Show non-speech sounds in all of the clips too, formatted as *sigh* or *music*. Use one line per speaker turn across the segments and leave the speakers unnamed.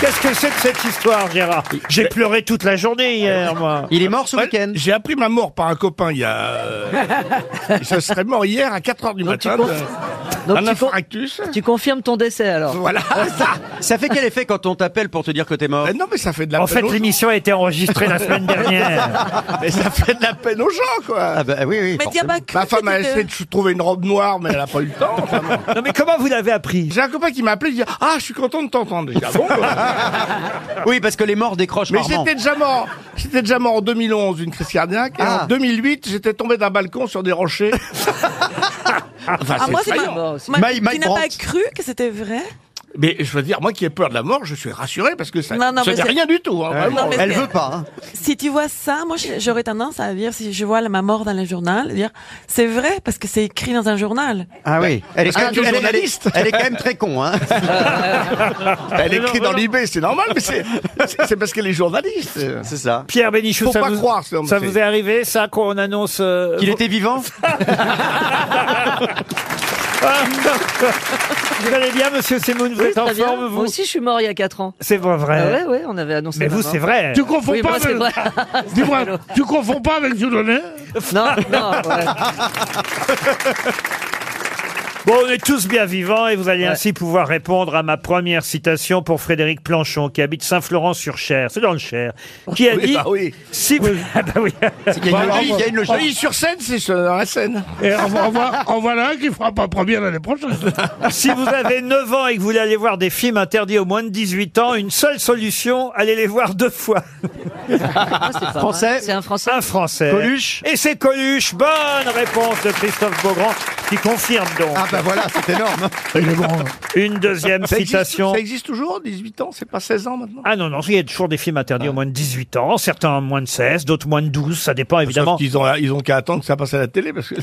Qu'est-ce que c'est que cette histoire, Gérard J'ai pleuré toute la journée
Ah
hier, moi.
Il est mort ce
Ouais,
week-end.
J'ai appris ma mort par un copain il y
*laughs*
a. euh, Ça serait mort hier à 4h du matin.
conf-
de-
Donc
Un
tu con-
infarctus.
Tu confirmes ton décès alors *laughs*
Voilà.
Ça fait quel effet quand on t'appelle pour te dire que t'es mort
Ben non, mais ça fait de la
En fait,
peine. aux...
l'émission a été enregistrée
*laughs*
la semaine dernière.
mais ça fait de la peine aux gens, quoi.
Ah bah oui, oui.
Mais
forcément.
Diaba,
Ma femme a essayé de se trouver une robe noire, mais elle n'a pas eu
*laughs*
le temps. enfin, bon.
Non, mais comment vous l'avez appris
J'ai un copain qui m'a appelé, il dit Ah, je suis content de t'entendre. J'ai dit, Ah bon
Oui, parce que les morts décrochent
Mais
rarement.
j'étais déjà mort. J'étais déjà mort en 2011 d'une crise cardiaque. Et
Ah.
en 2008, j'étais tombé d'un balcon sur
*laughs*
des rochers. Enfin,
Ah, moi, c'est
effrayant.
Moi aussi.
ma...
Mike-
Mike,
Mike
tu n'as pas
Brandt.
cru que c'était vrai
Mais je veux dire, moi qui ai peur de la mort, je suis rassuré parce que ça,
Non, non,
ça
mais
n'est
c'est-
rien du tout. hein, vraiment.
Non, mais
Elle
c'est-
veut pas. hein.
Si tu vois ça, moi j'ai- j'aurais tendance à dire, si je vois la- ma mort dans le journal, dire c'est vrai parce que c'est écrit dans un journal.
Ah oui. Elle est,
Parce
quand
qu'elle
même, elle
est
est-
Bah, journaliste.
elle est quand même très con.
*laughs*
Hein.
Elle écrit dans l'IB, c'est normal, mais c'est c'est- c'est parce qu'elle est journaliste.
C'est ça.
Pierre Bénichou,
Faut
ça,
pas
vous,
croire, ce homme,
ça
c'est-
vous est arrivé, ça, quand on annonce... euh,
Qu'il
vos-
était
*laughs*
vivant
Ah, non. *laughs* vous allez bien, monsieur Semoun Vous
Oui,
êtes en
très bien.
forme,
Moi
vous
aussi je suis mort il y a 4 ans.
C'est pas vrai.
Ah ouais, ouais, on avait annoncé.
Mais
ma
vous,
mort.
c'est vrai.
Tu confonds
Oui,
pas
moi, c'est
avec...
vrai.
*laughs* Dis-moi, tu confonds pas avec Dieudonné
non, non, ouais.
Bon, on est tous bien vivants et vous allez ainsi pouvoir répondre à ma première citation pour Frédéric Planchon, qui habite Saint-Florent-sur-Cher, c'est dans le Cher, qui a
Oui,
dit...
bah oui.
Si vous... *laughs* Ah bah oui.
Il y a une logique. Il y a une logique.
Oui, sur scène, c'est sur-
euh,
dans la scène.
Et en, en voilà-
Ah,
en voilà un qui fera pas première l'année prochaine.
*laughs* Si vous avez 9 ans et que vous voulez aller voir des films interdits aux moins de 18 ans, une seule solution, allez les voir deux fois.
Ah, c'est pas vrai.
Français.
C'est un français.
Un Français.
Coluche.
Et c'est Coluche. Bonne réponse de Christophe Beaugrand, qui confirme donc.
Ah bah voilà, c'est énorme.
Il est bon.
Une deuxième
hein. Ça existe,
citation.
ça existe toujours, 18 ans, c'est pas 16 ans maintenant.
Ah non, non, il y a toujours des films interdits aux
Ah.
moins de 18 ans, certains moins de 16, d'autres moins de 12, ça dépend évidemment.
Sauf qu'ils ont, ils ont qu'à attendre que ça passe à la télé parce que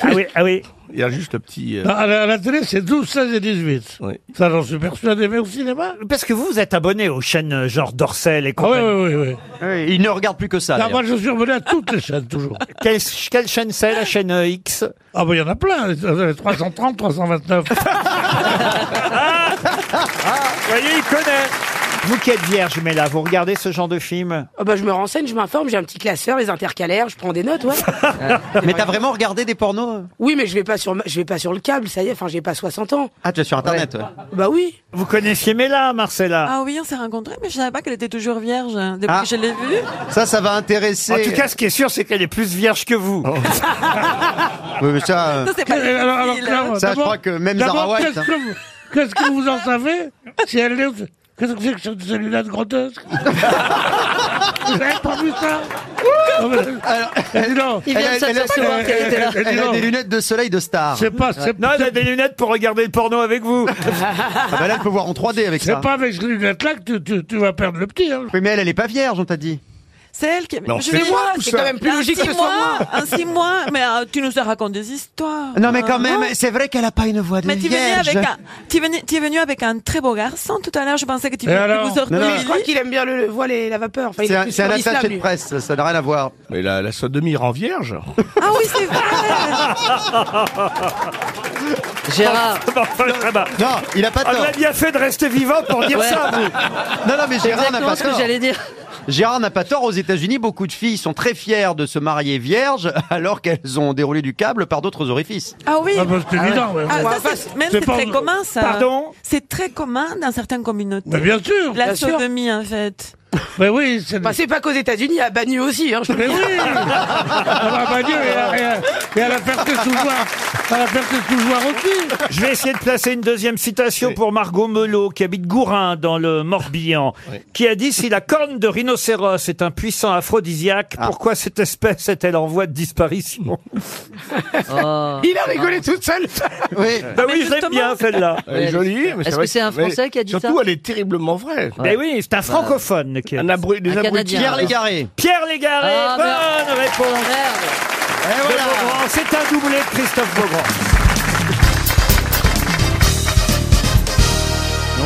Ah oui, ah oui.
il y a juste le petit. euh,
Non, à, la, à la télé, Ah, c'est 12, 16 et 18.
Oui.
Ça, j'en suis persuadé, mais au cinéma
Parce que vous, vous êtes abonné aux chaînes euh, genre Dorsel et
Ah oui,
compagnie.
oui, oui. oui.
Oui, Il ne regarde plus que ça.
Là,
d'ailleurs.
Ah, moi, je suis revenu à toutes les chaînes, toujours.
Quelle, quelle chaîne c'est, la chaîne euh, X
Ah ben, il y en a plein. les- les 330, 329.
Vous voyez, il connaît. Vous qui êtes vierge, mais là, vous regardez ce genre de film
Ah bah, je me renseigne, je m'informe, j'ai un petit classeur, les intercalaires, je prends des notes,
*laughs*
ouais.
Mais t'as vraiment regardé des pornos
Oui, mais je vais pas sur, ma- je vais pas sur le câble, ça y est, enfin, j'ai pas 60 ans.
Ah, tu es sur Internet. ouais.
Bah oui.
Vous connaissiez Mela, Marcella
Ah oui, on s'est rencontrés, mais je savais pas qu'elle était toujours vierge hein, depuis
Ah.
que je l'ai vue.
Ça, ça va intéresser. Oh.
En tout cas, ce qui est sûr, c'est qu'elle est plus vierge que vous.
Oui, mais ça, euh,
Ça, c'est pas
Et alors- alors,
difficile,
Claire,
ça,
hein.
je
d'abord-
crois que même
d'abord,
Zara White,
Qu'est-ce
hein.
que, vous- qu'est-ce que vous en savez Si elle est. Qu'est-ce que c'est que cette- ces lunettes grotesques *laughs* Vous n'avez pas vu ça Non, mais- Eh, dis donc,
Il vient de
Elle a- elle a-
s'apercevoir qu'elle était là.
eh, dis
elle a
donc,
des lunettes de soleil de star.
C'est pas, c'est,
Non, elle a des lunettes pour regarder le porno avec vous.
Ah bah là, elle peut voir en 3D avec
c'est
ça.
pas avec ces lunettes-là que tu, tu- tu vas perdre le petit. hein.
Oui, mais elle, elle est pas vierge, on t'a dit.
C'est elle qui.
on
je
fait
vais
moi,
voir,
tout
c'est
ça.
quand même plus logique que ce soit moi. Un six mois, mais euh, tu nous as raconté des histoires.
Non, mais quand
Euh,
même, c'est vrai qu'elle a pas une voix de
Mais tu es, venu
vierge.
avec un, tu, es venu, tu es venu avec un très beau garçon tout à l'heure. Je pensais que tu,
Et
que
alors
vous sortiez
Non, non.
du
Je crois
lit.
qu'il aime bien le, le voile et la vapeur. Enfin, il
C'est
est
un,
plus
c'est un
sur l'islam,
attaché de
lui.
presse, ça ça n'a rien à voir.
Mais la, la sodomie rend vierge.
Ah oui, c'est
*laughs*
vrai.
Gérard.
Enfin, ah bah,
Non, il a pas
on
tort.
a bien fait de rester vivant pour dire
Ouais.
ça, vous.
Non, non, mais Gérard n'a
Exactement
pas
ce que
tort.
j'allais dire.
Gérard n'a pas tort. Aux États-Unis, beaucoup de filles sont très fières de se marier vierges *laughs* alors qu'elles ont déroulé du câble par d'autres orifices.
Ah oui.
Ah, bah, c'est évident. ouais.
Ah, ça,
Ouais,
c'est-
enfin,
même
c'est
c'est
pas-
très commun ça.
Pardon
C'est très commun dans certaines communautés.
Mais bien sûr.
La
bien sûr.
sodomie en fait.
Mais oui, c'est.
Enfin, c'est pas qu'aux États-Unis, à Banu aussi. Hein, je te le
Mais
dis.
oui
*laughs*
Ah bah, Dieu, et à- et à- et à la percer sous voir. À la percer sous voir aussi.
Je vais essayer de placer une deuxième citation pour Margot Melot, qui habite Gourin, dans le Morbihan, qui a dit « Si la corne de rhinocéros est un puissant aphrodisiaque, pourquoi cette espèce est-elle en voie de disparition ?»
Oh.
Il a rigolé toute seule.
Oui.
Ben
Mais
oui, je l'aime
justement,
bien, celle-là.
Elle est jolie. mais
Est-ce
vrai
que c'est un
mais
Français qui a dit
surtout,
ça
elle est terriblement vraie.
Ben oui, c'est un francophone. Qui a
Un
dit ça.
abru- des
Un
abrutis.
Canadien.
Pierre Légaré.
Pierre Légaré,
Ah,
bonne réponse
Merde.
Et
de
voilà.
Beaugrand. C'est un doublé de Christophe Beaugrand.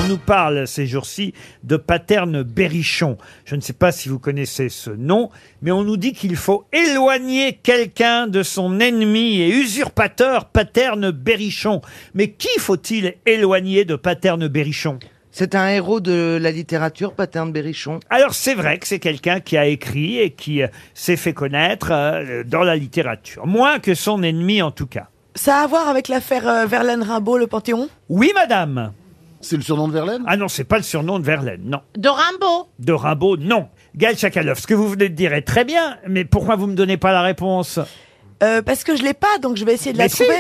On nous parle ces jours-ci de Paterne Berrichon. Je ne sais pas si vous connaissez ce nom, mais on nous dit qu'il faut éloigner quelqu'un de son ennemi et usurpateur Paterne Berrichon. Mais qui faut-il éloigner de Paterne Berrichon
C'est un héros de la littérature, Paterne Berrichon.
Alors c'est vrai que c'est quelqu'un qui a écrit et qui euh, s'est fait connaître euh, dans la littérature, moins que son ennemi en tout cas.
Ça a à voir avec l'affaire euh, Verlaine Rimbaud, le Panthéon
Oui, madame.
C'est le surnom de Verlaine
Ah non, c'est pas le surnom de Verlaine, non.
De Rimbaud.
De Rimbaud, non. Gaël Chakalov, ce que vous venez de dire est très bien, mais pourquoi vous me donnez pas la réponse
Euh, parce que je l'ai pas, donc je vais essayer de la
Mais si.
trouver.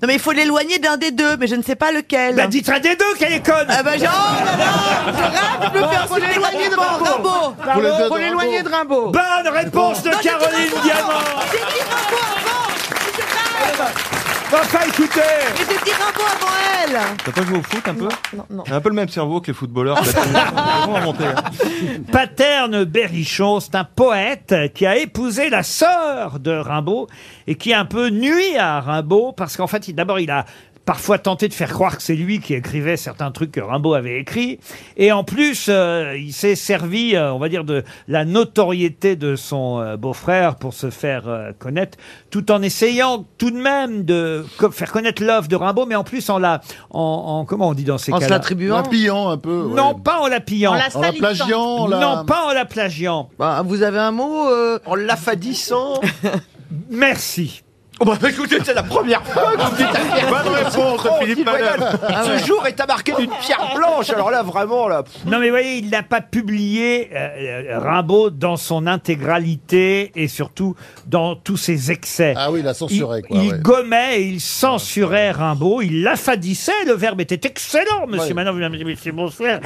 Non, mais il faut l'éloigner d'un des deux, mais je ne sais pas lequel.
Bah dites un des deux qu'elle est conne
Ah bah genre, oh là là, je rêve de me faire
faut l'éloigner de Rimbaud.
Rimbaud.
Pour les deux
Faut
de
l'éloigner de Rimbaud.
Bonne réponse de
Non, j'ai dit
Caroline
Rimbaud avant.
Diamant
J'ai dit Rimbaud avant Je rêve
Enfin écoutez
Mais j'ai dit Rimbaud avant elle
T'as pas joué au foot un peu
Non, non.
J'ai un peu le même cerveau que les
*laughs*
footballeurs. C'est
*laughs*
vraiment inventé, hein.
Paterne Berrichon, c'est un poète qui a épousé la sœur de Rimbaud et qui a un peu nuit à Rimbaud parce qu'en fait, il- d'abord, il a parfois tenté de faire croire que c'est lui qui écrivait certains trucs que Rimbaud avait écrits. Et en plus, euh, il s'est servi, euh, on va dire, de la notoriété de son euh, beau-frère pour se faire euh, connaître, tout en essayant tout de même de co- faire connaître l'œuvre de Rimbaud, mais en plus en la... En, en- comment on dit dans ces
En se
cas-là
En
l'attribuant.
la pillant un peu. ouais.
Non, pas en la pillant.
On l'a
En la
salissant.
plagiant. en la-
Non, pas en la plagiant.
Bah, vous avez un mot euh,
En l'affadissant.
*laughs* Merci.
Oh bah écoutez, c'est la première fois que vous me dites affaire.
Bonne réponse, de Philippe Manœuvre.
Ce jour est marqué d'une pierre blanche. Alors là,
Oh,
vraiment, là. pff.
Non mais voyez, il n'a pas publié euh, Rimbaud dans son intégralité et surtout dans tous ses excès.
Ah oui, il a censuré,
il,
quoi.
il
ouais.
gommait et il censurait Rimbaud, il l'affadissait, le verbe était excellent, monsieur. Maintenant, vous me dites, mais c'est mon frère.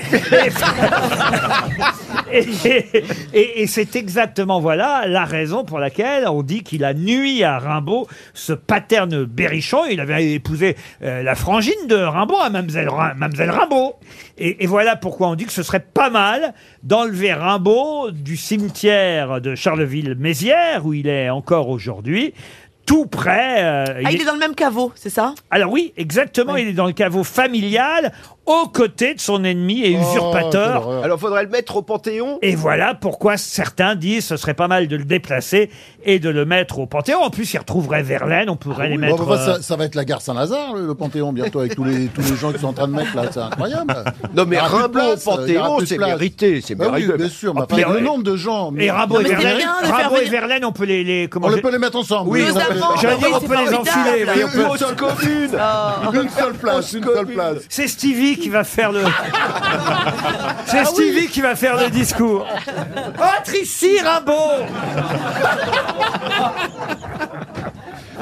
et, et- et- et c'est exactement, voilà, la raison pour laquelle on dit qu'il a nui à Rimbaud ce paterne berrichon. Il avait épousé euh, la frangine de Rimbaud hein, à Mademoiselle, Rim- Mademoiselle Rimbaud. Et, et voilà pourquoi on dit que ce serait pas mal d'enlever Rimbaud du cimetière de Charleville-Mézières, où il est encore aujourd'hui, tout près. euh,
Ah,
il
il est dans le même caveau, c'est
*laughs*
ça
alors oui, exactement, il est dans le caveau familial, aux côtés de son ennemi et
Oh, quelle
usurpateur.
horreur.
Alors faudrait le mettre au Panthéon.
Et voilà pourquoi certains disent ce serait pas mal de le déplacer et de le mettre au Panthéon. En plus, il retrouverait Verlaine, on pourrait les
Bon,
mettre...
bah,
euh,
ça, ça va être la gare Saint-Lazare, le, le Panthéon, bientôt, avec tous les, tous les gens qui sont en train de mettre là. C'est incroyable.
Non mais
Il y aura plus de
Rimbaud au
place, il y aura
Panthéon,
plus de
c'est
place.
mérité, c'est
Bah oui,
mérité.
bien sûr. mais
Ah,
enfin,
puis,
le
euh,
nombre de gens.
Et Rimbaud, et,
mais c'est
Verlaine,
bien de faire
Rimbaud et
venir-
Verlaine, on peut les... les- comment
on
je-
les peut les mettre ensemble.
Oui,
on
Deux
peut les-
avant.
J'allais
Bah
dire,
oui,
on
c'est
peut les
formidable.
enfiler.
Et
oui, on peut-
une seule commune.
Une seule place, une seule place. Ah
C'est Stevie qui va faire le... C'est Stevie qui va faire le discours. Entre ici, Rimbaud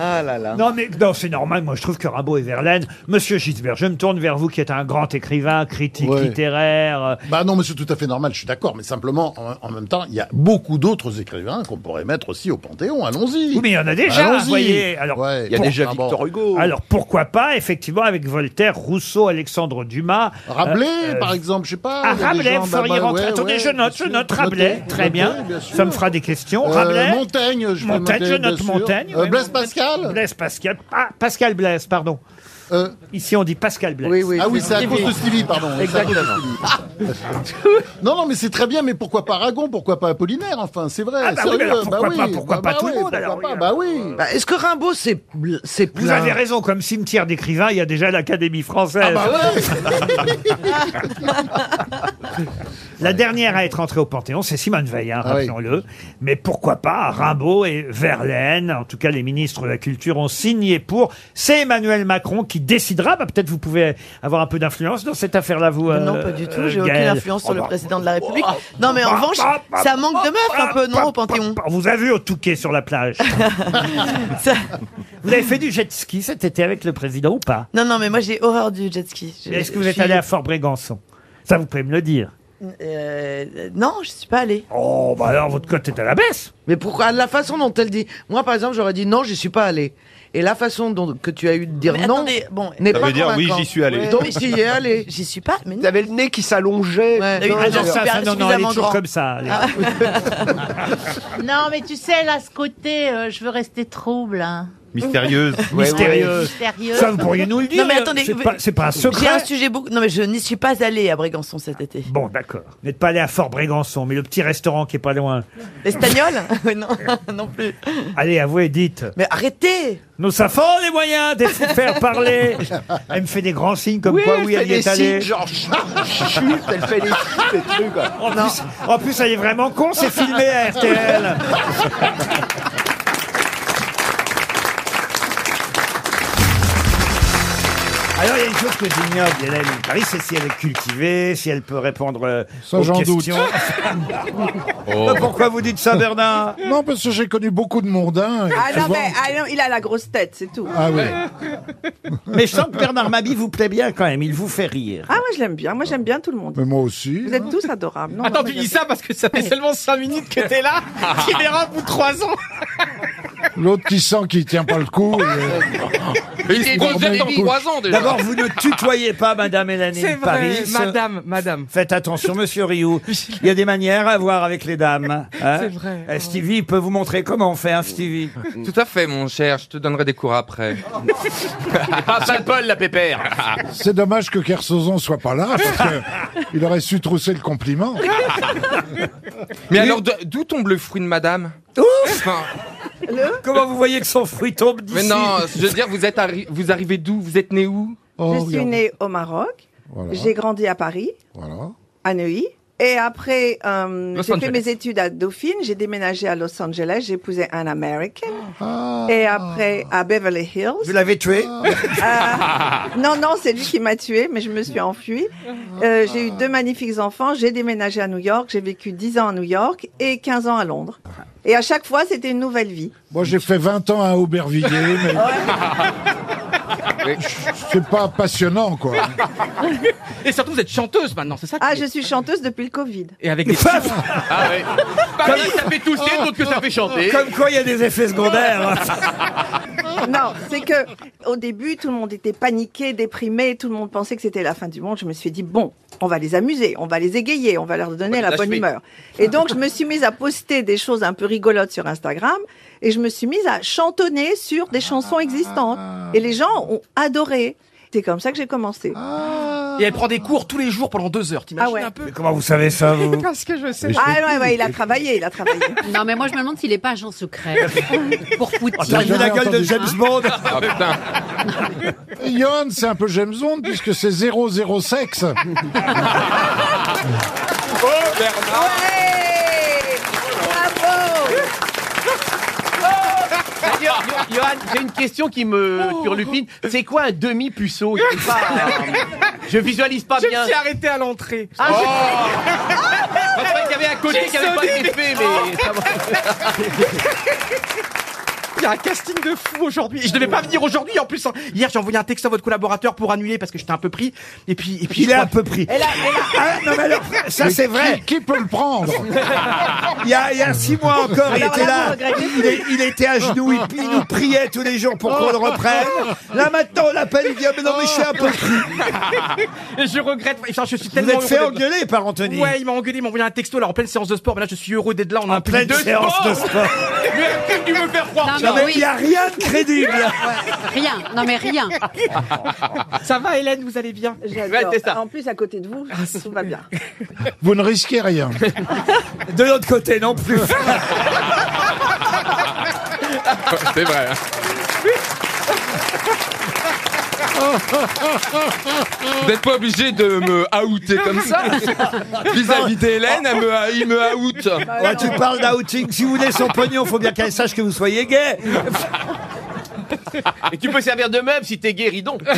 Ah là là.
Non, mais non, c'est normal. Moi, je trouve que Rimbaud et Verlaine. Monsieur Gisbert, je me tourne vers vous qui êtes un grand écrivain, critique
Ouais.
littéraire. euh,
Bah non, mais c'est tout à fait normal, je suis d'accord, mais simplement, en, en même temps, il y a beaucoup d'autres écrivains qu'on pourrait mettre aussi au Panthéon, allons-y.
Oui, mais il y en a déjà,
Allons-y.
vous voyez. Alors,
Ouais.
Il y a
Bon,
déjà
ah bon.
Victor Hugo.
alors, pourquoi pas, effectivement, avec Voltaire, Rousseau, Alexandre Dumas.
Rabelais,
euh, euh,
par exemple, je sais pas. il y
Ah,
a des
Rabelais,
gens-
vous feriez
bah, bah,
rentrer.
ouais,
Attendez,
ouais,
je note,
bien
je
sûr.
note Rabelais.
Notez,
très bien.
notez, bien sûr.
Ça me fera des questions.
Euh,
Rabelais.
Montaigne, je vais
Montaigne,
noter,
je
bien
note
sûr.
Montaigne.
Euh,
ouais,
Blaise
Montaigne.
Pascal
Blaise Pascal. Ah, Pascal Blaise, pardon.
Euh,
Ici, on dit Pascal Blaise.
Oui, oui.
Ah oui, c'est à cause de Stevie, pardon. C'est à cause de
Ah,
Stevie. *laughs* non, non, mais c'est très bien, mais pourquoi pas Aragon, pourquoi pas Apollinaire, enfin, c'est vrai.
Ah bah oui,
sérieux,
mais alors pourquoi
bah
pas,
oui,
pourquoi
bah
pas tout le
oui,
monde, alors,
pourquoi
oui,
pas, Bah
alors.
oui.
Bah, Est-ce que Rimbaud, c'est c'est
Vous
plein
avez raison, comme cimetière d'écrivains, il y a déjà l'Académie française.
Ah bah
*laughs* La dernière à être entrée au Panthéon, c'est Simone Veil, hein,
Ah oui.
rappelons-le. Mais pourquoi pas Rimbaud et Verlaine En tout cas, les ministres de la Culture ont signé pour. C'est Emmanuel Macron qui décidera. Bah, Peut-être vous pouvez avoir un peu d'influence dans cette affaire-là, vous.
Non,
euh,
pas du tout,
euh,
j'ai aucune
Gaël. Oh
influence
Oh,
sur le
bah,
président de la République. Non, mais en
bah,
revanche, ça manque de meufs
bah.
un peu, non, au Panthéon
On vous a vu au Touquet sur la plage.
Ça-
vous avez fait du jet ski cet été avec le président ou pas
Non, non, mais moi j'ai horreur du jet ski. Je-
Est-ce que vous
je
êtes
suis-
allé à Fort-Brégançon Ça, vous pouvez me le dire.
Euh, Non, je suis pas allée.
Oh, bah alors, votre cote est à la baisse.
Mais pourquoi La façon dont elle dit. Moi, par exemple, j'aurais dit non, j'y suis pas allé. Et la façon dont que tu as eu de dire
Mais
non
attendez, bon,
n'est
Ça
pas
veut dire, oui,
convaincant.
j'y suis allé.
Ouais. Donc j'y ai
*laughs*
allé.
j'y suis pas, mais non.
Vous avez le nez qui s'allongeait.
Ouais.
Il a eu
Ah
des
non,
gens
ça,
super-
ça, non, non, elle est
suffisamment
toujours
grands.
comme ça. elle est-
Non, mais tu sais, là, ce côté, euh, je veux rester trouble. hein.
*laughs*
Mystérieuse.
Mystérieuse. Ça, vous pourriez nous le dire.
Non, mais attendez,
C'est pas, c'est pas un secret.
J'ai un sujet beaucoup. Non, mais je n'y suis pas allée à Brégançon cet été.
Bon, d'accord. Vous n'êtes pas allé à Fort-Brégançon, mais le petit restaurant qui est pas loin.
*laughs*
L'estagnol Oui, Non, non plus.
Allez, avouez, dites.
Mais arrêtez
Nous savons les moyens de vous
*laughs*
faire parler. Elle me fait des grands signes comme
Oui,
quoi,
elle
oui,
fait
elle y
des
est
signes,
allée.
genre, chut, elle fait des trucs, des trucs. quoi.
En plus, en plus, elle est vraiment con, Oh,
*laughs*
c'est filmé à RTL. Alors, il y a une chose que j'ignore, Hélène Paris, c'est si elle est cultivée, si elle peut répondre euh,
Ça,
aux
j'en doute.
questions.
*laughs*
Oh.
Mais Pourquoi vous dites ça,
*laughs*
Bernard
Non, parce que j'ai connu beaucoup de hein. mondains. et
Ah non,
souvent-
mais ah non, il a la grosse tête, c'est tout.
Ah oui.
Mais je sens que Bernard Mabie vous plaît bien quand même, il vous fait rire.
*laughs* Ah moi je l'aime bien, moi j'aime bien tout
*laughs*
le monde.
Mais moi aussi.
Vous êtes tous adorables. Non,
Attends,
non,
tu
mais
dis ça parce que ça fait seulement 5 minutes que t'es là, qui verra au bout de 3 ans.
L'autre qui sent qu'il tient pas le coup. et-
Il est
se gourme
déjà
dans
dans
le
trois ans, déjà.
D'abord, vous ne tutoyez pas Madame
C'est
Hélène
vrai,
Paris.
madame, madame.
Faites attention,
*laughs*
monsieur Rioux. Il y a des manières à voir avec les dames. hein.
C'est vrai.
Eh, Stevie peut vous montrer comment on fait, un Stevie.
*laughs* Tout à fait, mon cher, je te donnerai des cours après. *laughs* ah, sale Paul, la *laughs* pépère
Ah. C'est dommage que Kersozon soit pas là, parce
*laughs*
qu'il aurait su trousser le compliment.
Mais alors, d- d'où tombe le fruit de madame
Ouf
Enfin,
Comment vous voyez que son fruit tombe d'ici
Mais non, je veux dire, vous, êtes arri- vous arrivez d'où Vous êtes né où
Oh,
je suis née au Maroc,
Oh, Voilà.
j'ai grandi à Paris,
Voilà.
à Neuilly. Et après, euh,
Los
j'ai fait
Angeles.
mes études à Dauphine, j'ai déménagé à Los Angeles, j'ai épousé un American.
Ah.
Et après, à Beverly Hills.
Vous l'avez tué
*laughs*
Euh, non, non, c'est lui qui m'a tué, mais je me suis enfuie. Euh, j'ai eu deux magnifiques enfants, j'ai déménagé à New York, j'ai vécu 10 ans à New York et 15 ans à Londres.
Ah.
Et à chaque fois, c'était une nouvelle vie.
Moi, j'ai fait 20 ans à Aubervilliers,
*laughs*
mais c'est pas passionnant, quoi.
*laughs*
Et surtout, vous êtes chanteuse maintenant, c'est ça
Ah, je suis chanteuse depuis le Covid.
Et avec des Ah ouais. Paris, ça fait tousser,
Oh.
d'autres que ça fait chanter.
Comme quoi, il y a des effets secondaires.
Non, c'est que au début, tout le monde était paniqué, déprimé, tout le monde pensait que c'était la fin du monde. Je me suis dit bon, on va les amuser, on va les égayer, on va leur donner la
les
bonne
achever.
humeur. Et donc, je me suis mise à poster des choses un peu rigolotes sur Instagram et je me suis mise à chantonner sur des chansons existantes. Et les gens ont adoré. C'est comme ça que j'ai commencé.
Et elle prend des cours tous les jours pendant 2 heures,
Ah ouais.
Mais comment vous savez ça,
*laughs*
*laughs*
vous
Parce que je sais.
Ah ouais, ouais, il a travaillé, il a travaillé.
Non, mais moi, je me demande s'il n'est pas
*laughs*
agent secret pour Poutine.
Oh, T'as vu la gueule de James Bond
Ah,
Yon, c'est un peu James Bond, puisque c'est
*laughs*
00 sexe.
Oh,
Bravo
Johan, j'ai une question qui me turlupine. C'est quoi un demi-puceau Je sais pas, euh, Je visualise pas
Je
bien.
me suis arrêté à l'entrée. Oh.
Ah, je- Moi, je croyais qu'il y avait un côté
J'ai
qui avait pas
sonné
été
des-
fait, mais ça va.
Il y a un casting de fou aujourd'hui. Je devais pas venir aujourd'hui en plus. hein. Hier, j'ai envoyé un texte à votre collaborateur pour annuler parce que j'étais un peu pris. Et puis, et puis.
Il est un peu pris.
Elle a,
Ah, non, mais alors, ça
Mais
c'est
qui-
vrai.
Qui peut le
*laughs*
prendre
Il y, a, il y a six mois encore, il
Alors
était
là,
là.
vous regrettez
Il, est- il était à genoux, il, il nous priait tous les jours pour qu'on le reprenne. Là maintenant, on l'appelle, il dit Ah, mais non, mais je suis un peu pris.
Et *laughs* je regrette. Enfin, je suis
Vous
tellement
êtes fait
heureux d'être-
engueuler par Anthony.
Ouais, il m'a engueulé, il m'a envoyé un texto là en pleine séance de sport. Mais là, je suis heureux d'être là. On a un
pleine séance de sport.
Mais après, tu veux me faire croire.
Non, mais il n'y a rien de crédible.
Rien, non, mais rien.
Ça va, Hélène, vous allez bien
J'adore.
c'est ça. Ah,
En plus, à côté de vous, tout va bien.
Vous ne risquez rien.
De l'autre côté
*laughs*
non plus.
*laughs* C'est vrai. Vous n'êtes pas obligé de me outer comme ça. Vis-à-vis d'Hélène, elle me- il me out.
Ouais, tu parles d'outing. Si vous voulez son pognon, faut bien qu'elle sache que vous
*laughs*
soyez gay.
*laughs* Et tu peux servir de meuble si t'es guéri
*laughs*
donc.
Ah,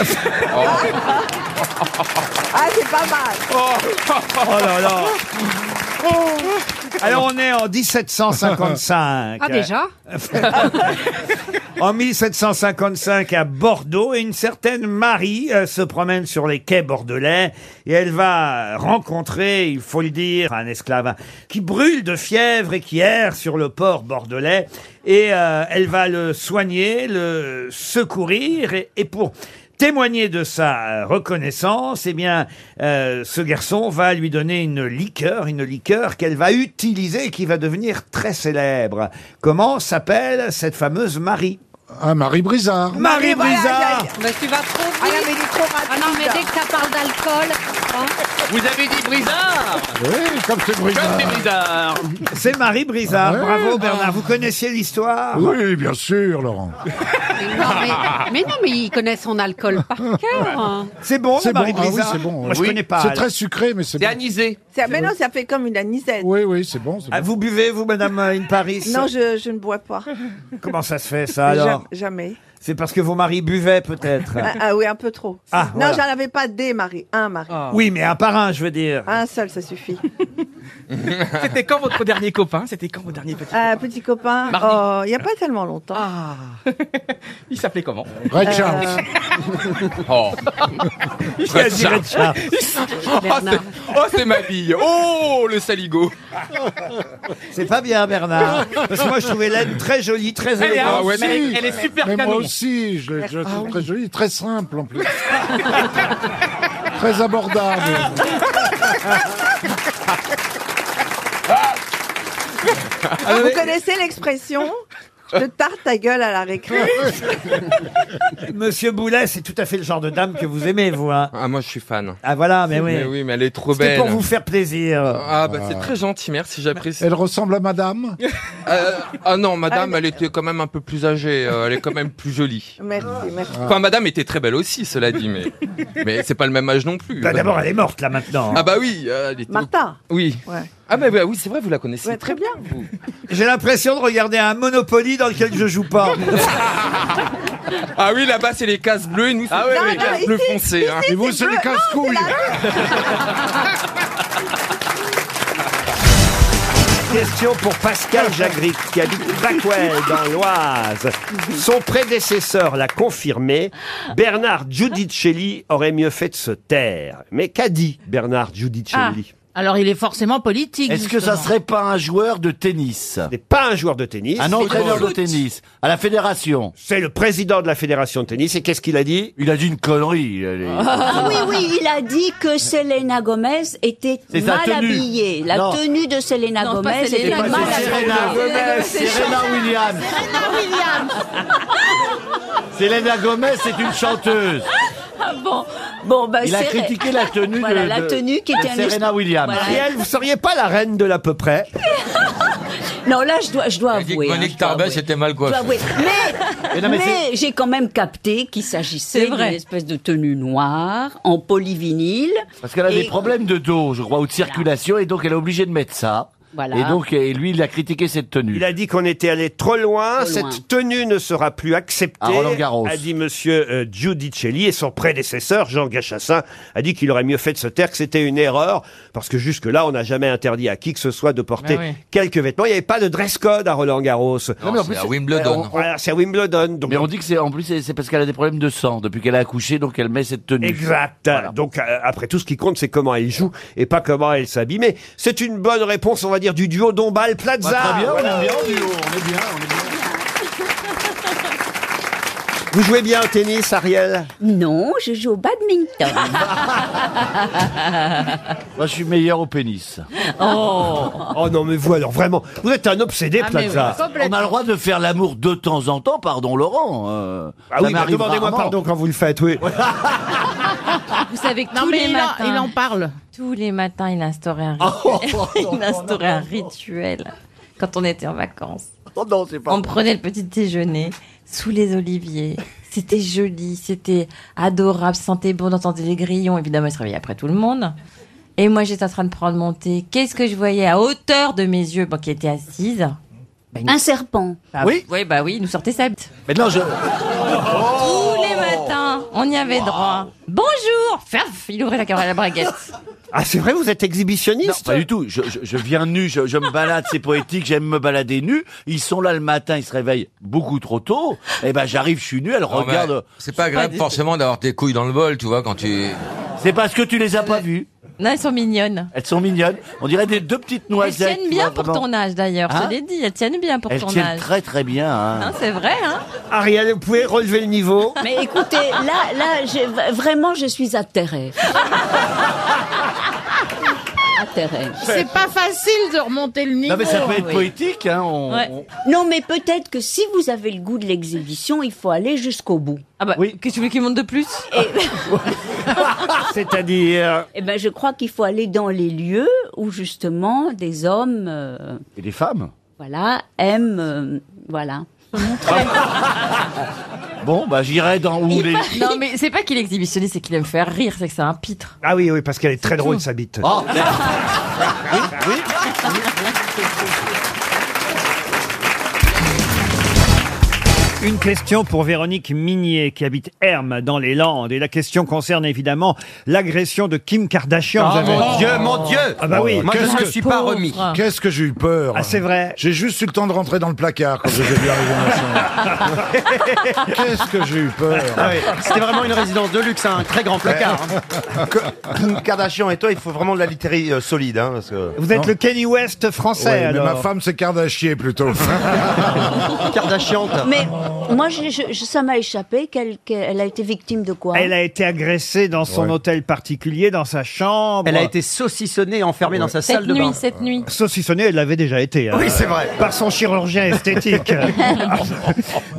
c'est pas mal.
Oh là là.
Oh.
Alors on est en 1755.
Ah, déjà
En 1755 à Bordeaux, et une certaine Marie euh, se promène sur les quais bordelais et elle va rencontrer, il faut le dire, un esclave qui brûle de fièvre et qui erre sur le port bordelais et euh, elle va le soigner, le secourir et, et pour témoigner de sa euh, reconnaissance, eh bien, euh, ce garçon va lui donner une liqueur, une liqueur qu'elle va utiliser et qui va devenir très célèbre. Comment s'appelle cette fameuse Marie
Ah, Marie Brizard.
Marie
voilà,
Brizard.
aïe, aïe.
Mais tu vas trop vite.
Ah non, mais il est trop
Ah non, mais dès que ça parle d'alcool. hein.
Vous avez dit Brizard
Oui, comme c'est
Comme c'est Brizard
C'est Marie Brizard.
Ouais.
Bravo Bernard, vous connaissiez l'histoire
Oui, bien sûr, Laurent.
Mais non, mais, mais non, mais ils connaissent son alcool par cœur. hein.
C'est bon,
C'est bon,
Marie
ah oui,
Brizard
c'est bon.
Moi, je
Oui.
connais pas,
C'est
alors.
très sucré, mais c'est bon.
anisé.
Ça- Mais non, ça fait comme une anisette.
Oui, oui, c'est bon. c'est
Ah,
bon.
vous buvez, vous, Madame euh, In
*laughs*
Paris
Non, je, je ne bois pas. *laughs*
Comment ça se fait, ça, alors
Ja- Jamais.
C'est parce que vos maris buvaient, peut-être
Ah, ah oui, un peu trop.
Ah,
non,
voilà.
j'en avais pas des maris. Un mari.
Ah.
Oui, mais un par un, je
*laughs*
veux dire.
Un seul, ça suffit.
C'était quand votre dernier copain C'était quand votre dernier petit
Un Euh, petit copain,
Mardi.
oh, il n'y a pas tellement longtemps. *laughs*
Il s'appelait comment
Euh,
*laughs* Oh
Il a dit Red Charles.
c'est- Oh, c'est ma bille Oh, le saligo
C'est pas bien, Bernard. Parce que moi, je trouvais l'aine très jolie, très
Elle est-
élégante. Ah
ah ouais, mais elle- elle
est super
Mais moi
canon.
aussi, je l'ai je la trouve très jolie, très simple
*laughs*
en plus. très abordable.
Ah,
Ah,
Vous connaissez l'expression Je tarte ta gueule à la récré.
ah.
Monsieur Boulet, c'est tout à fait le genre de dame que vous aimez, vous. Hein.
Ah, moi, je suis fan.
Ah voilà, mais oui.
Mais oui, mais elle est trop
C'était
belle.
pour vous faire plaisir.
Ah, bah, c'est très gentil, merci, j'apprécie.
Elle ressemble à madame
Euh, ah non, madame, elle était quand même un peu plus âgée, euh, elle est quand même plus jolie.
Merci, merci.
Ah.
Enfin, madame était très belle aussi, cela dit, mais, mais c'est pas le même âge non plus.
Bah, D'abord, elle est morte, là, maintenant.
Ah bah oui, euh, elle était...
Martha
Oui.
Ouais.
Ah bah, bah oui, c'est vrai, vous la connaissez.
Ouais, très bien.
J'ai l'impression de regarder un Monopoly dans lequel je joue pas.
Ah oui, là-bas, c'est les cases bleues, et nous, c'est
Ah ouais, Non,
les
non,
cases
ici,
bleues foncées. hein.
ici, Et vous, c'est
les casse-couilles
Question pour Pascal Jagric, qui habite Backwell, dans l'Oise. Son prédécesseur l'a confirmé, Bernard Giudicelli aurait mieux fait de se taire. Mais qu'a dit Bernard
Ah,
Ah,
Giudicelli
Alors il est forcément politique.
Est-ce que ça
justement.
serait pas un joueur de tennis
Ce n'est pas un joueur de tennis.
Un entraîneur de
Foot.
tennis à la fédération
C'est le président de la fédération de tennis, et qu'est-ce qu'il a dit
Il a dit une connerie. elle est-
Ah oui, oui, il a dit que Selena Gomez était
C'est sa
mal
tenue.
habillée. La
Non.
tenue de Selena
Non,
Gomez
pas Selena,
était
c'est
mal
Serena,
habillée.
Serena Williams.
Serena Williams.
Selena Gomez, c'est une chanteuse.
Ah bon, bon bah,
Il a
c'est-
critiqué la
*laughs*
tenue de-
Voilà, la
de-
tenue qui
de
était un
Serena
espèce-
Williams.
Voilà.
Ariel, vous seriez pas la reine de l'à peu près
*laughs* Non, là, je dois, je dois avouer. hein,
Monique Tarbes était mal
je dois
coiffée.
avouer.
*laughs*
Mais,
Mais non, mais
mais j'ai quand même capté qu'il s'agissait
C'est vrai.
d'une espèce de tenue noire en polyvinyle.
Parce qu'elle a
Et-
des problèmes de dos, je crois, ou de circulation, et donc elle est obligée de mettre ça.
Voilà.
Et donc, et lui, il a critiqué cette tenue.
Il a dit qu'on était allé trop
Trop loin.
loin, Ah, cette tenue ne sera plus acceptée,
À Roland-Garros.
a dit monsieur euh, Giudicelli, et son prédécesseur, Jean Gachassin, a dit qu'il aurait mieux fait de se taire, que c'était une erreur, parce que jusque-là, on n'a jamais interdit à qui que ce soit de porter
Mais Eh oui.
quelques vêtements. Il n'y avait pas de dress code à Roland-Garros.
Non, mais en c'est plus, à c'est- Wimbledon.
Euh, voilà, c'est à Wimbledon. donc-
Mais on dit que c'est, en plus, c'est c'est parce qu'elle a des problèmes de sang depuis qu'elle a accouché, donc elle met cette tenue.
Exact. Donc euh, après tout, ce qui compte, c'est comment elle joue et pas comment elle s'habille. Mais c'est une bonne réponse, on va dire, du duo Dombal Plaza.
Bah, très bien, on aime bien,
on est bien, Vous jouez bien au tennis, Ariel
Non, je joue au badminton.
Moi, je suis meilleur au pénis.
oh.
Oh non, mais vous alors vraiment, vous êtes un
Ah,
obsédé, Plaza.
On a le droit de faire l'amour de temps en temps, pardon Laurent. euh,
Ah
ça
oui, bah,
m'arrive
demandez-moi
rarement.
pardon quand vous le faites, oui.
Vous savez que
Non,
tous
mais
les
il en-
matins,
il en
parle.
Tous les matins, il instaurait un rituel. *laughs* il instaurait un rituel quand on était en vacances.
Oh,
on prenait le petit déjeuner sous les oliviers. C'était joli, c'était adorable, ça sentait bon, on entendait les grillons. Évidemment, il se réveillait après tout le monde. Et moi, j'étais en train de prendre mon thé. Qu'est-ce que je voyais à hauteur de mes yeux, bon, qui était assise
Un serpent.
Oui
Oui, bah oui, il nous sortait sa bite.
Mais non, je...
Tous les matins, on y avait droit. Bonjour Faf Il ouvrait la carotte à la braguette.
Ah, c'est vrai, vous êtes
Non,
exhibitionniste
pas du tout. Je, je- je viens nu, je, je me balade, c'est poétique, j'aime me balader nu. Ils sont là le matin, ils se réveillent beaucoup trop tôt. Et ben j'arrive, je suis nu, elles
Non, mais
regardent.
Oh, bah, C'est pas Eh agréable forcément d'avoir tes couilles dans le bol, tu vois, quand tu...
C'est parce que tu les as pas vues.
Non, elles sont mignonnes.
Elles sont mignonnes. On dirait des deux petites
Elles
noisettes.
tiennent bien pour ton âge d'ailleurs, je
Hein
te l'ai dit, elles tiennent bien pour
Elles
ton
tiennent
âge.
très très bien. hein.
Hein, c'est vrai, hein
Ariel, vous pouvez relever le niveau
*laughs* Mais écoutez, là, là, j'ai- vraiment, je suis atterrée. d'intérêt.
C'est pas facile de remonter le niveau.
Non, mais ça peut être
Oui.
poétique, hein. on-
Ouais.
on-
Non, mais peut-être que si vous avez le goût de l'exhibition, il faut aller jusqu'au bout. Ah bah, qu'est-ce que tu veux qu'il monte de plus
*laughs*
C'est-à-dire.
Eh ben, je crois qu'il faut aller dans les lieux où justement des hommes, euh,
Et les femmes
voilà, aiment, euh, voilà.
Bon, bah j'irai dans où les.
Non, mais c'est pas qu'il est exhibitionniste, c'est qu'il aime faire rire, c'est que c'est un pitre.
Ah oui, oui, parce qu'elle est très drôle,
tout.
sa bite.
Ah.
Oh.
Une question pour Véronique Minier qui habite Hermes dans les Landes et la question concerne évidemment l'agression de Kim Kardashian.
Ah,
Vous avez-
mon Dieu, mon Dieu
Ah bah oui.
Moi, je ne me suis pas remis. Qu'est-ce que j'ai eu peur
Ah, c'est vrai.
J'ai juste eu le temps de rentrer dans le placard quand je suis arrivé dans la chambre. *laughs* Qu'est-ce que j'ai eu peur
Ah oui, C'était vraiment une résidence de luxe, un très grand placard. hein. *laughs*
Kardashian et toi, il faut vraiment de la littérie euh, solide. Hein, parce que...
Vous êtes le Kenny West français
Ouais, mais
alors. Ah,
ma femme, c'est Kardashian plutôt.
Kardashian.
Mais moi, je- je- je- ça m'a échappé. Qu'elle, qu'elle a été victime de quoi
Elle a été agressée dans son
Ouais.
hôtel particulier, dans sa chambre.
Elle a été saucissonnée, enfermée dans sa salle de bain.
cette nuit. Euh, Saucissonnée, elle l'avait déjà été. hein.
Oui, c'est vrai.
Par son chirurgien esthétique.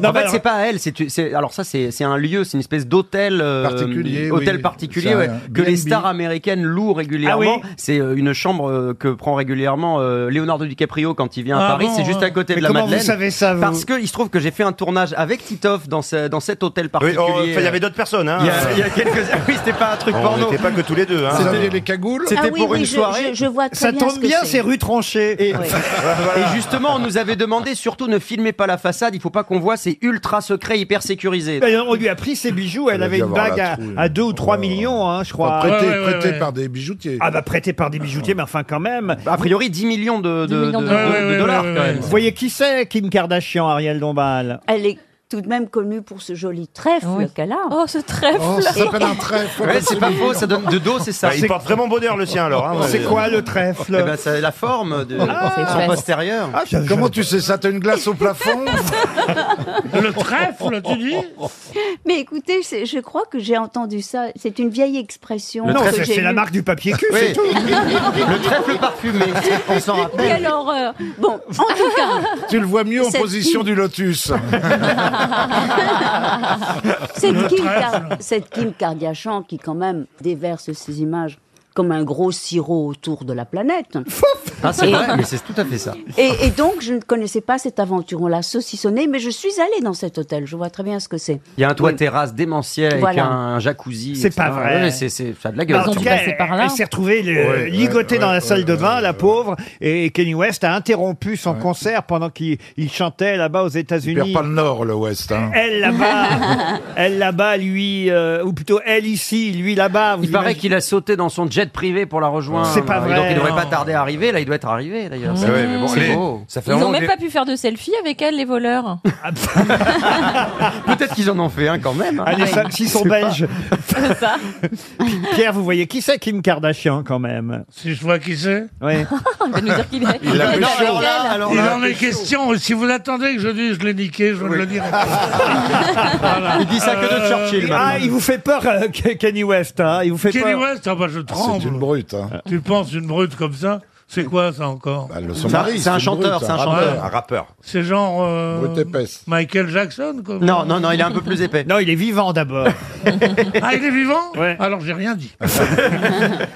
en fait, c'est pas à elle. C'est, tu- c'est- alors ça, c'est, c'est un lieu, c'est une espèce d'hôtel euh,
Particulier, oui.
hôtel particulier
C'est
ouais,
un
que les
B&B.
stars américaines louent régulièrement.
Ah oui
c'est euh, une chambre euh, que prend régulièrement euh, Leonardo DiCaprio quand il vient à
Ah
Paris.
bon,
c'est juste à côté
mais
de la
comment vous
Madeleine.
savez ça, vous
Parce que il se trouve que j'ai fait un tournage avec Titoff dans, ce- dans cet hôtel particulier. euh,
oh, enfin, il y avait d'autres personnes, hein.
Il y a, il y a quelques. *laughs* Oui, c'était pas un truc
On
porno.
n'était pas que tous les deux. Hein.
C'était-
Euh,
les cagoules C'était
Ah oui,
pour
oui,
une
je-
soirée.
je- je vois très
Ça
bien ce
tombe
que
bien,
c'est.
c'est rue Tranchée.
*laughs*
Et, et justement, on nous avait demandé surtout ne filmez pas la façade, il faut pas qu'on voit, c'est ultra secret, hyper sécurisé.
Ben, on lui a pris ses bijoux, elle,
Elle a
avait
dû
une
avoir
bague
la
à,
trouille. hein. Oh.
2 ou 3 millions, hein, je crois.
Enfin, prêté- Ouais, ouais, prêté ouais, ouais. par des bijoutiers.
Ah bah prêté par des bijoutiers, mais enfin quand même.
Bah, A priori 10 millions de, de- de- de- de dollars quand même.
Vous voyez qui c'est, Kim Kardashian, Ariel Dombal
Elle est tout de même connue pour ce joli trèfle qu'elle a.
Oh, ce trèfle *laughs*
Ouais, c'est pas faux, ça donne de dos, c'est ça.
Bah, il porte vraiment bonheur le sien alors. hein, ouais.
C'est quoi le trèfle
Eh ben, c'est la forme de
Ah.
son postérieur.
Comment tu sais ça T'as une glace au plafond
Le trèfle, tu dis *laughs*
Mais écoutez, c'est- je crois que j'ai entendu ça. C'est une vieille expression.
Non,
que
c'est-
j'ai
c'est la
lue.
marque du papier cul, c'est
Oui.
tout.
Le trèfle parfumé, *laughs* on s'en rappelle.
Quelle horreur euh, Bon, en tout cas,
*laughs*
Tu le vois mieux en
Cette
position
Kim-
du lotus.
cette
Le
Kim,
trèfle.
Kar- cette Kim Kardashian qui quand même déverse ses images comme un gros sirop autour de la planète.
Ah, c'est
Et-
vrai, mais c'est tout à fait ça.
Et, et donc, je ne connaissais pas cette aventure. On l'a saucissonnée, mais je suis allée dans cet hôtel. Je vois très bien ce que c'est.
Il y a un toit terrasse démentiel avec
Voilà.
un jacuzzi.
C'est
etc.
pas vrai. Bah,
Ouais, c'est, c'est- ça a de la gueule.
en tout cas, elle, elle s'est retrouvée le-
Ouais,
ligotée
ouais,
dans
ouais,
la salle de bain, la pauvre. Et Kenny West a interrompu son concert pendant qu'il il chantait là-bas aux
Il perd
États-Unis.
pas le nord, le ouest. hein.
Elle là-bas, elle là-bas, lui, euh, ou plutôt elle ici, lui là-bas. vous
Il paraît
imaginez-
qu'il a sauté dans son jet privé pour la rejoindre.
C'est pas
Donc
vrai,
il devrait
non.
pas tarder à arriver. Là, il doit être arrivé d'ailleurs.
Mmh.
C'est-
Ah ouais, mais bon,
c'est
les-
beau.
ça
Ils n'ont même pas pu faire de selfie avec elle, les
*laughs*
voleurs.
Peut-être qu'ils en ont fait un quand même. hein.
Ah, les femmes qui sont
C'est pas-
belges.
C'est ça.
Pierre, vous voyez qui c'est Kim Kardashian quand même
Si je vois qui c'est
Oui.
Oh, Il va nous dire
*laughs*
qu'il est.
Il
a fait
Non,
chaud.
alors là, alors là,
Il a
il en
fait
est question. Si vous attendez que je dise je l'ai niqué, je ne le dirai pas.
*laughs*
*laughs*
Il dit ça que de Churchill.
Ah,
maintenant.
il vous fait peur, euh, Ke- Kenny West. Hein il vous fait
Kenny
peur.
West, ah bah je tremble.
C'est une brute. hein.
Tu penses une brute comme ça C'est quoi ça encore
Bah, le
Ça,
Somalie,
c'est un
une brute,
chanteur, c'est un chanteur.
Un rappeur.
C'est genre euh,
Brute épaisse.
Michael Jackson comme...
Non, non, non, il est un peu plus épais.
Non, il est
*laughs*
vivant d'abord.
Ah, il est vivant Alors j'ai rien dit.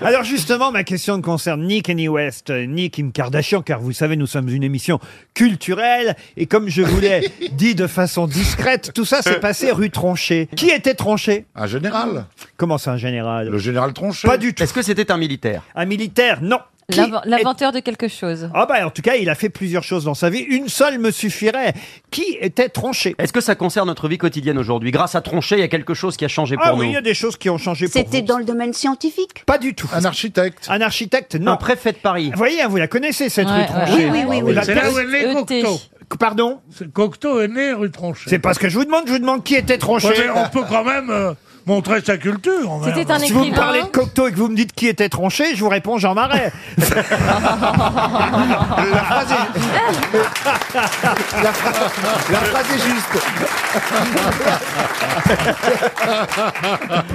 Alors justement, ma question ne concerne ni Kenny West, euh, ni Kim Kardashian, car vous savez, nous sommes une émission culturelle, et comme je
*laughs*
vous l'ai dit de façon discrète, tout ça s'est passé rue Tronchet. Qui était Tronchet
Un général.
Comment ça, un général
Le général Tronchet.
Pas du tout.
Est-ce que c'était un militaire
Un militaire, non. Qui
L'inv- L'inventeur de quelque chose.
Ah bah en tout cas, il a fait plusieurs choses dans sa vie. Une seule me suffirait. Qui était Tronchet
Est-ce que ça concerne notre vie quotidienne aujourd'hui Grâce à Tronchet, il y a quelque chose qui a changé pour
Ah
nous.
oui, il y a des choses qui ont changé pour
C'était
vous.
dans le domaine scientifique.
Pas du tout.
Un architecte.
Un architecte,
Un
non.
préfet de Paris.
Vous voyez, hein, vous la connaissez cette
Ouais,
rue
ouais.
Tronchet.
Oui, oui, oui,
Eh
oui.
ben,
C'est là où est né
E.T.
Cocteau.
Pardon
C'est- Cocteau est né rue Tronchet.
C'est pas ce que je vous demande, je vous demande qui était Tronchet.
Ouais, mais on peut quand même euh, montrer sa culture.
C'était
merde.
un Si vous me écrivain. parlez de
Cocteau et que vous me dites qui était tranché, je vous réponds
*laughs*
Jean Marais.
La phrase est... la, phrase- la phrase est
*laughs*
juste.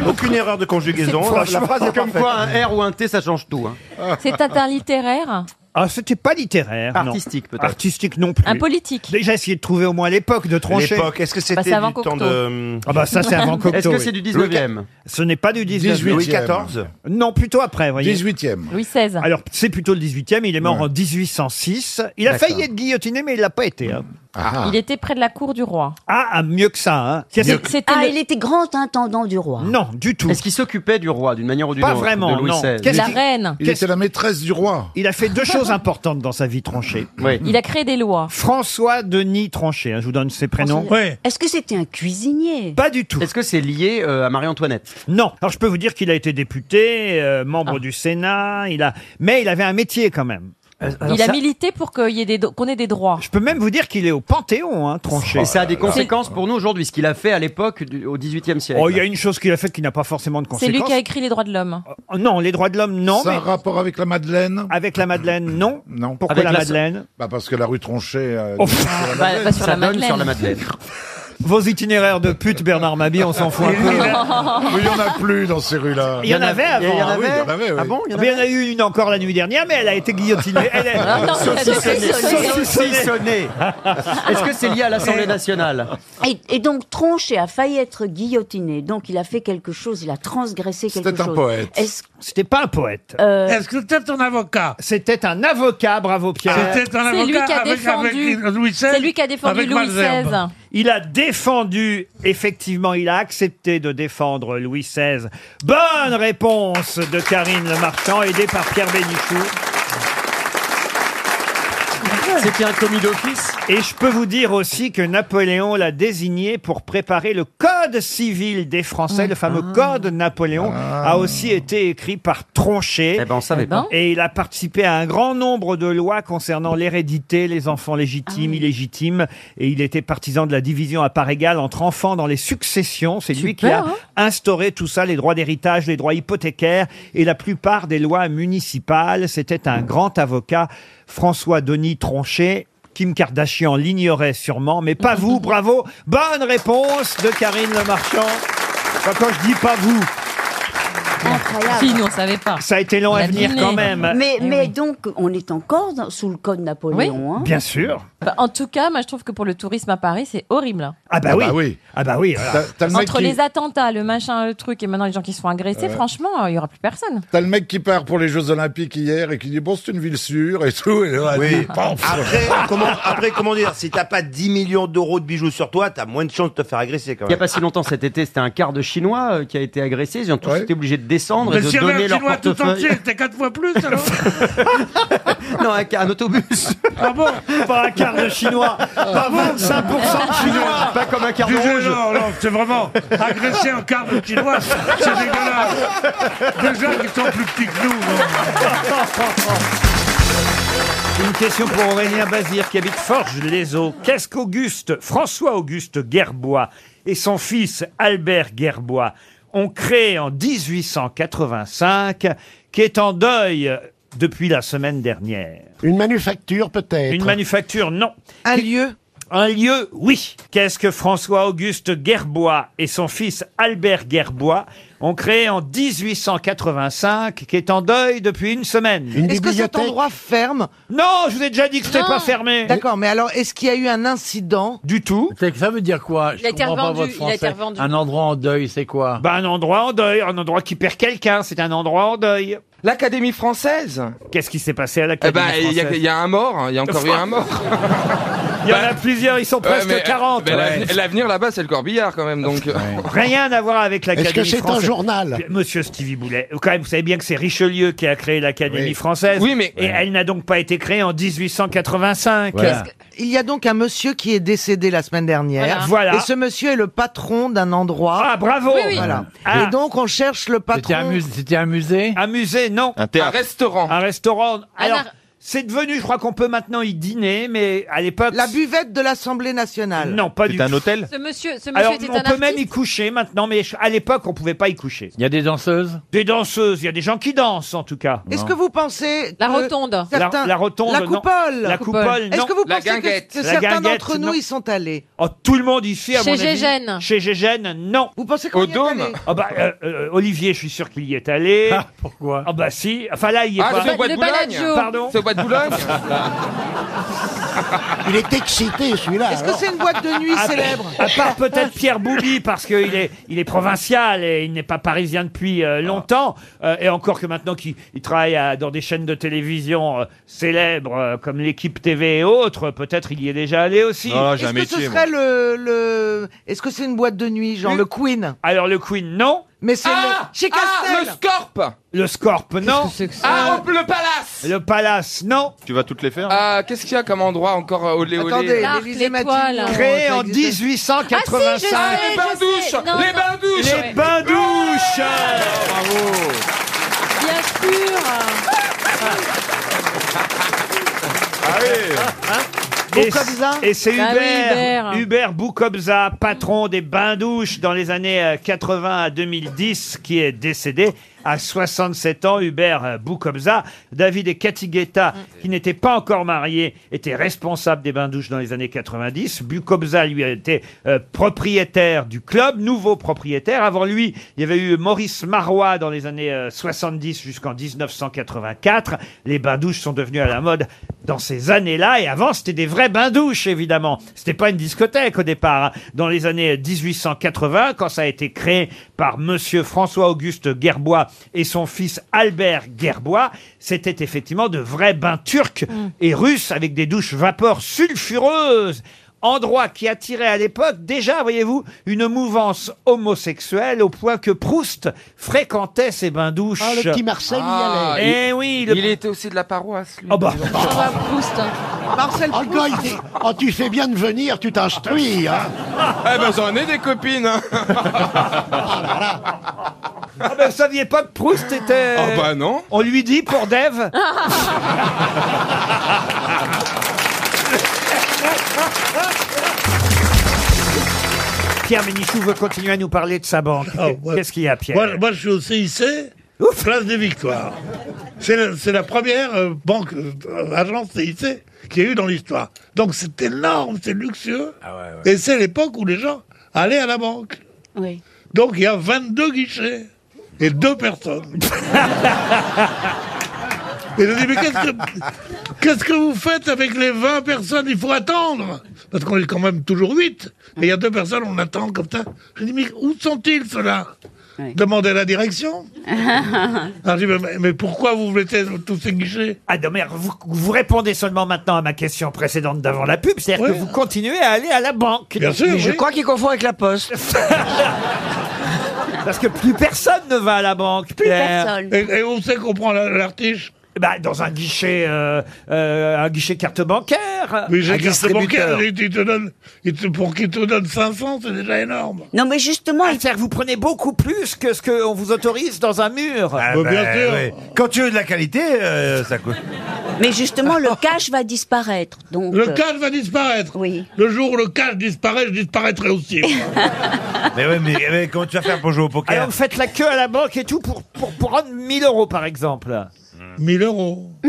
Aucune erreur de conjugaison.
La, la phrase est
comme
parfaite.
quoi un
R ou un T, ça change tout. hein.
C'est un littéraire
Ah, c'était pas littéraire. non.
Artistique, peut-être.
Artistique non plus.
Un politique.
Déjà essayé de trouver au moins l'époque de trancher.
L'époque, est-ce que c'était Bah, c'est avant du temps Cocteau. de-
Ah bah ça c'est
*laughs*
avant Cocteau.
Est-ce que
oui.
c'est du 19e?
Ce n'est pas du 19e.
18e. Louis XIV?
Non, plutôt après, voyez.
18e.
Louis XVI.
Alors c'est plutôt le 18e, il est mort
Ouais.
en 1806. Ah, Il a
D'accord.
failli être guillotiné mais il l'a pas été. hein.
Ah,
Il était près de la cour du roi.
Ah, ah, mieux que ça. Hein.
Mieux que- C'était
Ah,
le-
il était grand intendant du roi.
Non, du tout.
Est-ce qu'il s'occupait du roi d'une manière ou d'une
Pas
autre
vraiment,
de Louis
non.
XVI.
Qu'est-ce
La
qu'il-
reine.
Il était
la maîtresse du roi.
Il a
*laughs*
fait deux choses importantes dans sa vie tranchée.
Oui.
Il a créé des lois.
François Denis Tranché, hein, je vous donne ses prénoms.
Est-ce que c'était un cuisinier
Pas du tout.
Est-ce que c'est lié euh, à Marie-Antoinette Ah.
Non. Alors je peux vous dire qu'il a été député, euh, membre du Sénat, il a mais il avait un métier quand même.
Euh,
il a milité pour qu'il y ait des do- qu'on ait des droits.
Je peux même vous dire qu'il est au Panthéon, hein, Tranché.
Oh
Et ça a des conséquences pour nous aujourd'hui, ce qu'il a fait à l'époque du- au XVIIIe siècle.
Oh, il y a une chose qu'il a faite qui n'a pas forcément de
C'est lui
conséquences.
qui a écrit les droits de l'homme.
Oh, Non, les droits de l'homme, non.
Ça a
mais-
un rapport avec la Madeleine
Avec la Madeleine, non.
Non.
Pourquoi Avec la la- Madeleine
bah Parce que la rue Tronchet. euh,
Oh,
donne sur
pff.
la
Bah,
Madeleine.
bah, sur la Ça donne Madeleine. sur la Madeleine. Vos itinéraires de pute, Bernard Mabie, on s'en fout un peu.
Mais il n'y en a plus dans ces rues-là.
Il y en avait
Ah oui,
avant.
Il y en
hein.
avait, oui.
Mais il y en a eu une encore la nuit dernière, mais elle a été
Oh,
*laughs* guillotinée. Elle est...
Ah, non,
euh,
Saucissonnée.
Saucissonnée.
Saucissonnée. Est-ce que c'est lié à l'Assemblée nationale
Et, et donc Tronchet a failli être guillotiné. Donc il a fait quelque chose, il a transgressé quelque chose. Est-ce euh,
C'était pas un poète.
Est-ce que c'était ton avocat
C'était un avocat, bravo Pierre.
C'était un
C'est lui
avocat
qui a
avec, avec
défendu.
Louis XVI.
C'est lui qui a défendu
avec
Louis
Malesherbes.
XVI.
Il a défendu, effectivement, il a accepté de défendre Louis XVI. Bonne réponse de Karine Le Marchand, aidée par Pierre Bénichou.
C'était un commis d'office
Et je peux vous dire aussi que Napoléon l'a désigné pour préparer le code civil des Français. Le fameux
Ah.
code Napoléon a aussi été écrit par Tronchet.
Eh ben, on savait pas.
Et il a participé à un grand nombre de lois concernant l'hérédité, les enfants
Ah
légitimes, illégitimes. Et il était partisan de la division à part égale entre enfants dans les successions. C'est lui qui a
Super, hein.
instauré tout ça, les droits d'héritage, les droits hypothécaires et la plupart des lois municipales. C'était un grand avocat, François Denis Tronchet. Kim Kardashian l'ignorait sûrement, mais
*laughs*
pas vous, bravo. Bonne réponse de Karine Le Marchand. Enfin, quand je dis pas vous,
incroyable
Si, nous, on savait pas.
ça a été long
On
à
a
venir
deviné.
quand même. Eh
Mais,
Eh
mais donc *laughs* on est encore dans- sous le code Napoléon. hein.
Bien sûr.
Bah, en tout cas, moi, je trouve que pour le tourisme à Paris, c'est horrible.
Ah bah,
Ah
oui.
bah oui.
Ah bah oui. alors.
T'as- T'as le, mec
Entre
qui-
les attentats, le machin, le truc, et maintenant les gens qui se font agresser,
Ouais.
franchement, euh, il y aura plus personne.
t'as le mec qui part pour les Jeux Olympiques hier et qui dit Bon, c'est une ville sûre et tout. Et là,
Oui.
dit, Paf. *laughs*
Après, comment, après, comment dire, si t'as pas 10 millions d'euros de bijoux sur toi, t'as moins de chances de te faire agresser quand
Il n'y a
même.
pas si longtemps, cet été, c'était un quart de Chinois euh, qui a été agressé. Ils ont tous été obligés de descendre
Mais
et de
s'il y avait
donner
un
leur
Chinois tout
portefeuille.
entier, c'était quatre fois plus alors
*laughs* non, un, un autobus.
Ah bon
Pas un quart de Chinois, pas 25% de Chinois.
Pas comme un quart de
Disais,
rouge.
Non, non, c'est vraiment agresser un quart de Chinois,
*laughs*
c'est dégueulasse. Déjà qu'ils sont plus petits que nous. non.
Une question pour Aurélien Bazir qui habite Forges-les-Eaux. Qu'est-ce qu'Auguste, François-Auguste Gerbois et son fils Albert Gerbois ont créé en 1885 qui est en deuil depuis la semaine dernière
Une manufacture peut-être.
Une manufacture, non. Un lieu un lieu, oui. Qu'est-ce que François-Auguste Gerbois et son fils Albert Gerbois ont créé en 1885, qui est en doi depuis une semaine
Est-ce que cet endroit ferme
Non, je vous ai déjà dit que c'était
Non.
pas fermé.
D'accord, mais alors est-ce qu'il y a eu un incident
Du tout.
Ça veut dire quoi Je
Il a été
comprends pas
revendu,
votre
il a été
français.
revendu.
Un endroit en deuil, c'est quoi
Bah, un endroit en deuil, un endroit qui perd quelqu'un, c'est un endroit en deuil.
L'Académie française
Qu'est-ce qui s'est passé à
Eh
l'Académie
ben, il y, a-
française
il y a un mort, hein. il y a encore eu un
*laughs*
mort.
Il y en a plusieurs, ils sont presque
Ouais, mais- euh,
40.
mais
Ouais.
l'avenir- L'avenir là-bas, c'est le corbillard quand même, donc. euh.
Rien à voir avec l'Académie
Est-ce que
française.
c'est un
journal Monsieur Stevie Boulet, quand même, vous savez bien que c'est Richelieu qui a créé l'Académie française.
Oui, mais-
Et elle n'a donc pas été créée en 1885.
Il y a donc un monsieur qui est décédé la semaine dernière.
Voilà.
Et ce monsieur est le patron d'un endroit.
Ah, bravo Oui, oui.
Voilà.
Ah.
Et donc on cherche le patron.
C'était un musée
Musée
Un musée, non.
Un théâtre.
restaurant. Un restaurant. Alors, C'est devenu, je crois qu'on peut maintenant y dîner, mais à l'époque.
La buvette de l'Assemblée nationale.
Non, pas du tout.
Ce monsieur, ce monsieur
Alors,
était
on
un
peut
artiste.
même y coucher maintenant, mais à l'époque, on pouvait pas y coucher. Il y a des danseuses Des danseuses, il y a des gens qui dansent, en tout cas.
Est-ce que vous pensez la
rotonde.
La- la rotonde,
la
non.
coupole,
La coupole, non.
Est-ce que vous
La
pensez que-
guinguette.
que,
La
certains
guinguette,
d'entre nous
non.
y sont allés
Oh, tout le monde ici, à
Chez
mon avis.
Gégène.
Chez Gégène, non.
Vous pensez qu'on Au y est Dôme allé
Ah bah, euh, euh, Olivier, je suis sûr qu'il y est allé.
pourquoi
Ah bah si. Enfin là, il y est
Ah,
pas.
c'est au bois de Boulogne
Pardon
C'est au bois de Boulogne
Il est excité, celui-là.
Est-ce que c'est une boîte de nuit célèbre
Ah, ben,
Ah,
À part peut-être Pierre Boubi, parce qu'il est, il est provincial et il n'est pas parisien depuis euh, longtemps. Euh, et encore que maintenant qu'il il travaille à- dans des chaînes de télévision euh, célèbres euh, comme l'équipe TV et autres, peut-être il y est déjà allé
*laughs*
aussi.
Est-ce que ce serait le, le- Est-ce que c'est une boîte de nuit, genre le Queen
Alors le Queen, non.
Mais c'est
Ah
le... chez Castel.
Le Scorp
Le Scorp, non.
Ah, hop, le Palace
Le Palace, non.
Tu vas toutes les faire Ah, qu'est-ce qu'il y a comme endroit encore euh, olé olé
Attendez,
Ah,
l'Élysée Matignon.
Créé en Ah, 1885.
les bains douches Les bains douches
Les bains douches
Bravo
Bien sûr.
*laughs*
Et
Boukobza
c- Et c'est
Ah oui,
Hubert,
Hubert.
Bah Hubert Boukobza, patron des bains-douches dans les années euh, 80 à 2010, qui est décédé à 67 ans, Hubert euh, Boukobza. David et Cathy Guetta,
Mm.
qui n'étaient pas encore mariés, étaient responsables des bains-douches dans les années 90. Boukobza, lui, était euh, propriétaire du club, nouveau propriétaire. Avant lui, il y avait eu Maurice Marois dans les années euh, 70 jusqu'en 1984. Les bains-douches sont devenus à la mode dans ces années-là. Et avant, c'était des vrais bains-douches, évidemment. C'était pas une discothèque au départ. hein. Dans les années 1880, quand ça a été créé par monsieur François-Auguste Gerbois et son fils Albert Gerbois, c'était effectivement de vrais bains turcs et russes avec des douches vapeur sulfureuses. Endroit qui attirait à l'époque déjà, voyez-vous, une mouvance homosexuelle au point que Proust fréquentait ces bains-douches.
Ah, le petit Marcel y
Ah,
allait.
Eh oui, le-
Il était aussi de la paroisse, lui.
Ah
Oh bah.
Marcel
Oh, le gars, il fait- oh, tu fais bien de venir, tu t'instruis. Hein.
Eh ben, j'en ai des copines hein.
Ah ben, vous saviez pas que Proust était...
Oh bah non
Euh, On lui dit pour Dev. Pierre Ménichou veut continuer à nous parler de sa banque.
Ah,
Qu'est-ce qu'il y a, Pierre
Moi, moi, je suis au CIC, place des Victoires. C'est la, c'est la première euh, banque, euh, agence CIC qu'il y a eu dans l'histoire. Donc c'est énorme, c'est luxueux. Et c'est l'époque où les gens allaient à la banque.
Oui.
Donc il y a 22 guichets et deux personnes. et je dis, mais qu'est-ce que, qu'est-ce que vous faites avec les 20 personnes Il faut attendre Parce qu'on est quand même toujours 8. Et il y a deux personnes, on attend comme ça. Je dis, mais où sont-ils ceux-là Demandez la direction. Alors je dis, mais, mais pourquoi vous mettez tous ces guichets
Ah non, mais vous, vous répondez seulement maintenant à ma question précédente d'avant la pub, c'est-à-dire
Oui.
que vous continuez à aller à la banque.
Bien sûr, Mais je oui. crois
qu'il confond avec la poste. *laughs* Parce que plus personne ne va à la banque, Pierre.
Et, et où c'est qu'on prend la- l'artiche
Bah, dans un guichet, euh, euh, un guichet carte bancaire.
Mais j'ai
Un
carte
distributeur.
bancaire, il il te donne, il te- pour qu'il te donne 500, c'est déjà énorme.
Non, mais justement,
Ah, c'est-à-dire que vous prenez beaucoup plus que ce qu'on vous autorise dans un mur.
Bah, bien sûr.
Ah, Quand tu veux de la qualité, euh, ça coûte.
mais justement, le cash va disparaître. Donc,
Le
euh,
cash va disparaître.
Oui.
Le jour où le cash disparaît, je disparaîtrai
*laughs*
aussi.
mais ouais, mais, mais Eh ben, comment tu vas faire pour jouer au poker
Alors vous faites la queue à la banque et tout pour, pour, pour rendre 1000 euros par exemple.
1000 euros. Oh.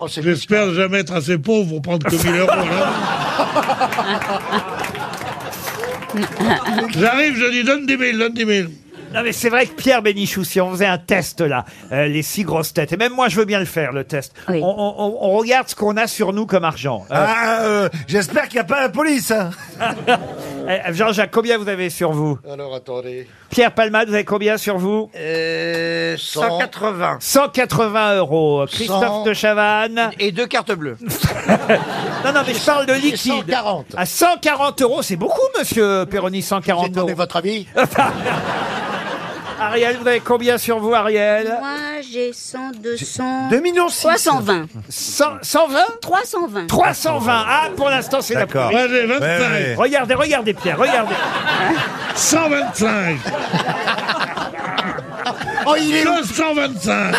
Oh,
J'espère jamais être assez pauvre pour prendre que 1000 euros.
*laughs*
là. J'arrive, je dis donne 10 000, donne 10 000.
Non mais c'est vrai que Pierre Bénichou, si on faisait un test là, euh, les six grosses têtes, et même moi je veux bien le faire le test, on, on- on- on regarde ce qu'on a sur nous comme argent. Euh,
Ah, euh, j'espère qu'il n'y a pas la police.
*laughs*
hein.
euh, Jean-Jacques, combien vous avez sur vous
Alors attendez.
Pierre Palmade, vous avez combien sur vous
180.
180 euros. Christophe
Cent.
de Chavannes.
Et deux cartes bleues.
Non, non, mais je parle de liquide.
140.
À 140 euros, c'est beaucoup, monsieur Perroni, 140 euros.
Donnez votre avis.
*laughs* Ariel, vous avez combien sur vous, Ariel
Moi, j'ai 100, 200...
2 millions 6.
*laughs*
320.
100 120
320.
320. Ah, pour l'instant, c'est la
D'accord.
plus.
Moi j'ai 25.
Ouais, ouais.
Regardez, regardez, Pierre, regardez.
125.
Oh, il est où
225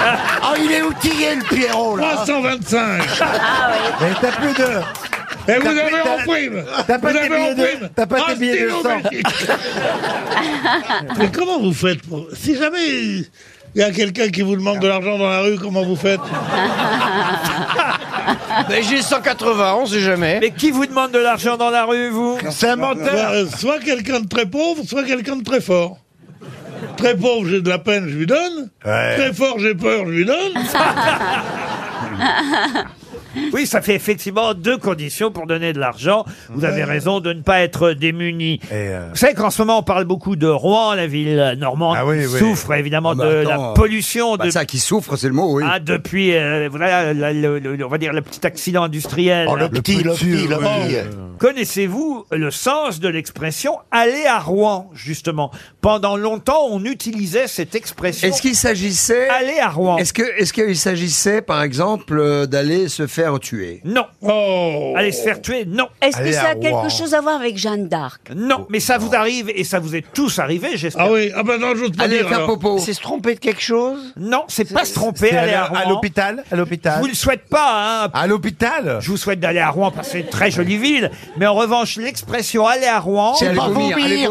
Ah, il est outillé, le Pierrot, là
325
Ah, Mais t'as plus de.
Et vous
T'as-
avez en
t'as-
prime
T'as pas
Vous
tes
avez
billets
en
de.
prime
T'as pas
un
tes billets de
stylo
sang.
magique. Mais comment vous faites pour... Si jamais il y a quelqu'un qui vous demande de l'argent dans la rue, comment vous faites
Mais j'ai 180, on sait jamais.
Ah. Mais qui vous demande de l'argent dans la rue, vous
C'est un menteur Soit quelqu'un de très pauvre, soit quelqu'un de très fort. Très pauvre, j'ai de la peine, je lui donne.
Ouais.
Très fort, j'ai peur, je lui donne.
*laughs* Oui, ça fait effectivement deux conditions pour donner de l'argent. Vous avez raison de ne pas être démuni. Vous savez qu'en ce moment, on parle beaucoup de Rouen, la ville normande qui
oui.
souffre évidemment
Ah, bah,
de
attends,
la pollution.
bah,
de...
ça, qui souffre, c'est le mot, oui.
Ah, depuis, euh, voilà, la- le- le- on va dire le petit accident industriel.
Oh, le Le petit, le petit, petit, le
petit.
Connaissez-vous le sens de l'expression aller à Rouen, justement Pendant longtemps, on utilisait cette expression.
Est-ce qu'il s'agissait.
Aller à Rouen.
Est-ce que, est-ce qu'il s'agissait, par exemple, euh, d'aller se faire tuer
Non. Oh. Aller se faire tuer, non.
Est-ce que
Allez
ça
à
a quelque
Rouen.
chose à voir avec Jeanne d'Arc
Non, mais ça vous arrive et ça vous est tous arrivé, j'espère.
Ah oui, ah ben non, j'ose pas
Aller
dire.
faire
alors.
popo.
se tromper de quelque chose Non, c'est pas se tromper, aller à Rouen.
l'hôpital À
Je
l'hôpital
vous le souhaite pas, hein.
À l'hôpital
Je vous souhaite d'aller à Rouen parce que c'est une très jolie ville. Mais en revanche, l'expression aller à Rouen.
C'est aller vomir, aller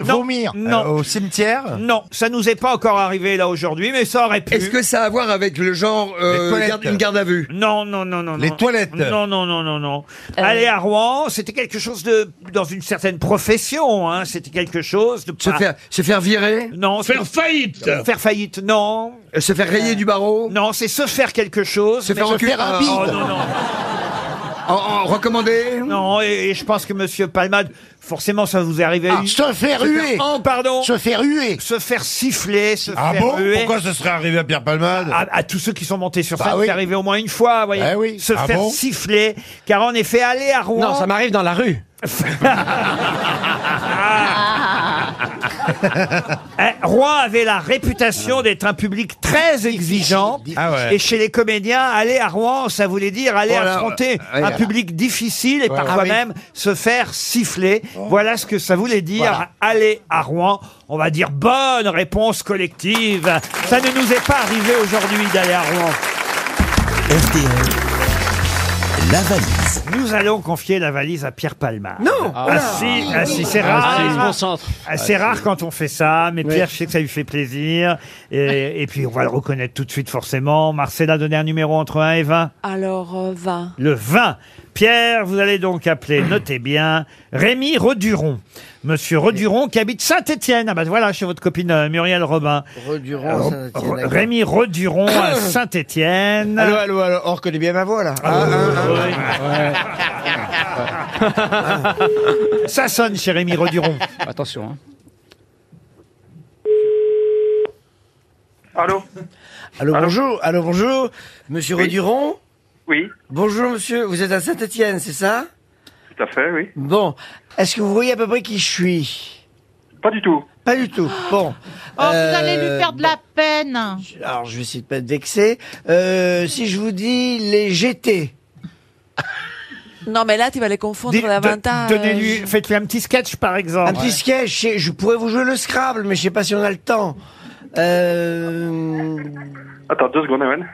vomir.
Non, Non.
Euh, au cimetière
Non, ça nous est pas encore arrivé là aujourd'hui, mais ça aurait pu.
Est-ce que ça a à voir avec le genre euh,
Les toilettes.
garde- une garde à vue
Non, non, non, non.
Les
non.
toilettes.
Non, non, non, non, non. Aller à Rouen, c'était quelque chose de dans une certaine profession. Hein. C'était quelque chose de.
se,
pas-
faire, se faire virer
Non.
Faire
c'est-
faillite
Faire faillite, non.
Euh, Se faire rayer du barreau
Non, c'est se faire quelque chose.
Se
mais-
faire enculer
Oh, non, non.
en, en- recommandé
Non, et, et je pense que Monsieur Palmade, forcément, ça vous est arrivé.
Ah,
une-
se faire huer
Oh, pardon.
Se faire huer
Se faire siffler, se
Ah
faire
bon
huer.
Pourquoi ce serait arrivé à Pierre Palmade
à, à tous ceux qui sont *laughs* montés sur scène,
Bah oui.
c'est arrivé au moins une fois, vous voyez.
Eh oui.
Se
Ah
faire
bon
siffler, car en effet, aller à Rouen.
Non, ça m'arrive dans la
*laughs*
rue. *laughs*
*laughs* Eh, Rouen avait la réputation d'être un public très exigeant.
Ah ouais.
Et chez les comédiens, aller à Rouen, ça voulait dire aller
Voilà, Oh
affronter
euh, ouais,
un
ouais.
public difficile et parfois
Ah oui. Oh.
même se faire siffler. Voilà ce que ça voulait dire
Voilà.
aller à Rouen. On va dire bonne réponse collective. Ça ne nous est pas arrivé aujourd'hui d'aller à Rouen.
La valise.
Nous allons confier la valise à Pierre Palma.
Non
ah, si, ah si, c'est rare. Ah, c'est rare quand on fait ça, mais Pierre, je sais que ça lui fait plaisir. Et, et puis, on va le reconnaître tout de suite, forcément. Marcella, donnez un numéro entre 1 et 20.
Alors, euh, 20.
Le 20. Pierre, vous allez
*clears throat*
donc appeler, notez bien, Rémi Roduron. Monsieur Roduron qui habite Saint-Étienne. Ah bah voilà, chez votre copine euh, Muriel Robin.
Redurant,
R- Euh, Rémi
*clears throat*
Roduron à Saint-Étienne. Ah,
Allô, allô, allô, on reconnaît bien ma voix là. Ah,
Ça sonne chez
*laughs*
Rémi Roduron.
Attention.
hein.
Allô
Allô, bonjour, allô, bonjour, monsieur
Oui.
Reduron
Oui,
Bonjour, monsieur, vous êtes à Saint-Etienne, c'est ça
tout à fait, oui.
Bon, est-ce que vous voyez à peu près qui je suis
Pas du tout.
Pas du tout, bon. Euh,
Oh, vous allez lui faire de la peine.
Alors, je vais essayer de pas être vexé. Euh, si je vous dis les GT,
Non, mais là, tu vas les confondre
Dites-
davantage.
don- Donnez-lui, faites-lui un petit sketch par exemple.
un petit sketch, je sais- je pourrais vous jouer le Scrabble, mais je sais pas si on a le temps. Euh,
Attends, deux secondes, Ewen.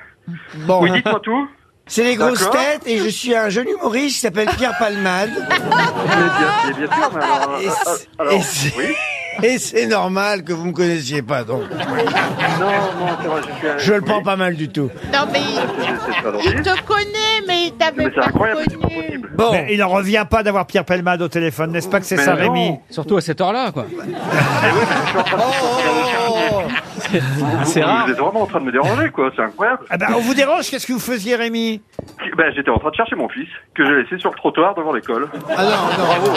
bon,
Oui, dites-moi tout.
c'est les grosses
D'accord.
têtes et je suis un jeune humoriste qui s'appelle
*laughs*
Pierre Palmade.
Mais bien, mais bien sûr, mais alors...
Et
euh,
c'est-
alors,
et c'est-
oui
Et c'est normal que vous me connaissiez pas, donc.
Non, non, c'est vrai, je suis... un-
Je le prends
oui,
pas mal du tout.
Non, mais
c'est- c'est pas
il, il
gentil.
te connaît, mais il t'avait
Mais c'est
pas
incroyable, c'est pas
connu.
possible.
Bon.
Mais il en revient pas d'avoir Pierre Pelmade au téléphone, n'est-ce pas que c'est
Mais
ça,
non.
Rémi
Surtout à cette heure-là, quoi.
Oh,
Vous, vous êtes vraiment en train de me déranger, quoi, c'est incroyable.
ah bah, On vous dérange, qu'est-ce que vous faisiez, Rémi
Ben, j'étais en train de chercher mon fils, que j'ai laissé sur le trottoir devant l'école.
Ah non, non.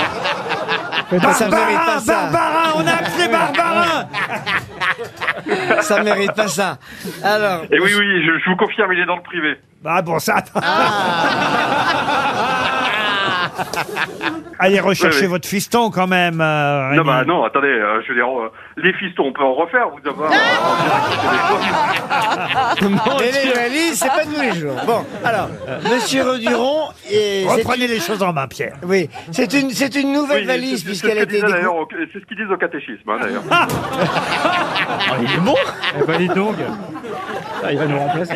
Ah, ça mérite pas
Barbara,
ça.
Barbara, on a appelé Barbara
Ça mérite pas ça. Alors,
Et oui, oui,
Bah,
je, je vous confirme, il est dans le privé.
Ah bon, ça... *laughs* Allez rechercher
Oui, oui.
votre fiston quand même. euh,
Non,
Rémi.
bah non, attendez, euh, je veux dire, euh, les fistons, on peut en refaire, vous euh, avez...
Mais les valises, c'est pas de tous les jours. Bon, alors, Monsieur Reduron... Et
Reprenez les choses en main, Pierre.
Oui, c'est une, c'est une nouvelle
Oui,
valise
c'est- c'est ce
puisqu'elle a
que
été
disait,
décou-
d'ailleurs au- C'est ce qu'ils disent au catéchisme, hein,
*laughs*
d'ailleurs. Ah,
Ah, il est bon
Eh
Eh
ben,
ben,
Il va nous remplacer.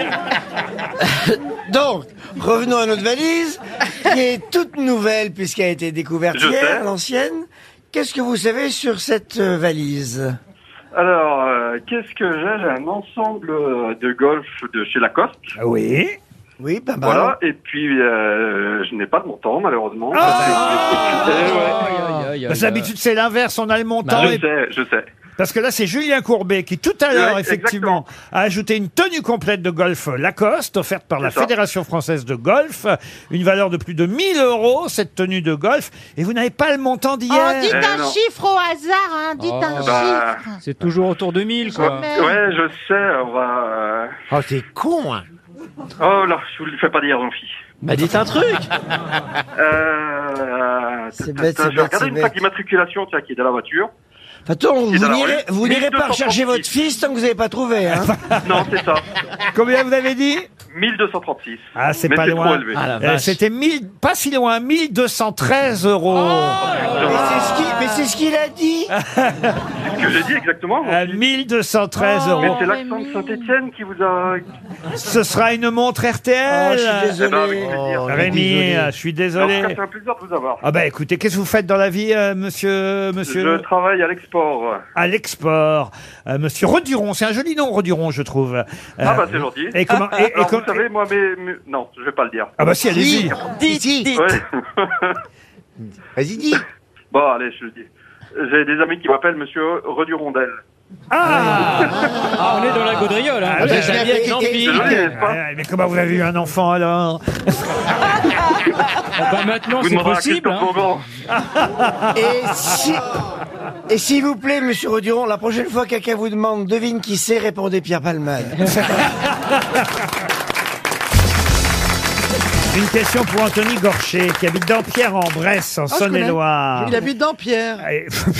*laughs* Donc, revenons à notre valise, qui est toute nouvelle puisqu'elle a été découverte
Je
hier,
sais.
l'ancienne. Qu'est-ce que vous savez sur cette euh, valise
Alors, euh, qu'est-ce que j'ai J'ai un ensemble euh, de golf de chez Lacoste.
Oui.
Oui, bah, pas mal.
Voilà, et puis euh, je n'ai pas de montant, malheureusement.
Ah.
Ah.
Eh
Parce que D'habitude, c'est l'inverse, on a le montant.
je
et-
sais, je sais.
Parce que là, c'est Julien Courbet qui, tout à l'heure,
Ouais,
effectivement, a ajouté une tenue complète de golf Lacoste, offerte par la
C'est ça.
Fédération Française de Golf. Une valeur de plus de 1000 euros, cette tenue de golf. Et vous n'avez pas le montant d'hier.
Oh, dites
Eh
Eh
un chiffre au hasard, hein, dites
Oh.
Oh.
un
Bah,
chiffre.
C'est toujours autour de 1000,
Bah.
ouais,
quoi.
ouais, je sais, on va... euh,
Oh, t'es con, hein
Oh là, je vous le fais pas dire, Jean-Phi.
Bah, dites un truc
*laughs* Euh...
C'est
tata,
bête, c'est
je
bête,
vais regarder
c'est
une
bête.
plaque d'immatriculation, tiens, qui est dans la voiture.
Attends, vous
Et alors, euh,
n'irez vous n'irez pas
1236.
rechercher votre fils tant que vous n'avez pas trouvé. Hein
*laughs* Non, c'est ça.
Combien vous avez dit
1236.
Ah, c'est
Mais
pas
c'est trop
loin.
élevé.
Euh, C'était 1000, pas si loin, 1213 euros.
Ah,
Ah, Mais c'est ce qu'il- mais c'est ce qu'il a
*laughs*
dit
C'est ce que j'ai dit exactement.
Euh, 1213 euros.
Oh. Mais c'est l'accent de Saint-Etienne qui vous a.
Ce sera une montre
Oh,
RTL.
je suis désolé. Eh ben, avec
Oh,
plaisir.
Rémi,
Désolé.
euh, je suis désolé.
En tout cas, c'est un plaisir de vous avoir.
Ah bah écoutez, qu'est-ce que vous faites dans la vie, euh, monsieur, monsieur
Je travaille à l'export.
À l'export, Euh, monsieur Roduron, c'est un joli nom, Roduron, je trouve. Euh,
ah bah c'est gentil.
Et comment et- et
Alors,
comment-
vous savez, moi, mais, mais- non, je vais pas le dire.
Ah bah si, allez-y. Si,
Dites, *laughs* Vas-y, dis. Bon, allez, je le dis. J'ai des amis qui m'appellent Monsieur Redurondel.
Ah, on est dans la gaudriole, hein
Ah, oui,
Je l'ai dit avec Jean-Philippe.
Désolé, n'est-ce pas
Ah, mais comment vous avez eu un enfant alors
Bah, maintenant,
Vous
c'est
demanderez à
possible
Christophe
hein.
Beaugrand.
Et si- Et s'il vous plaît, monsieur Roduron, la prochaine fois que quelqu'un vous demande devine qui c'est, répondez Pierre Palmade.
Une question pour Anthony Gorcher, qui habite Dampierre en Bresse, en
Ah, je
Saône-et-Loire.
connais. Il habite dans Pierre.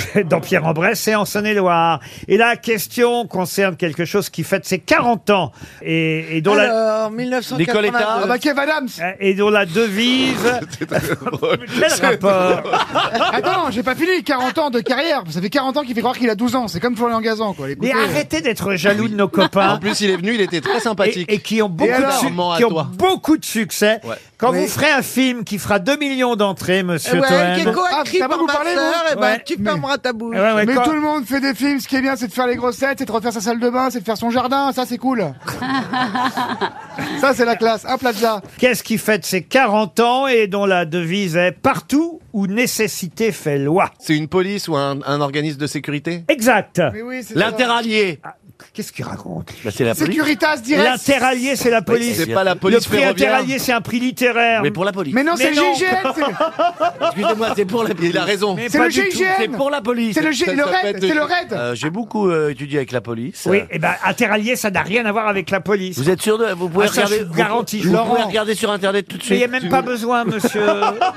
*laughs* dans Pierre-en-Bresse et en Saône-et-Loire. Et la question concerne quelque chose qui fête ses 40 ans et, et dont
Alors, 1982. Nicole Étain. Ah bah, *laughs*
Kev Adams. Et dont la devise. *laughs* Quel rapport
*laughs* Attends, j'ai pas fini, 40 ans de carrière. Ça fait 40 ans qu'il fait croire qu'il a 12 ans. C'est comme Florian Gazan, quoi.
*laughs* Mais
Écoutez, euh,
arrêtez d'être jaloux de nos copains.
En plus, il est venu, il était très sympathique.
Et, et qui ont beaucoup,
Et
de,
alors
suc-
Armand, à
qui ont
toi.
beaucoup de succès. Quand
Oui. Eh
vous ferez un film qui fera 2 millions d'entrées, monsieur
Ouais,
Toen.
Gecko a
Ah,
crié
ça va
par
vous
ma
parler,
sœur,
vous
eh ben,
Ouais.
tu
Mais-
fermeras ta bouche.
Ouais, ouais,
Mais
quand-
tout le monde fait des films, ce qui est bien c'est de faire les grosses têtes, c'est de refaire sa salle de bain, c'est de faire son jardin, ça c'est cool. ça c'est la classe, un plaza.
Qu'est-ce qui fête ses 40 ans et dont la devise est partout où nécessité fait loi
C'est une police ou un, un organisme de sécurité
Exact.
Mais oui, c'est Ah,
L'interallié. Bah,
Qu'est-ce qu'il raconte
C'est la police.
Securitas direct.
L'interallié, c'est la
Oui,
police.
c'est pas la police
Le prix
ferroviaire.
interallié, c'est un prix littéraire.
Mais pour la police.
Mais non, c'est le GIGN c'est-
*laughs* Excusez-moi, c'est pour la police. Il a raison.
C'est le GIGN
C'est pour la police.
C'est le, G-
Ça,
le
ça peut
raid,
être
c'est le raid
Euh, J'ai beaucoup euh, étudié avec la police.
Oui,
Euh,
et ben interallié, ça n'a rien à voir avec la police.
Vous êtes sûr de Vous pouvez
Ah, ça, je
regarder.
vous
vous-
garantis,
Vous,
Laurent.
pouvez regarder sur internet tout de
Mais
suite.
il n'y a même pas besoin,
*laughs*
monsieur,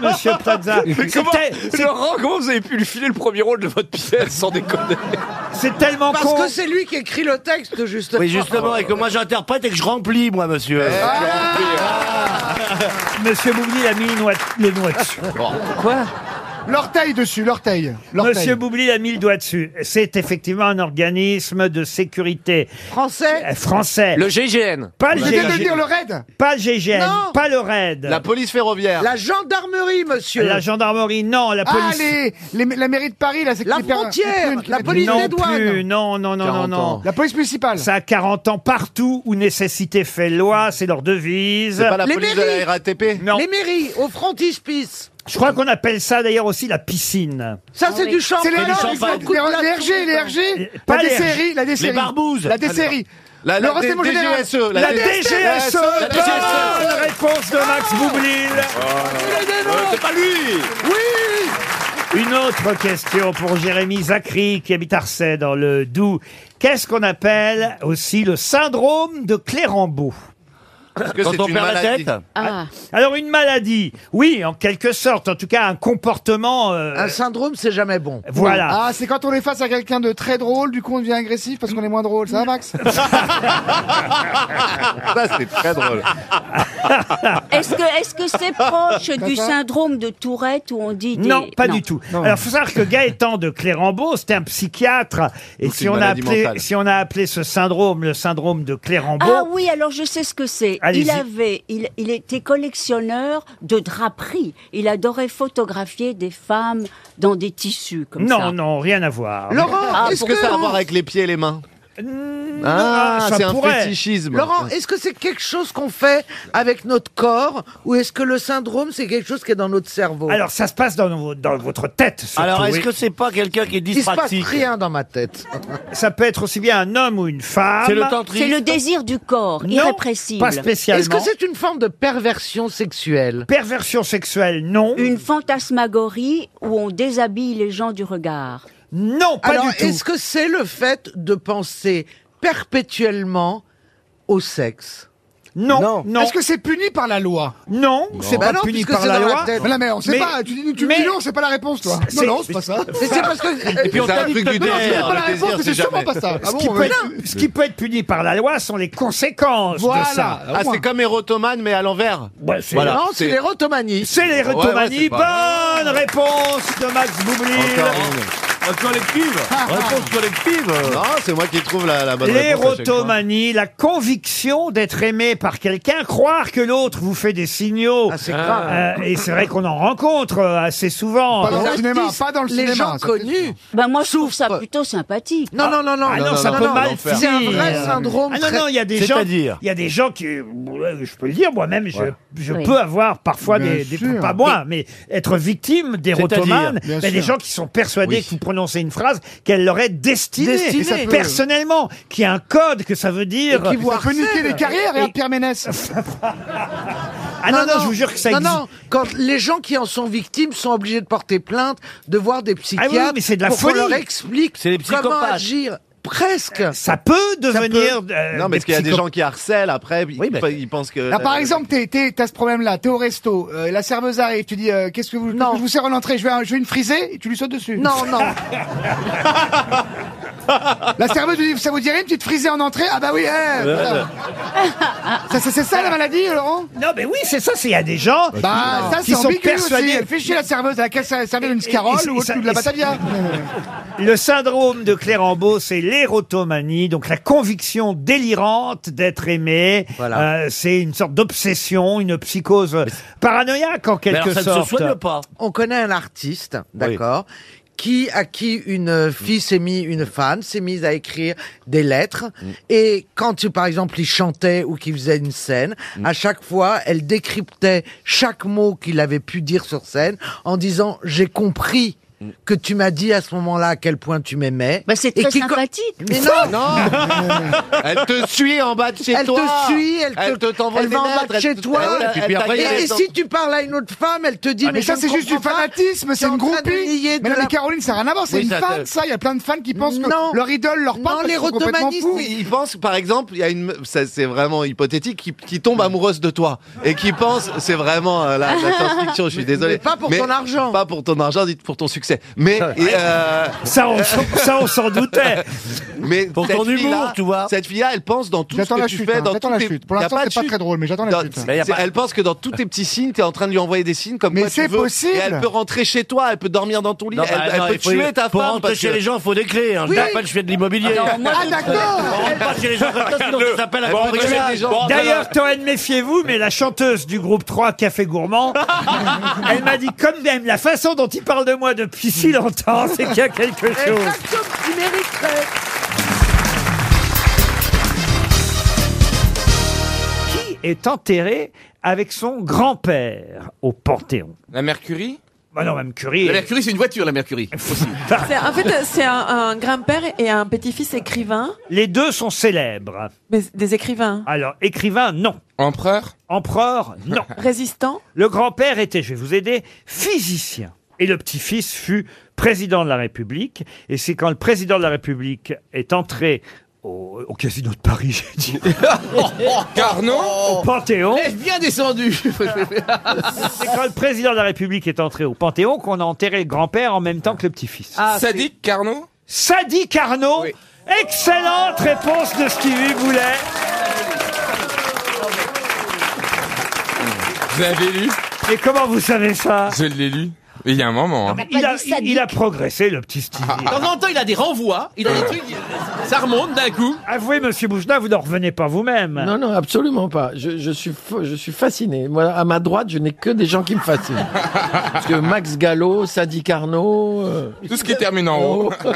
monsieur Plaza. C'était-
Laurent, comment vous avez pu lui filer le premier rôle de votre pièce sans déconner
C'est tellement
Parce
con.
que c'est lui qui écrit le texte, justement.
Oui, justement, et que moi j'interprète et que je remplis, moi, monsieur.
*laughs*
Ah,
Monsieur Boubli a mis le noix- le noix dessus.
Quoi L'orteil dessus, l'orteil. l'orteil.
Monsieur Boubli a mis le doigt dessus. C'est effectivement un organisme de sécurité
Français.
euh, français.
Le GIGN.
Pas le
Je viens de le dire,
GIGN.
le raid
Pas le GIGN,
Non.
pas le RAID. La,
police ferroviaire.
La gendarmerie, monsieur.
gendarmerie, non, la police.
Ah, les, les- la mairie de Paris, là, c'est
La
qui les per-
frontière,
les prunes qui
la
mettent-
police
non
des douanes.
plus, non, non, non, non,
40
non.
ans.
La police municipale.
Ça a 40 ans partout où nécessité fait loi, c'est leur devise.
C'est pas la
Les
police de
mairies.
la RATP
Non.
Les mairies, au frontispice.
Je crois qu'on appelle ça d'ailleurs aussi la piscine.
Ça, Ah c'est du
C'est
champagne.
les, les,
ça
les,
coûte la
les RG, les
soupe.
RG,
Pas
la
les RG.
DCRI, la DCRI.
Les barbouzes.
La DCRI.
La- la
le renseignement
D-
général.
DGSE,
La, DGSE,
La
E.
DGSE.
E, bonne réponse de Max Boublil.
Ah, Euh,
C'est pas lui
Une autre question pour Jérémy Zachary qui habite Arcet dans le Doubs. Qu'est-ce qu'on appelle aussi le syndrome de Clérambault Parce
que Quand c'est on une perd la maladie. tête
Ah.
Alors une maladie, oui, en quelque sorte, en tout cas un comportement. Un syndrome, c'est jamais bon. Voilà.
Ah, c'est quand on est face à quelqu'un de très drôle, du coup on devient agressif parce qu'on est moins drôle. Ça va, Max
Ça, c'est très drôle.
Est-ce que est-ce que c'est proche
Comme
du
ça
syndrome de Tourette où on dit des-
Non, pas du tout. Alors, faut savoir que Gaëtan de Clérambault, c'était un psychiatre. Et
Donc, c'est
si
une
on, a
maladie
appelé,
mentale.
si on a appelé ce syndrome le syndrome de Clérambault,
Ah oui, alors je sais ce que c'est.
Allez-y.
Il avait, il, il était collectionneur de draperies. Il adorait photographier des femmes dans des tissus comme
non,
ça.
non, rien à voir.
Ah, est-ce que ça a à voir avec les pieds et les mains
Ah,
Ah,
ça
c'est un
pourrait.
fétichisme.
Laurent, est-ce que c'est quelque chose qu'on fait avec notre corps ou est-ce que le syndrome c'est quelque chose qui est dans notre cerveau
Alors, ça se passe dans, vos- dans votre tête. surtout,
Alors, est-ce
oui.
que c'est pas quelqu'un qui est
Il se passe
dyspraxique
rien dans ma tête.
*laughs* Ça peut être aussi bien un homme ou une femme.
C'est le désir du corps,
Ah, Non,
irrépressible.
pas spécialement.
Est-ce que c'est une forme de perversion sexuelle
Perversion sexuelle, non.
Une fantasmagorie où on déshabille les gens du regard.
Non,
pas Alors, Est-ce que c'est le fait de penser perpétuellement au sexe
non,
non. Est-ce que c'est puni par la loi
Non,
c'est Bah pas non, puni puisque par c'est la dans la loi. tête.
Mais non, mais on sait
Mais-
pas. Tu, dis- tu me
mais-
dis non, c'est pas la réponse, toi. Non,
C'est-
non, c'est pas ça.
Mais c'est parce que- Et puis on
C'est un
t'a dit
truc
que
du
non,
désir,
c'est pas la
le
réponse,
désir,
mais c'est
jamais
sûrement pas ça. Ah
ce, qui
bon,
peut
mais
être,
non.
ce qui peut être puni par la loi sont les conséquences de ça.
Ah, c'est comme érotomane, mais à l'envers.
Ouais, c'est- Non, c'est
l'érotomanie.
C'est l'érotomanie. Bonne réponse de Max Boublil.
Collective Réponse collective Non, c'est moi qui trouve
Ah,
la,
bah,
la bonne réponse. à chaque fois.
L'érotomanie, la conviction d'être aimé par quelqu'un, croire que l'autre vous fait des signaux.
Ah, grave.
Euh, et c'est vrai qu'on en rencontre euh, assez souvent.
Pas dans le cinéma,
artistes,
pas dans le cinéma. ça, c'est sûr.
Ben moi, je trouve ça plutôt sympathique.
Non, non, non, non.
Ah non, ça peut mal finir.
C'est un vrai syndrome.
Ah non, non, il y a des gens.
C'est-à-dire
Il y a des gens qui, ouais, je peux le dire moi-même, je,
Ouais.
je
Oui.
peux avoir parfois
Bien
des, des-
sûr.
pas moi, mais être victime d'érotomanes.
C'est-à-dire
Il y a des
Bien sûr.
gens qui sont persuadés
Oui.
que vous prononcez une phrase qu'elle leur est destinée,
Destinée. Et ça peut-
personnellement, qui a un code que ça veut dire.
Ça peut niquer les carrières, et
Et-
Pierre Ménès.
*laughs* Ah non, non, je vous jure que ça
non,
existe.
Non, quand les gens qui en sont victimes sont obligés de porter plainte, de voir des psychiatres
Ah oui, mais c'est de la
pour
folie.
qu'on leur explique
C'est les
comment
psychopathes.
agir. Presque.
Ça peut devenir. euh,
Non, mais parce qu'il y a des
psycho-
gens qui harcèlent après, ils,
mais-
ils pensent que. Euh,
Là, par
*laughs*
exemple, t'es- t'es- t'as ce problème-là, t'es au resto, euh, la serveuse arrive, tu dis euh, qu'est-ce que vous, qu'est-ce que je vous sers en entrée, je vais, un- je vais une frisée, et tu lui sautes
*laughs*
dessus.
Non, non.
*laughs* la serveuse lui dit ça vous dirait une petite frisée en entrée Ah bah oui. eh, voilà. ça, c'est- c'est ça la maladie, Laurent
Non, mais oui, c'est ça, c'est il y a des gens
Bah,
qui,
ça,
qui
c'est
sont
ambigu
persuadés.
aussi. Elle fait chier la serveuse à laquelle ça servait une scarole
et-
ou
et ça-
autre, ou de la
et ça-
batavia.
*laughs* Le syndrome de Clérambault, c'est l'érotomanie, donc la conviction délirante d'être aimé. Euh, c'est une sorte d'obsession, une psychose paranoïaque en quelque sorte.
On connaît un artiste, d'accord Qui, à qui une euh, fille s'est mise, une femme s'est mise à écrire des lettres.
Mm.
Et quand, euh, par exemple, il chantait ou qu'il faisait une scène,
Mm.
à chaque fois, elle décryptait chaque mot qu'il avait pu dire sur scène en disant J'ai compris
Mm.
que tu m'as dit à ce moment-là à quel point tu m'aimais.
Bah, c'est
Et
très
qui co-
sympathique.
Mais
*laughs*
non,
*laughs* elle te suit en
*laughs*
bas Ah, de chez
elle
toi.
te suit, elle te,
t'envoie
elle
des
va en
lettres,
bas de chez
elle te-
toi.
Ah ouais, et puis après, Ah,
et,
il y a
et
les temps.
si tu parles à une autre femme, elle te dit
Ah, mais,
mais,
ça,
je
c'est
ne
juste du
comprends pas,
fanatisme,
t'es
c'est une
en train de
groupie.
nier
Mais,
de
non,
la-
mais Caroline, ça n'a rien à voir, c'est
Oui,
une
ça
fan,
te-
ça. Il y a plein de fans qui pensent
Non.
que leur idole leur parle parce qu'ils sont complètement fous.
Ils ils pensent, par exemple, il y a une, me- ça, c'est vraiment hypothétique, qui, qui tombe amoureuse de toi et qui pense, c'est vraiment euh, la, la science-fiction. Je suis désolé.
Mais pas pour ton argent.
Pas pour ton argent, dites pour ton succès. Mais et, euh,
Ça, on, s'en- ça, on s'en doutait.
*laughs*
mais pour
ton humour, tu vois.
Cette fille-là, elle pense dans tout ce
J'attends
que
la
tu
chute,
fais,
hein,
dans
j'attends
tous
la
tes-
chute. Pour l'instant,
T'as pas de
c'est pas
chute.
très drôle, mais j'attends la
Dans-
chute. hein.
c'est- Elle pense que dans tous tes petits signes, t'es en train de lui envoyer des signes comme
Mais
quoi tu
c'est
veux.
possible.
Et elle peut rentrer chez toi, elle peut dormir dans ton lit,
Non,
elle,
bah,
elle
non,
peut
il faut-
tuer ta
Pour
femme.
rentrer
parce
chez
que-
les gens, il faut des clés. Hein.
Oui.
Je t'appelle, je fais de l'immobilier.
Ah,
On
Ah d'accord
rentre pas chez les gens comme ça, sinon ça s'appelle un
Bon,
cambriolage.
les gens. Bon,
D'ailleurs, Toen, méfiez-vous, mais la chanteuse du groupe 3 Café Gourmand,
*laughs*
elle m'a dit quand même la façon dont il parle de moi depuis si longtemps, Oh, c'est qu'il y a quelque chose.
Exactement, tu mériterais.
Qui est enterré avec son grand-père au Panthéon
La Mercury
Bah non, même Curie.
La Mercury, c'est une voiture, la Mercury.
C'est- En fait, euh, c'est un, un grand-père et un petit-fils écrivain,
Les deux sont célèbres.
mais des écrivains.
Alors, écrivain, non.
Empereur
Empereur, non.
Résistant
Le grand-père était, je vais vous aider, physicien. Et le petit-fils fut président de la République. Et c'est quand le président de la République est entré au, au casino de Paris, j'ai dit.
Carnot
Au Panthéon.
Oh. bien
*laughs*
descendu.
C'est quand le président de la République est entré au Panthéon qu'on a enterré le grand-père en même temps que le petit-fils.
Ah, Sadique Carnot
Sadi Carnot. Excellente réponse de Stevie Boulet.
*laughs* Vous avez lu
Et comment vous savez ça
Je l'ai lu. Il y a un moment. hein.
Il a, il a progressé, le petit Stevie.
Ah, De temps en temps, il a des renvois, il a des trucs, ça remonte d'un coup.
Avouez, monsieur Bouchna, vous n'en revenez pas vous-même.
Non, non, absolument pas. Je, je suis, fo- je suis fasciné. Moi, à ma droite, je n'ai que des gens qui me fascinent. Parce que Max Gallo, Sadi Carnot. euh,
Tout ce qui termine en haut.
Oh.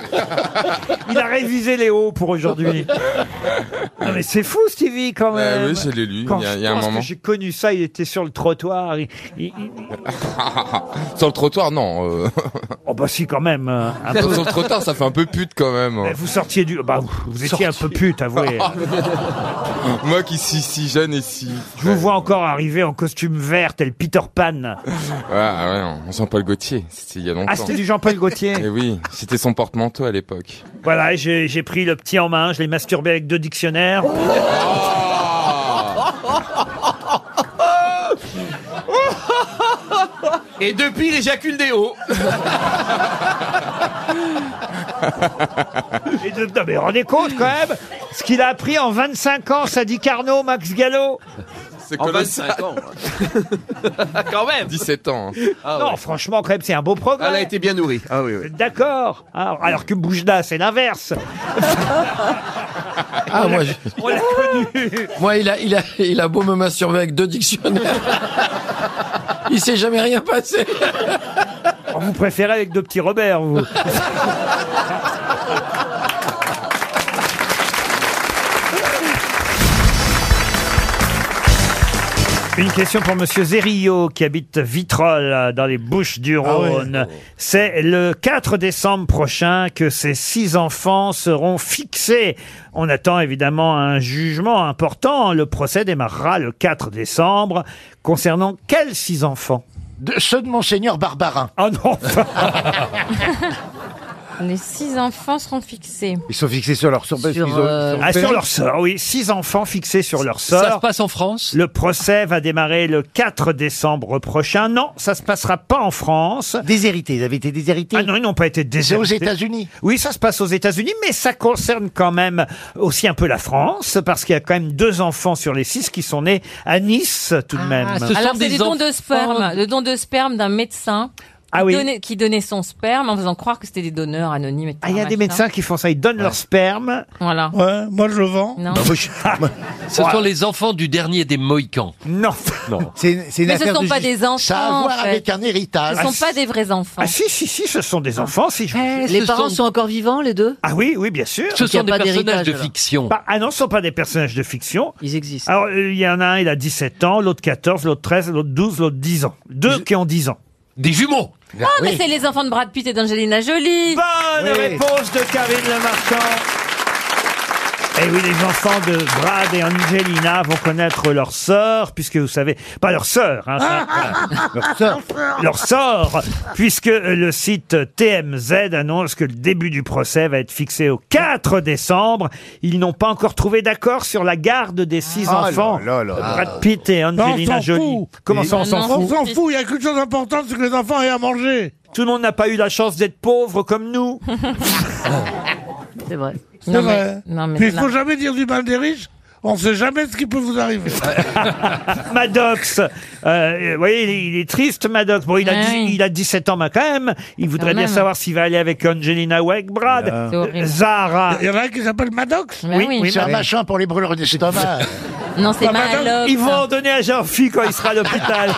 Il a révisé les hauts
*laughs*
pour aujourd'hui. Non, mais c'est fou, Stevie, quand même.
Euh, oui, je l'ai lu,
Quand
il y a-
je
il y a un
pense que
moment.
j'ai connu ça, il était sur le trottoir. il- il- il-
*laughs* Sur le trottoir, non. euh.
Oh bah si, quand même.
hein.
euh, un peu.
Sur le trottoir, ça fait un peu pute quand même.
Vous sortiez du... Bah, vous, vous étiez un peu
*laughs*
pute, avouez.
Ah,
Eh ben,
Moi qui suis si jeune et si.
Je vous vois encore arriver en costume vert, tel Peter Pan.
Ouais, Ah, ouais, on sent pas le Gauthier. C'était il y a longtemps.
Ah, c'était du Jean-Paul Gaultier.
Eh oui, c'était son porte-manteau à l'époque.
Voilà, et j'ai j'ai pris le petit en main, je l'ai masturbé avec deux dictionnaires.
Et depuis, il éjacule des hauts.
Et de- non, mais rendez compte quand même ce qu'il a appris en 25 ans, ça dit Carnot, Max Gallo.
C'est
En
colossal.
25 ans. *laughs* Quand même.
17 ans. hein.
non, franchement, quand même, c'est un beau progrès.
Ah Elle a été bien nourrie. Ah oui,
Vous
oui.
êtes D'accord. Alors, alors que Boujda, c'est l'inverse.
Ah, moi, je-
On l'a connu.
moi il, a, il, a, il a beau me masturber avec deux dictionnaires. Il s'est jamais rien passé.
Oh, Vous préférez avec deux petits Robert, vous. Une question pour Monsieur Zerillo qui habite Vitrolles euh, dans les Bouches du Rhône. C'est le 4 décembre prochain que ces six enfants seront fixés. On attend évidemment un jugement important. Le procès démarrera le 4 décembre. Concernant quels six enfants
De, ceux de Monseigneur Barbarin.
Ah non
*laughs*
Les six enfants seront fixés.
Ils sont fixés sur leur surprise.
Sur, euh,
Ah, sur leur sort, oui. Six enfants fixés sur leur sort.
Ça se passe en France
Le procès va démarrer le 4 décembre prochain. Non, ça se passera pas en France.
Déshérités, ils avaient été déshérités.
Ah non, ils n'ont pas été
C'est aux
déshérités.
États-Unis.
Oui, ça se passe aux États-Unis, mais ça concerne quand même aussi un peu la France, parce qu'il y a quand même deux enfants sur les six qui sont nés à Nice, tout de même.
Ah, ce sont
Alors, c'est
des
du don de
enfants-
sperme, le don de sperme d'un médecin
Ah oui.
qui, donnait, qui donnait son sperme en faisant croire que c'était des donneurs anonymes.
Ah, il y a des médecins qui font ça, ils donnent leur sperme.
Voilà.
Ouais, moi je le vends.
Non.
Ce sont les enfants du dernier des Mohicans.
Non.
C'est c'est une
Mais ce
affaire
sont
de
pas
justice.
des enfants.
Ça a à voir
en fait.
avec un héritage.
Ce ne sont pas des vrais enfants.
Ah si, si, si, ce sont des enfants. Si je-
Ah. Eh, Les parents sont encore vivants, les deux
Ah oui, oui, bien sûr.
Ce
Donc, il y
sont
a
des
pas
personnages
d'héritage,
de
alors.
fiction.
Pas- ah non, ce sont pas des personnages de fiction.
Ils existent.
Alors, euh, il y en a un, il a 17 ans, l'autre 14, l'autre 13, l'autre 12, l'autre 10 ans. Deux qui ont 10 ans.
Des jumeaux
Ah, mais c'est les enfants de Brad Pitt et d'Angelina Jolie.
Bonne réponse de Karine Lamarchand. Et Eh oui, les enfants de Brad et Angelina vont connaître leur sort, puisque vous savez, pas leur sœur,
*laughs*
hein, ça-
Leur sœur.
leur sort, puisque le site TMZ annonce que le début du procès va être fixé au 4 décembre. Ils n'ont pas encore trouvé d'accord sur la garde des six
Ah
enfants.
là là là.
Brad Pitt et
Non, Bah, on
Angelina
s'en
Jolie.
fout.
Comment ça, on s'en
On
fout
s'en fout, il y a qu'une chose importante, c'est que les enfants aient à manger.
Tout le monde n'a pas eu la chance d'être pauvre comme nous.
*laughs*
C'est vrai.
C'est vrai. mais il faut jamais dire du mal des riches. On sait jamais ce qui peut vous arriver.
*laughs* Maddox, euh, vous voyez, il est, il est triste, Maddox. Bon, il a,
Ouais,
dix-
oui.
il a 17 ans, mais quand même, il voudrait bien
même.
savoir s'il va aller avec Angelina ou avec Brad.
C'est horrible.
Zara.
Ah. Il y en a un qui s'appelle Maddox.
Bah oui.
C'est un machin pour les brûleurs d'estomac.
*laughs* Non, c'est
Ah, madame,
Mahaloc.
Ils vont
ça.
en donner à Jean-Phi quand il sera
*laughs*
à l'hôpital.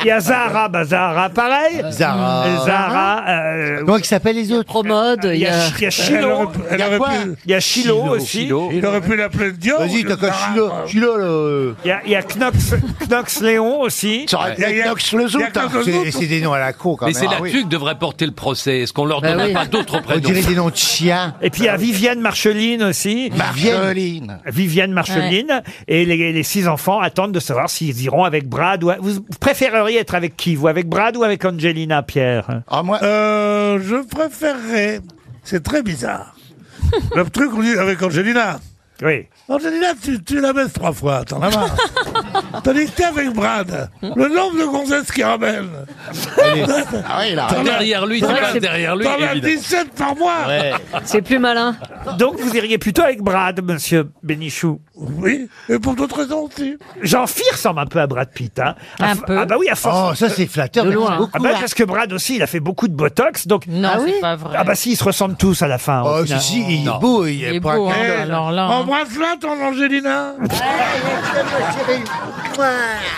Il y a Zara, bah Zara, pareil.
Ah.
Zara.
Zara.
Ah.
euh,
Comment ils s'appellent les autres Promode,
*laughs* il y a, il y a
Elle
Chilo.
aurait, elle aurait
quoi
pu,
Il y a Chilo aussi.
il aurait pu l'appeler Dior.
Vas-y, t'as qu'à Chilo. Chilo, là. euh,
Il y a, il y a Knox, Knox Léon aussi.
Ça aurait
Il y a- il y
été
a-
Knox le
il y a
Zout. hein.
Knox le
C'est
Zout.
c'est des noms à la con, quand
Mais
même.
c'est
Ah
là-dessus
oui.
que devrait porter le procès. Est-ce qu'on leur
Bah
donne
oui.
pas d'autres
On
prénoms Bah
dirait des noms de chiens.
Et puis il y a Viviane Marcheline aussi.
Marceline.
Vivienne Marcheline. Et les, les six enfants attendent de savoir s'ils iront avec Brad ou. à- Vous préféreriez être avec qui Vous avec Brad ou avec Angelina, Pierre
Ah, moi,
*laughs*
Euh, je préférerais, c'est très bizarre, Le truc qu'on dit avec Angelina.
Oui.
Angelina, tu, tu la baisses trois fois, t'en as
*laughs*
marre. Tandis que t'es avec Brad, le nombre de gonzesses qu'il ramène. *laughs*
Ah oui, il a raison. Derrière lui,
t'en
c'est
as-
pas derrière lui,
T'en as
évidemment.
17 par mois.
C'est plus malin. Donc vous iriez plutôt avec Brad, monsieur Bénichou.
Oui, et pour d'autres raisons aussi.
J'en fire ressemble un peu à Brad Pitt. Hein. À
Un
f-
peu.
Ah bah oui, à force.
Oh, ça, c'est flatteur,
De
merci
loin.
beaucoup,
ah bah
là.
parce que Brad aussi, il a fait beaucoup de Botox, donc...
Non, Ah c'est oui
pas vrai. Ah bah si, ils se ressemblent tous à la fin.
Oh, si, si, il est beau, il est Il est
Oh,
pas beau, un hein,
Eh, Embrasse-la, ton Angelina.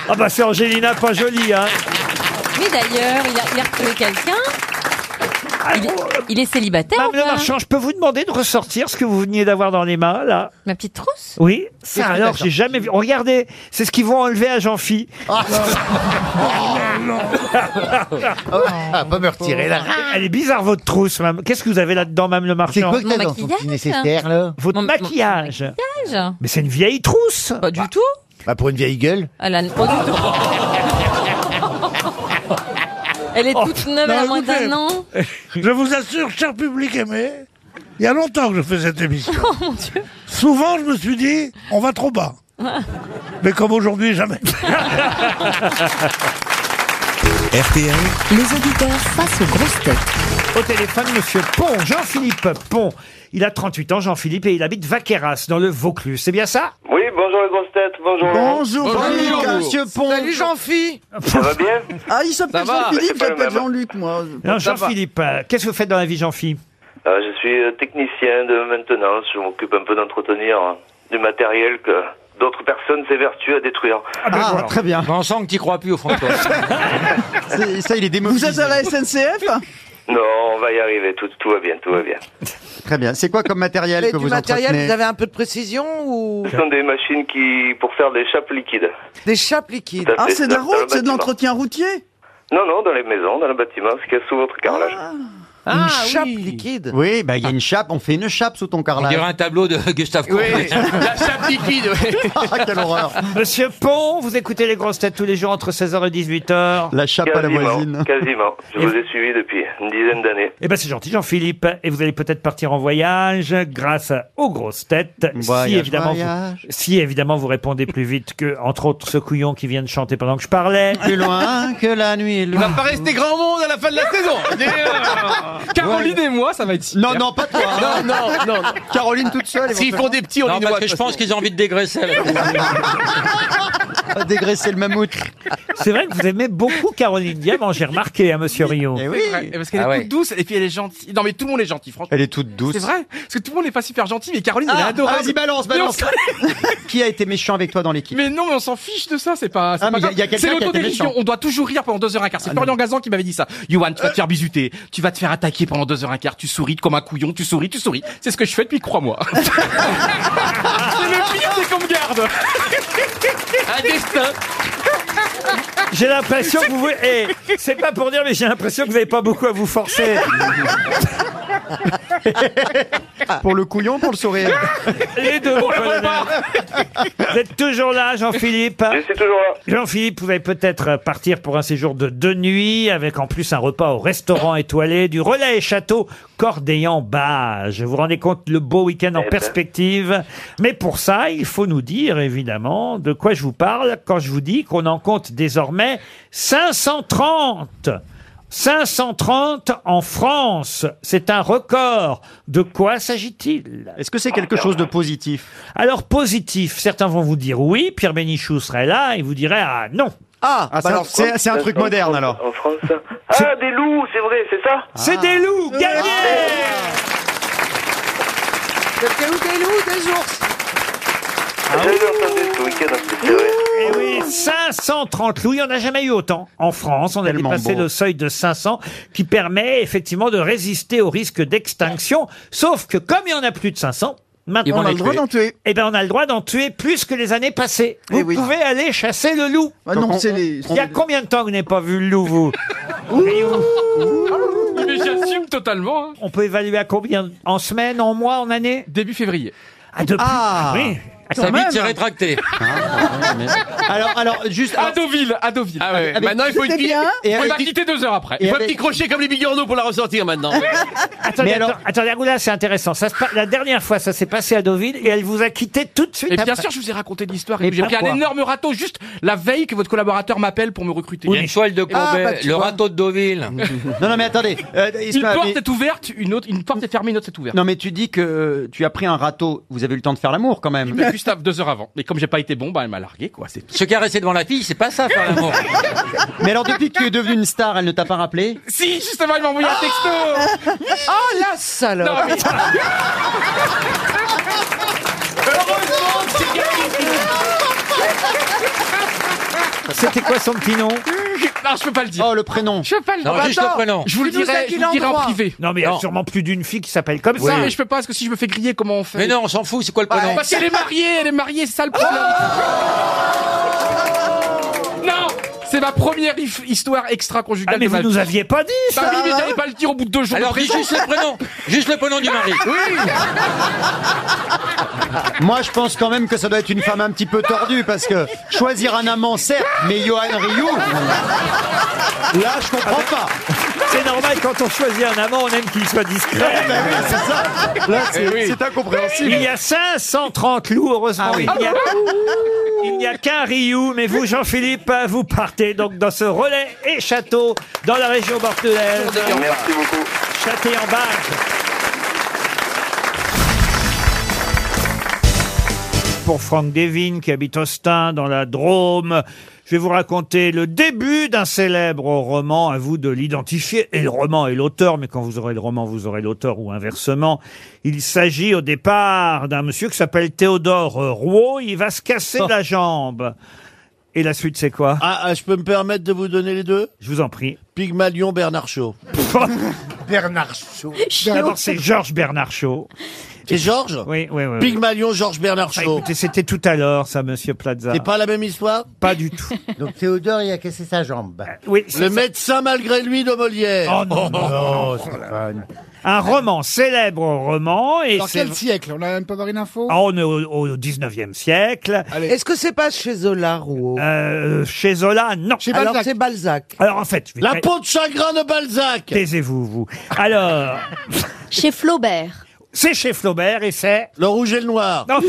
Ah bah c'est Angelina, pas jolie, hein.
Mais d'ailleurs, il a, il a retrouvé quelqu'un. Il, est- il est célibataire.
Madame
ou
Le
pas
Marchand, je peux vous demander de ressortir ce que vous veniez d'avoir dans les mains, là
Ma petite trousse
Oui,
Qu'est-ce
ça
que
alors,
t'as
j'ai jamais vu. Regardez, c'est ce qu'ils vont enlever à Jean-Phi. Oh,
Ah, pas me retirer là.
Elle est bizarre, votre trousse, madame. Qu'est-ce que vous avez là-dedans, madame Le Marchand
C'est quoi que t'as Mon dans ton maquillage. petit nécessaire, là
Votre
Mon- mon-
maquillage.
Âge
Mais c'est une vieille trousse
Pas du tout
Bah, pour une vieille
*laughs*
gueule.
Elle a Ah, pas du tout. Elle est toute neuve, elle a
Non,
moins
Oh. bah, écoutez,
d'un an.
*laughs* Je vous assure, cher public aimé, il y a longtemps que je fais cette émission.
*laughs* Oh mon dieu.
Souvent, je me suis dit, on va
*laughs*
trop bas. Mais comme aujourd'hui, jamais.
RTL. Les auditeurs face aux grosses têtes. Au téléphone, monsieur Pont, Jean-Philippe Pont. Il a 38 ans, Jean-Philippe, et il habite Vaqueras, dans le Vaucluse. C'est bien ça
Oui, bonjour les grosses têtes, bonjour.
Pont.
Salut Jean-Phi
Ça
*laughs*
va bien
Ah, il s'appelle
Ça va.
Jean-Philippe,
C'est pas le
j'appelle
même.
Jean-Luc, moi.
Non,
Ça va.
Jean-Philippe, euh, qu'est-ce que vous faites dans la vie, Jean-Philippe
Euh, je suis euh, technicien de maintenance, je m'occupe un peu d'entretenir euh, du matériel que d'autres personnes s'évertuent à détruire.
Ah,
Ah, ben
très bien.
On sent que t'y crois plus au fond de toi.
Ça, il est démobilisé. Vous êtes à la SNCF
Non, on va y arriver, tout, tout va bien, tout va bien.
Très bien. C'est quoi comme matériel
Et
que
du
vous
matériel,
entretenez
vous avez un peu de précision ou
Ce sont des machines qui, pour faire des chapes liquides.
des chapes liquides
Tout à
Ah,
fait,
c'est de la
dans- dans le
route, c'est de
bâtiment.
l'entretien routier
Non, non, dans les maisons, dans le bâtiment, parce qu'il y a sous votre carrelage.
Ah. Une chape liquide. Oui, bah, il y a une chape. On fait une chape sous ton
On
carrelage.
dirait un tableau de *laughs* Gustave Courbet.
La chape liquide,
*laughs*
Ah, quelle horreur.
*laughs* Monsieur Pont, vous écoutez les grosses têtes tous les jours entre 16h et 18h.
La chape à la voisine.
quasiment. Je vous ai suivi depuis une dizaine d'années.
Eh ben c'est gentil Jean-Philippe et vous allez peut-être partir en voyage grâce aux grosses têtes
Voyage,
si évidemment
voyage.
Vous, si évidemment vous répondez plus vite que entre autres ce couillon qui vient de chanter pendant que je parlais
Plus loin que la nuit est
On va
loin.
pas
rester grand monde à la fin de la *laughs* saison.
Caroline
euh, et moi, ça va être
Non, non, pas toi. hein.
Non, non, non.
Caroline toute seule.
S'ils font des petits, on
Non,
les
parce
voit,
que je pense
qu'ils ont envie de dégraisser. *laughs*
va dégraisser le mammouth.
C'est vrai que vous aimez beaucoup Caroline Diamant, j'ai remarqué à monsieur Ah Rio.
Eh
Parce
Ah
qu'elle est toute douce et puis elle est gentille. Non mais tout le monde est gentil, franchement.
Elle est toute douce.
C'est vrai, parce que tout le monde n'est pas super gentil, mais Caroline, elle est
Ah,
adorable.
vas-y, balance,
Mais on
balance.
s'en-
*laughs* Qui a été méchant avec toi dans l'équipe
Mais non, mais on s'en fiche de ça, c'est pas. c'est
Ah,
pas
mais y a-
grave.
y a quelqu'un
C'est
qui a été
l'autodérision.
méchant.
On doit toujours rire pendant 2h15.
Ah,
C'est Florian Gazan qui m'avait dit ça. Yoann, tu vas te faire bisuter, tu vas te faire attaquer pendant 2h15, tu souris comme un couillon, tu souris, tu souris. C'est ce que je fais depuis,
*laughs*
crois-moi. c'est le pire, c'est qu'on me garde. un destin.
J'ai l'impression que vous voulez... eh, c'est pas pour dire mais j'ai l'impression que vous n'avez pas beaucoup à vous forcer.
Pour le couillon, pour le sourire.
Les
*laughs*
deux.
Pour le
colonel. Vous êtes toujours là, Jean-Philippe Je
suis toujours là.
Jean-Philippe, vous allez peut-être partir pour un séjour de deux nuits, avec en plus un repas au restaurant étoilé du Relais et Château Cordéan-Bage. Vous vous rendez compte le beau week-end en
Eh ben.
perspective. Mais pour ça, il faut nous dire, évidemment, de quoi je vous parle quand je vous dis qu'on en compte désormais 530 530 en France, c'est un record. De quoi s'agit-il
Est-ce que c'est quelque chose de positif
Alors positif, certains vont vous dire oui, Pierre Bénichou serait là et vous dirait ah non.
Ah, bah alors, c'est c'est un truc moderne alors. Ah.
En France Ah, des loups, c'est vrai, c'est ça Ah.
C'est des loups, gagné
Des loups, des loups, des ours
Ah
J'avais entendu ce week-end, hein, c'est vrai.
Eh oui, 530 loups, il n'y en a jamais eu autant en France. On a
Tellement
dépassé
beau.
le seuil de 500 qui permet effectivement de résister au risque d'extinction. Sauf que comme il y en a plus de 500,
Ils
maintenant
vont les tuer. Eh
Eh ben on a le droit d'en tuer plus que les années passées. Vous pouvez aller chasser le loup.
Ah non, c'est les-
Il y a combien de temps que vous n'avez pas vu le loup, vous
*laughs*
*laughs*
Mais j'assume totalement. hein.
On peut évaluer à combien En semaine, en mois, en année
Début février.
Ah, de plus.
Ah.
oui.
Quand même.
Ah,
rétracté.
Alors, alors, juste. À Deauville, à Deauville.
Ah ouais,
Avec-
maintenant il faut une
C'était
pile.
bien. Et
on va
avec-
quitter deux heures après.
et
Il faut un
avec-
petit crochet comme les billorneaux pour la ressortir maintenant.
Attendez, attends- attendez, Agoula, c'est intéressant. Ça se pa- la dernière fois, ça s'est passé à Deauville et elle vous a quitté tout de suite.
*laughs* Et bien
après.
sûr, je vous ai raconté l'histoire.
Et
Et j'ai pris
pourquoi
un énorme râteau juste la veille que votre collaborateur m'appelle pour me recruter.
Oui. Une
toile de
Courbet, Ah, bah, tu le vois.
râteau de Deauville.
Non, non, mais attendez. euh,
Une
Isma,
porte
mais-
est ouverte, une autre, une porte est fermée, une autre est ouverte.
Non, mais tu dis que euh, tu as pris un râteau. Vous avez eu le temps de faire l'amour quand même.
Mais Gustave, deux heures avant. Mais comme j'ai pas été bon, bah, elle m'a largué, quoi. C'est
Se caresser devant la fille, c'est pas ça faire l'amour. *laughs* mais alors, depuis que tu es devenue une star, elle ne t'a pas rappelé
Si, justement, il m'a envoyé un texto.
Ah,
Oh la salope
Non, mais- Heureusement que c'est
C'était quoi son petit nom
Non, je peux pas le dire.
Oh, le prénom.
Je peux pas le dire. Attends, Je vous le dirai, je vous le dirai en privé.
Non, mais il y a sûrement plus d'une fille qui s'appelle comme
Oui.
ça.
Mais je peux Ah, bah, pas, parce que si je me fais griller, comment on fait
Mais non, on s'en fout, c'est quoi le prénom
Parce *laughs* qu'elle est mariée, elle est mariée, c'est ça le problème. non C'est ma première hif- histoire extra-conjugale.
Ah, mais
de ma
vous
vie.
nous aviez pas dit ça,
Bah oui, mais
hein.
j'allais pas le dire au bout de deux jours.
Alors,
de
dis
prison.
juste le prénom.
Juste le prénom du mari.
Oui
Moi, je pense quand même que ça doit être une femme un petit peu tordue parce que choisir un amant, certes, mais Johan Rioux. Là, je
Ah,
comprends
bah.
pas.
C'est normal, quand on choisit un amant, on aime qu'il soit discret.
Ben oui, c'est ça. Là, c'est- Eh oui. c'est incompréhensible.
Il y a 530 loups, heureusement.
Ah oui.
Il n'y a, il n'y a qu'un Rioux, mais vous, Jean-Philippe, vous partez donc dans ce relais et château dans la région bordelaise.
Merci beaucoup.
Châtillon-Barge. Pour Franck Devine, qui habite Austin, dans la Drôme. Je vais vous raconter le début d'un célèbre roman, à vous de l'identifier, et le roman et l'auteur, mais quand vous aurez le roman, vous aurez l'auteur ou inversement. Il s'agit au départ d'un monsieur qui s'appelle Théodore euh, Rouault, il va se casser la jambe. Et la suite, c'est quoi
Oh. Ah, ah, je peux me permettre de vous donner les deux
Je vous en prie.
Pygmalion Bernard Shaw.
Bernard Shaw.
D'abord, c'est Georges Bernard Shaw.
C'est Georges
Oui, oui, oui.
Pygmalion Georges Bernard
Ah,
Shaw.
écoutez, c'était tout à l'heure, ça, monsieur Plaza.
C'est pas la même histoire
Pas du tout.
*laughs* Donc Théodore, il a cassé sa jambe.
Oui, c'est
Le
ça.
médecin malgré lui de Molière.
Oh non, non, non, Un roman, célèbre roman. Et
Dans
c'est-
quel siècle On n'a même pas avoir une info
Ah, on est au, au 19e siècle.
Est-ce que c'est pas chez Zola, Rouault
Euh, chez Zola, non.
Chez Balzac. Alors, c'est Balzac.
Alors en fait,
La peau
de chagrin de Balzac. Taisez-vous, vous.
*laughs*
Alors,
Chez Flaubert.
c'est chez Flaubert et c'est
Le Rouge et le Noir.
Non,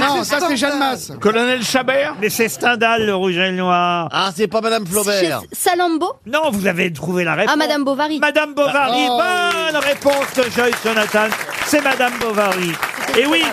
Non, ça c'est Jeanne Masse.
Colonel Chabert. Mais c'est Stendhal, le Rouge et le Noir.
Ah, c'est pas Madame
Chez Salambo.
Non, vous avez trouvé la réponse.
Ah, Madame Bovary.
Madame Bovary,
Oh.
bonne réponse de Joyce Jonathan. C'est Madame Bovary. Et oui.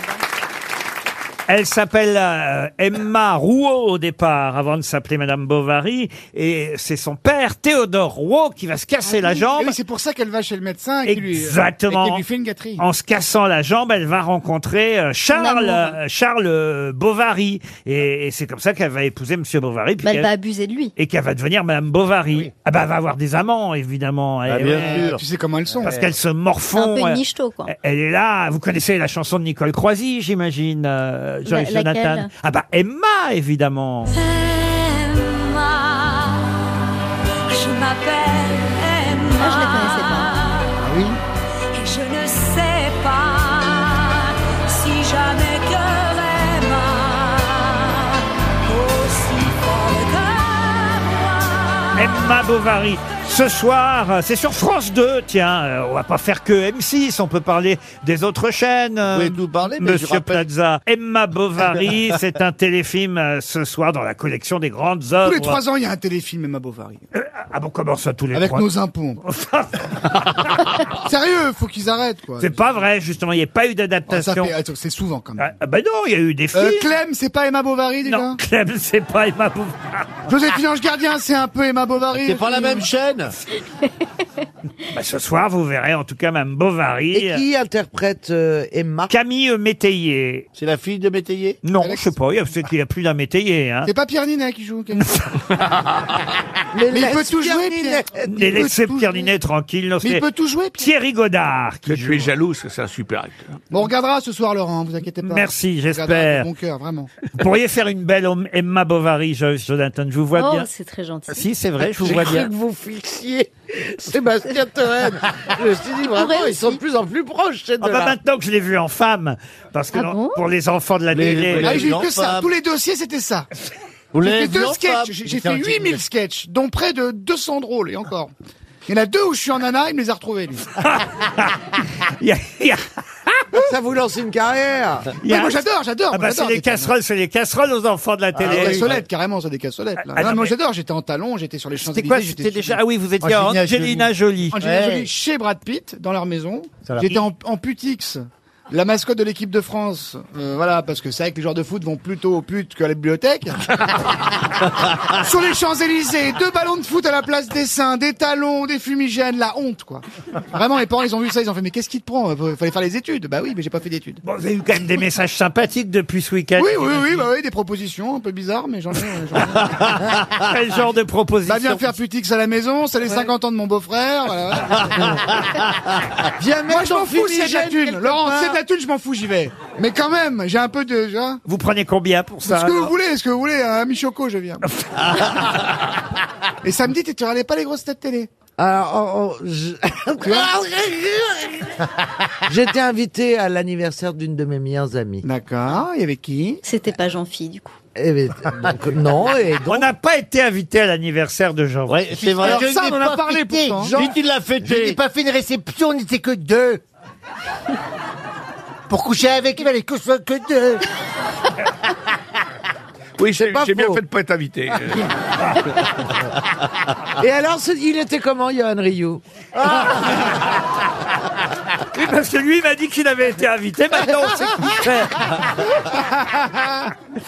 Elle s'appelle euh, Emma Rouault au départ, avant de s'appeler Madame Bovary, et c'est son père Théodore Rouault qui va se casser la jambe.
Et Ah oui, c'est pour ça qu'elle va chez le médecin et qu'il lui,
Exactement.
et qu'il lui fait une gâterie.
En se cassant la jambe, elle va rencontrer euh, Charles,
amoureux.
euh, Charles euh, Bovary, et, et c'est comme ça qu'elle va épouser Monsieur Bovary. puis
Bah, elle
qu'elle-
va abuser de lui.
et qu'elle va devenir Madame Bovary. Ah bah, elle va avoir des amants, évidemment. Eh
Bah, bien
ouais.
sûr. Tu sais comment elles sont.
Parce qu'elles se
C'est un
morfondent.
peu une
Elle-
michto, quoi.
Elle est là. Vous connaissez la chanson de Nicole Croisy, j'imagine, euh, Joyce
La- laquelle
Jonathan. Ah bah, Emma, évidemment.
Emma, je m'appelle
Ah,
Emma. je
oui.
Et je ne sais pas si jamais que Emma, aussi folle
Ah.
que moi.
Emma Bovary. Ce soir, euh, c'est sur France 2. Tiens, euh, on va pas faire que M6. On peut parler des autres chaînes. euh,
Vous pouvez nous parler, mais je
Monsieur
rappelle-
Plaza. Emma
*laughs*
Bovary, c'est un téléfilm euh, ce soir dans la collection des grandes œuvres.
Tous les trois ans, il y a un téléfilm Emma Bovary. *laughs*
Ah bon, comment ça tous les
Avec
trois
nos impôts. Sérieux, faut qu'ils arrêtent quoi.
Oh, C'est pas vrai, justement, il n'y a pas
Oh,
eu
ça
d'adaptation.
fait- attends, c'est souvent quand même.
Ah, bah non, il y a eu des films.
Euh, Clem, c'est pas Emma Bovary déjà
non, Clem, *laughs* c'est pas Emma Bovary.
Joséphine Ange Gardien, c'est un peu Emma Bovary.
C'est pas la même
chaîne.
Bah, ce soir, vous verrez en tout cas Mme Bovary.
Et qui interprète euh, Emma
Camille Métayer.
C'est la fille de Métayer
Non, je sais pas, il y a- peut-être qu'il n'y a plus d'un Métayer. Hein.
C'est pas Pierre Ninet qui joue. Camille.
*laughs*
Mais il peut tout jouer, Pierre.
Et laissez Pierre Ninet tranquille. non,
Mais il
c'est
peut tout jouer,
Thierry Godard. qui joue.
Tu es jaloux, c'est un super acteur.
Bon, on regardera ce soir, Laurent, hein, vous inquiétez pas.
Merci,
On regardera
j'espère.
de Bon cœur, vraiment.
Vous pourriez faire une belle homme- Emma Bovary, Joyce Jonathan, je vous vois
Oh,
bien.
c'est très gentil.
Si, c'est vrai, je vous vois bien.
vous fixiez. C'est ma
Sébastien Toen. Je me suis dit, vraiment, ils sont de plus en plus proches, ces
Ah bah
deux-là.
maintenant que je l'ai vu en femme, parce
Ah
que dans- pour les enfants de la
Les-
télé...
Ah, j'ai eu que ça. Tous les dossiers, c'était ça.
Vous
J'ai
l'avez
fait
vu
deux
en
sketchs.
femme.
J'ai j'ai
Tiens,
fait
tiens.
8000 sketchs, dont près de 200 drôles, et encore. Il y en a deux où je suis en nana, il me les a retrouvés,
*laughs*
lui.
Ça vous lance une carrière.
Il y a-
Ouais, moi, j'adore, j'adore,
Ah
moi,
bah
j'adore
c'est les
les canards.
casseroles, c'est les casseroles aux enfants de la
Ah, des
télé.
cassolettes, carrément, c'est des cassolettes. là.
Ah,
Non,
non,
moi
mais-
j'adore, j'étais en talons, j'étais sur les champs
quoi, c'était déjà- ah oui, vous étiez Angelina à Angelina Jolie. Jolie.
Angelina
Ouais.
Jolie chez Brad Pitt, dans leur maison.
Ça va.
J'étais en, en putix. La mascotte de l'équipe de France, Euh, voilà, parce que c'est vrai que les joueurs de foot vont plutôt aux putes qu'à la
*laughs*
bibliothèque. Sur les Champs-Élysées, deux ballons de foot à la place des seins, des talons, des fumigènes, la honte, quoi. Vraiment, les parents, ils ont vu ça, ils ont fait, mais qu'est-ce qui te prend? Fallait faire les études. Bah oui, mais j'ai pas fait d'études.
Bon, vous avez eu quand même des messages sympathiques depuis ce week-end.
Oui, oui, oui, bah oui, des propositions un peu bizarres, mais j'en ai. j'en ai.
*laughs* Quel genre de proposition
Bah viens faire putix à la maison, c'est les 50 ans de mon beau-frère. viens Moi je m'en fous, c'est de la thune. Laurent, c'est de la thune, je m'en fous, j'y vais. Mais quand même, j'ai un peu de. tu vois,
Vous prenez combien pour ça
ce que vous
alors
voulez, ce que vous voulez, à Michoco, je
*laughs*
viens.
Ah,
Ah,
Et samedi, tu tu regardais pas les grosses têtes télé. oh.
Alors, on- on- Oh, je- *laughs* j'étais invité à l'anniversaire d'une de mes meilleures amies. Eh
D'accord, il y avait qui
C'était pas Jean-Fille, du coup.
ben, non, et
On n'a pas été invité à l'anniversaire de Jean. Ouais,
C'est vrai.
Ça, on en a parlé hein. pourtant.
Jean, il l'a fêté. J'ai pas fait une réception, on n'était que deux. Pour coucher avec, il fallait que ce soit que deux.
Oui, c'est pas
J'ai bien
faux.
fait de pas être invité.
Et alors, ce- il était comment, Johan Rioux
Oui, parce que lui il m'a dit qu'il avait été invité, maintenant on sait qui c'est.
*laughs*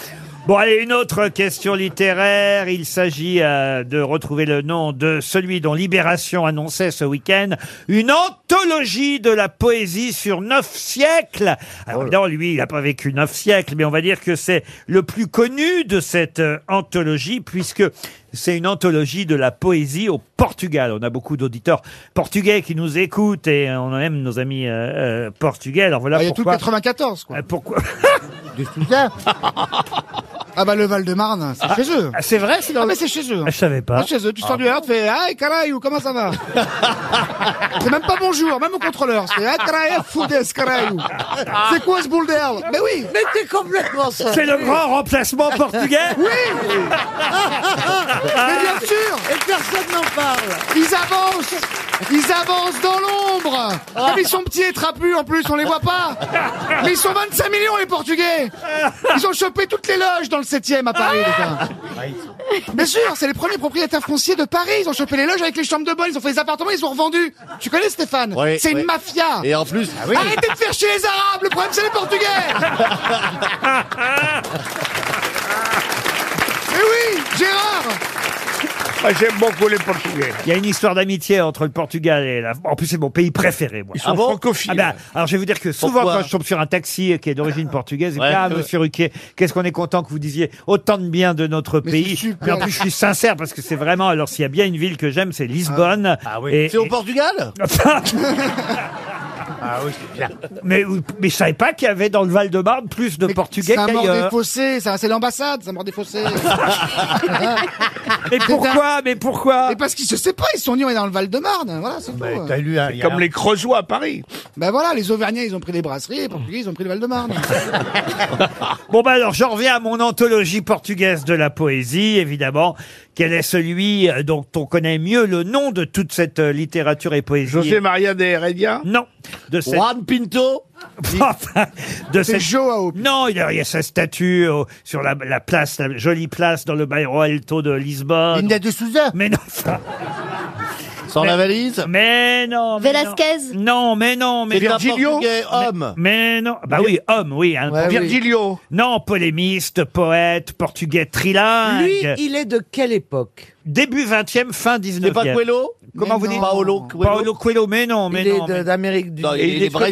Bon, allez, une autre question littéraire. Il s'agit euh, de retrouver le nom de celui dont Libération annonçait ce week-end une anthologie de la poésie sur neuf siècles.
Oh
Alors, évidemment, lui, il n'a pas vécu neuf siècles, mais on va dire que c'est le plus connu de cette euh, anthologie, puisque c'est une anthologie de la poésie au Portugal. On a beaucoup d'auditeurs portugais qui nous écoutent et euh, on aime nos amis euh, euh, portugais. Alors voilà
Ah, Il y a tout le
pourquoi. Euh,
94, quoi.
pourquoi
Ah bah le Val-de-Marne, c'est
Ah,
chez eux.
ah, c'est vrai, c'est dans
Ah
le-
mais c'est chez eux.
Ah, je savais pas.
C'est chez eux, tu sors
Ah.
du air, tu fais Ah, carayou, comment ça va
*laughs*
C'est même pas bonjour, même au contrôleur. C'est Ah, carayou, foudes, carayou. C'est quoi ce boule d'air Mais oui Mais t'es complètement ça.
C'est le grand remplacement portugais
Oui Mais bien sûr Et personne n'en parle Ils avancent Ils avancent dans l'ombre Ah, mais Ils sont petits et trapus en plus, on les voit pas Mais ils sont 25 millions les Portugais Ils ont chopé toutes les loges dans le 7ème à Paris, les gars Bien sûr, c'est les premiers propriétaires fonciers de Paris Ils ont chopé les loges avec les chambres de bonne, ils ont fait les appartements, ils ont revendu Tu connais Stéphane
Oui,
C'est
oui.
une mafia
Et en plus, ah
Arrêtez de faire chier les Arabes, le problème c'est les Portugais Mais Eh oui Gérard
Ah, J'aime beaucoup les Portugais. Il y a une histoire d'amitié entre le Portugal et la... En plus, c'est mon pays préféré, moi.
Ils sont Ah bon francophiles.
Ah ben, alors, je vais vous dire que souvent,
Pourquoi
quand je tombe sur un taxi qui est d'origine portugaise, et
Ouais.
ah, monsieur Ruquier, qu'est-ce qu'on est content que vous disiez autant de bien de notre pays. Mais en plus, je suis sincère, parce que c'est vraiment... Alors, s'il y a bien une ville que j'aime, c'est Lisbonne. Et-
C'est au
*laughs*
et-
Portugal
Ah oui, c'est bien. Mais, mais je savais pas qu'il y avait dans le Val-de-Marne plus de Portugais
C'est un mort des
qu'ailleurs.
fossés, ça, c'est l'ambassade, c'est un mort des fossés.
*laughs*
Mais pourquoi Mais pourquoi
Mais parce qu'ils se séparent, ils se sont dit on est dans le Val-de-Marne, voilà, c'est tout.
C'est comme les Creusois à Paris.
Ben voilà, les Auvergnats, ils ont pris les brasseries, les Portugais, ils ont pris le Val-de-Marne.
Bon bah alors j'en reviens à mon anthologie portugaise de la poésie, évidemment. Quel est celui euh, dont on connaît mieux le nom de toute cette euh, littérature et poésie
José Maria de Heredia
Non. De cette...
Juan
*laughs* Pinto de cette... Non, il y a il y a sa statue euh, sur la, la place, la jolie place dans le Bairro Alto de Lisbonne. Linda de Souza Mais non, ça... Sans la valise Mais non Oh, mais
Velasquez
Non, non, mais non, mais...
C'est un Virgilio Portugais homme.
Mais, mais non, bah oui, homme, oui. hein.
Ouais,
Virgilio Non, polémiste, poète, portugais trilingue.
Lui, il est de quelle époque
Début 20e, fin 19e.
pas Coelho
Comment
Mais
vous
non.
dites
Paolo
Coelho Paolo Coelho, mais non, mais
Il est
non.
de-
mais-
d'Amérique du Nord.
il a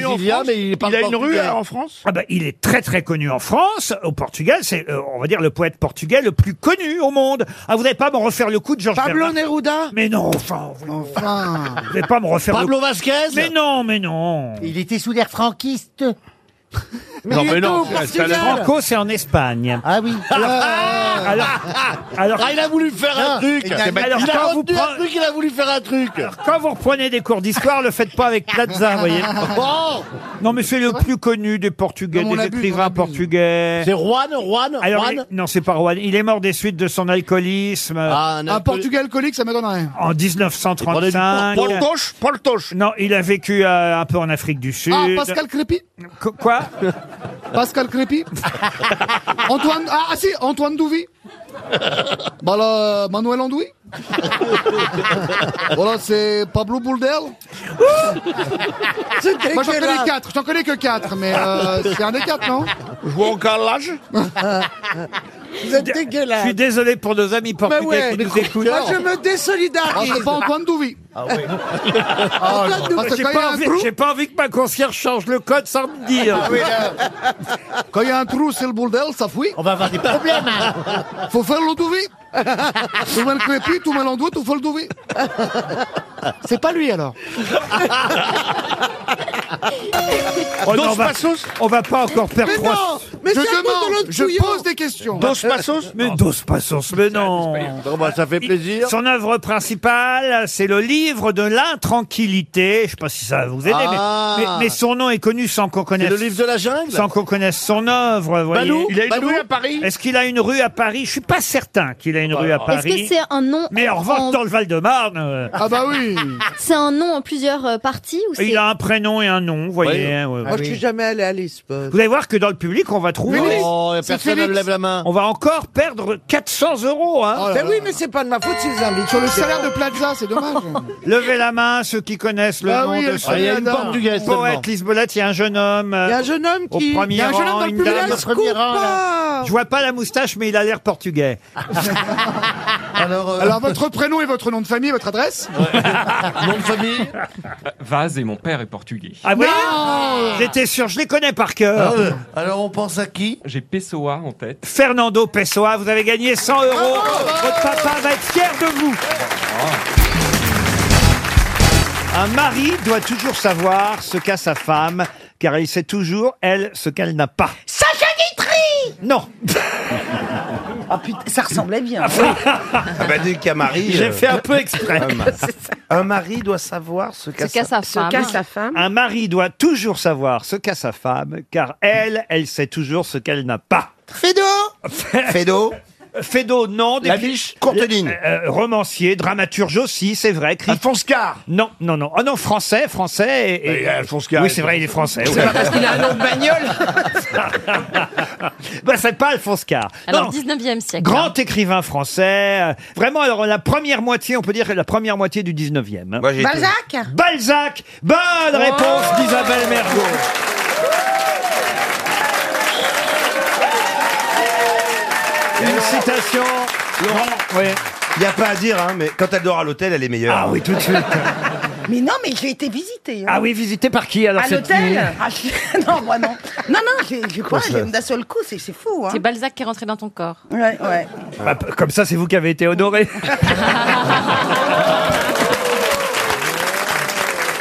une rue en France ah bah, Il est très très connu en France. Au Portugal, c'est, euh, on va dire, le poète portugais le plus connu au monde. Ah, vous n'allez pas me refaire le coup de Georges
Pablo
Bernard.
Neruda
Mais non, enfin,
enfin.
Vous n'allez pas me refaire le
Pablo
coup.
Vasquez
Mais non, mais non
Il était sous l'air franquiste.
Mais Non, mais non, Franco, c'est en Espagne. Ah oui. *laughs* Alors, alors-
Ah, il a voulu faire un
Non,
truc.
il a- alors,
il a
quand vous
retenu
pre-
un truc, il a voulu faire un truc.
Quand vous reprenez des cours d'histoire, le faites pas avec Plaza,
*laughs*
vous voyez.
Oh
non, mais c'est le plus connu des Portugais,
Non, mais on
des
abuse,
écrivains portugais.
C'est Juan, Juan,
Alors,
Juan
il est- non, c'est pas Juan. Il est mort des suites de son alcoolisme. euh,
Un portugais alcoolique, ça m'étonne rien.
En
Il prenait
1935.
du Por- Portoche,
Non, il a vécu euh, un peu en Afrique du Sud.
Ah, Pascal Crépy
Qu- Quoi
Pascal
*laughs*
Crépy Antoine. Ah, ah, si, Antoine Douvi Bah là, Manuel
*laughs*
Andoui Voilà, c'est Pablo Bouldel
C'était
Moi j'en
dégueulasse.
connais 4, j'en connais que 4, mais euh, c'est un des 4, *laughs* non
Jouer au carrelage
Vous êtes
Je
dégueulasse
suis désolé pour nos amis portugais
ouais,
qui nous écoutent.
Ah, c'est pas Antoine Douvi
Ah
ouais.
Ah,
Antoine Douvi, quand il
j'ai,
y a
pas
un
envie,
trou-
j'ai pas envie que ma concierge change le code sans me dire.
Ah oui, là. Quand il y a un trou, c'est le bordel, ça fouille. On va avoir des problèmes. Faut faire l'endouvi. tout mal crépit, tout mal endoué, tout faut le douvi. C'est pas lui alors.
Oh non,
Dos
on, va,
Passos
on va pas encore perdre
Mais
trois-
non, mais Je c'est à cause de demande, l'autre je couillon. pose des questions. Dos Passos
Mais Dos Passos, mais non.
ça fait plaisir.
Son œuvre principale, c'est le livre de l'intranquillité. Je sais pas si ça va vous aider, mais-
Ah.
mais, mais son nom est connu sans qu'on connaisse.
le livre de la jungle
Sans qu'on connaisse son œuvre. vous voyez.
Balou Il a une Balou rue à Paris Bah,
Est-ce qu'il a une rue à Paris Je suis pas certain qu'il a une rue à
Est-ce
Paris.
que c'est un nom
Mais en revanche, dans le Val-de-Marne. euh,
Ah, bah
oui
*laughs*
C'est un nom en plusieurs euh, parties ou c'est
Il a un prénom et un nom, vous voyez. hein, ouais,
Moi,
ouais.
Ah, je suis Euh. jamais allé à Lisbonne.
Vous allez voir que dans le public, on va trouver.
Félix. Oh, C'est personne ne Félix. lève
la main. On va encore perdre 400 euros. Hein.
Ben oui, mais c'est pas de ma faute s'ils invitent.
Sur le salaire de
Plaza, c'est dommage.
Levez la main ceux qui connaissent le
Bah
Ah
nom
oui,
de
elle
ce
se Ah, il y a une
poète.
Portugaise seulement.
Poète Lisbolette, il y a un jeune homme. euh,
Il y a un jeune homme
au
qui-
premier
il y a un jeune homme
rang,
dans le
une
public,
dame.
il se coupe pas.
Je vois pas la moustache, mais il a l'air portugais.
Alors,
euh,
votre prénom et votre nom de famille, votre adresse
Nom de famille
Vaz et mon père est portugais.
Ah oui
Non
J'étais sûr, je les connais par cœur.
Ah, euh, Alors on pense à qui J'ai Pessoa en tête.
Fernando Pessoa, vous avez gagné 100 euros. Votre papa va être fier de vous. Un mari doit toujours savoir ce qu'a sa femme, car il sait toujours, elle, ce qu'elle n'a pas.
Sacha Guitry
Non
Ah putain, ça ressemblait bien.
Ah bah, dès qu'il y a mari.
J'ai
euh, Ah,
fait un peu exprès.
un ma- Un mari doit savoir ce qu'a sa-
Un mari doit toujours savoir ce qu'a sa femme, car elle, elle sait toujours ce qu'elle n'a pas. *laughs*
Fédo
Fédo Fédo, non. Euh, La biche Courteline. romancier, dramaturge aussi, c'est vrai. Alphonse Carr Non, non, non. Ah non, français, français. Et, et-
Bah, Alphonse Carr,
Oui, c'est vrai, il est français.
C'est
oui.
pas parce qu'il a un nom de
bah, c'est pas Alphonse Carr.
Alors,
Non.
19e siècle.
Grand écrivain français. euh, Vraiment, alors la première moitié, on peut dire la première moitié du 19e. hein.
Balzac
Balzac Bonne réponse d'Isabelle Mergot. Une citation. Oui.
Eh Il n'y a pas à dire, hein, mais quand elle dort à l'hôtel, elle est meilleure. Ah
oui, tout de suite.
Mais non, mais j'ai été visitée. hein.
Ah oui, visité par qui alors
À
cette nuit
l'hôtel Ah, je- *laughs* Non, moi non. Non, non, j'ai j'ai quoi
Quoi, ça
j'ai- D'un seul coup, c'est c'est fou. Hein.
C'est Balzac qui est rentré dans ton corps.
Ouais, ouais.
Bah, p- Comme ça, c'est vous qui avez été honoré.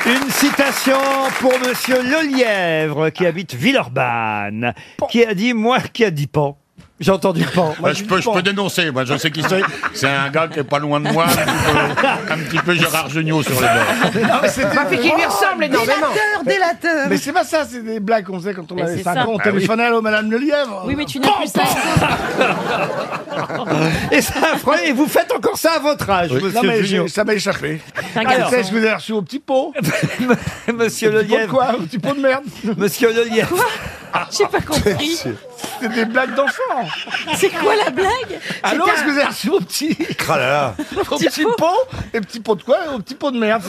Une citation pour Monsieur Lelièvre, qui habite Villeurbanne, qui a dit Moi qui a dit pan. J'ai entendu pan.
Bah, je, peux, je peux dénoncer, moi je sais qui c'est. C'est un gars qui est pas loin de moi, un petit peu, un petit peu Gérard Jugnot sur les bords.
Non, mais c'était-
Ma fille qui lui ressemble énormément.
Délateur,
délateur.
Mais c'est pas ça, c'est des blagues qu'on faisait quand on
Mais
avait
c'est
5
ça.
ans. On
Ah oui.
téléphonait à Madame Le Lièvre.
Oui, mais tu n'es plus ça.
Et ça, Fran- et vous faites encore ça à votre âge,
Oui.
monsieur
Non, mais
Junior.
j'ai- ça m'a échappé.
C'est un
Ah,
garçon.
c'est ce que vous avez reçu au petit pot.
*laughs* Monsieur
Au petit pot de
Lelièvre.
quoi Au petit pot de merde.
Monsieur Lelièvre.
J'ai pas compris. C'était des blagues d'enfants.
C'est quoi la blague
Alors,
C'était
ce que
un-
vous avez reçu au petit.
Oh
Ah là là.
Au petit pot Et petit pot de quoi Au petit pot de merde.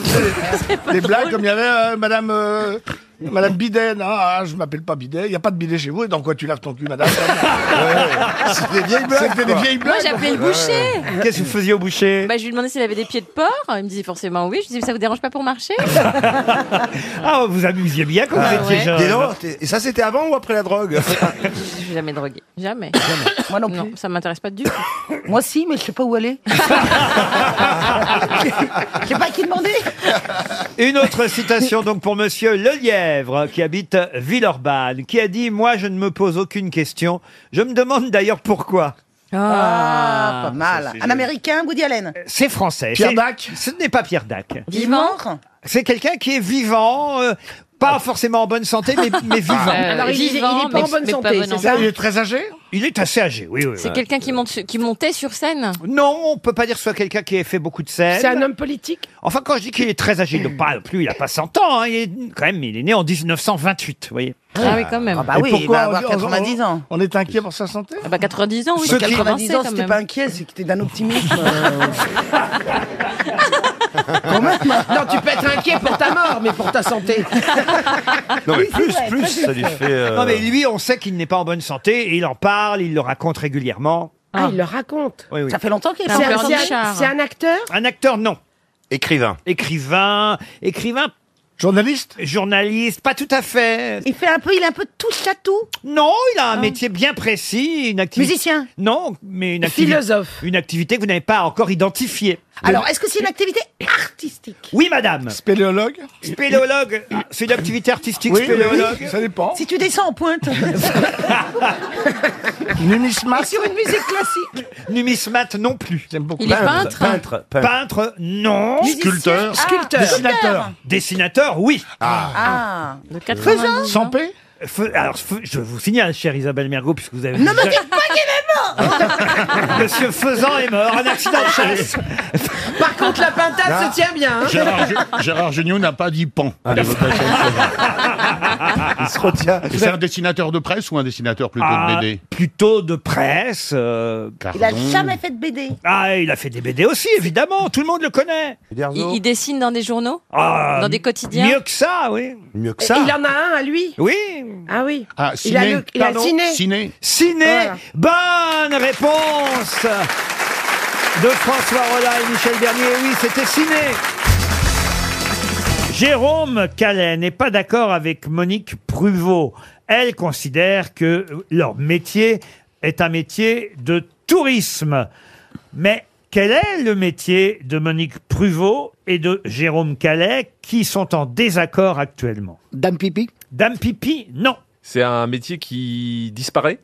C'était des- Des blagues comme il y avait euh, Madame. euh, Madame Bidet, non, ah, je m'appelle pas Bidet, il n'y a pas de bidet chez vous, et dans quoi tu laves ton cul, madame C'était des vieilles blagues. C'était des vieilles
Moi,
blagues.
j'appelais le boucher.
Qu'est-ce que vous faisiez au boucher
Bah, je lui demandais s'il avait des pieds de porc. Il me disait forcément oui. Je lui disais, ça vous dérange pas pour marcher
Ah, vous amusiez bien quand vous étiez jeune.
Dis donc, t'es- et ça c'était avant ou après la drogue
Je l'ai jamais drogué. Jamais.
Moi non plus.
Non, ça m'intéresse pas du tout.
Moi si, mais je sais pas où aller. Je sais pas à qui demander.
Une autre citation donc pour Monsieur Lelièvre Lefebvre, qui habite Villeurbanne, qui a dit Moi, je ne me pose aucune question. Je me demande d'ailleurs pourquoi.
Ah, pas mal. Un américain, Woody Allen.
C'est français.
Pierre
C'est- Ce n'est pas Pierre Dac.
Vivant
C'est quelqu'un qui est vivant, euh, pas forcément en bonne santé, mais, mais vivant. Ah,
Euh, Alors, il est- vivant, il est pas mais- en bonne mais pas santé, bon c'est ça enfant. Il est
très âgé Il est assez âgé, oui. oui
C'est
ouais.
quelqu'un qui, monte, sur- qui montait sur scène
Non, on peut pas dire que ce soit quelqu'un qui ait fait beaucoup de scènes.
C'est un homme
politique Enfin, quand je dis qu'il est très âgé, donc pas non plus, il a pas 100 ans, hein, il est, quand même, il est né en 1928, vous voyez.
Ah oui, quand même. Ah bah oui, il va avoir 90
ans On est inquiet pour sa santé
bah 90
ans, oui, Ceux qui-
90 ans,
quand
si
même.
t'es pas inquiet, c'est que t'es d'un optimisme. euh, Quand même.
Non, tu peux être Ah ben, inquiet pour ta mort, mais pour ta
*laughs*
santé.
Non, mais
Ah Oui, c'est
plus,
vrai,
plus,
ça,
ça
c'est
lui
vrai.
fait. euh,
Non mais lui, on sait qu'il n'est pas en bonne santé, et il en parle, il le raconte régulièrement.
Ah, il le raconte.
Oui, oui.
Ça fait longtemps qu'il
est C'est pas un- en c'est un- Richard. c'est un acteur
Un acteur, non. Écrivain. Écrivain. Écrivain. Journaliste Journaliste, pas tout à fait.
Il fait un peu, il a un peu de touche à tout. Ah.
Non, il a un métier bien précis, une activité.
Musicien
Non, mais une activité. Philosophe. Une activité que vous n'avez pas encore identifiée.
Ah, Alors, est-ce que c'est une activité artistique
Oui, madame. Spéléologue Spéléologue, Ah, c'est une activité artistique,
Oui,
spéléologue.
oui,
ça dépend.
Si tu descends en pointe.
Numismate
sur une musique classique.
Numismate non plus. J'aime beaucoup.
Il est Peintre. peintre
Peintre.
Peintre.
Peintre, non.
Musicien Sculpteur. Ah, Sculpteur.
Dessinateur.
sculpteur.
Dessinateur, oui.
Ah. De ans.
Sans paix alors, Fe- je vous signale, chère Isabelle Mergo, puisque vous avez...
Ne me
déjà-
dites pas qu'il est mort
*laughs* Monsieur Faisan est mort, un accident de chasse.
Par contre, la pintade
Ah.
se tient bien. hein.
Gérard,
*laughs*
Ju- Gérard Jugnot n'a pas dit pan.
Ah,
à l'évocation
*laughs*
de-
Il se retient.
Et C'est un dessinateur de presse ou un dessinateur plutôt
Ah,
de BD
Plutôt de presse. euh,
Il a
Mmh.
jamais fait de BD.
Ah, il a fait des BD aussi, évidemment. Tout le monde le connaît.
Il, il dessine dans des journaux
Ah,
Dans des quotidiens
Mieux que ça, oui. Mieux que
Il en a un à lui
Oui.
Ah oui.
Ah,
il a le, il a le ciné.
Ciné.
Ciné.
Voilà.
Bonne réponse de François Rolla et Michel Bernier. Oui, c'était ciné. Jérôme Calais n'est pas d'accord avec Monique Pruvot. Elle considère que leur métier est un métier de tourisme. Mais quel est le métier de Monique Pruvot et de Jérôme Calais qui sont en désaccord actuellement Dame Pipi Dame Pipi, non.
C'est un métier qui disparaît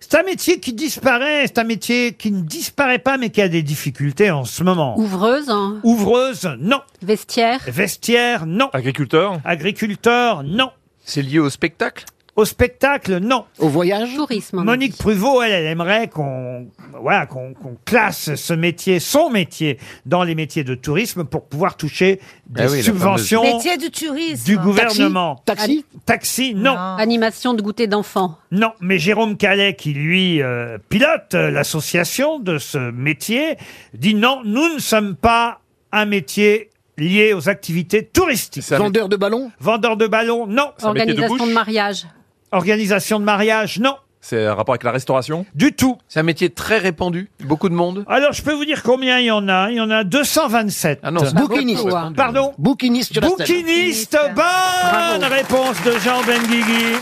C'est un métier qui disparaît, c'est un métier qui ne disparaît pas mais qui a des difficultés en ce moment.
Ouvreuse, hein.
Ouvreuse, non.
vestiaire.
Vestiaire, non. Agriculteur Agriculteur, non.
C'est lié au spectacle
Au spectacle, non. Au voyage
Tourisme.
Monique Pruvot, elle, elle aimerait qu'on voilà, qu'on qu'on classe ce métier, son métier, dans les métiers de tourisme pour pouvoir toucher
Ah oui,
des
la fameuse-
subventions
Métier du tourisme.
du gouvernement.
Taxi
Taxi, non.
hein. Animation de goûter d'enfants.
Non, mais Jérôme Calais, qui lui euh, pilote euh, l'association de ce métier, dit non, nous ne sommes pas un métier lié aux activités touristiques. Vendeur de ballons Vendeur de ballons, non.
Organisation de mariage.
Organisation de mariage, non.
C'est un rapport avec la restauration
Du tout.
C'est un métier très répandu, beaucoup de monde.
Alors, je peux vous dire combien il y en a. Il y en a 227. Ah
non, c'est pas Bouquiniste. beaucoup, hein.
Pardon Bouquiniste.
sur la scène.
Bouquiniste. Bonne
Bravo.
réponse de Jean Benguigui.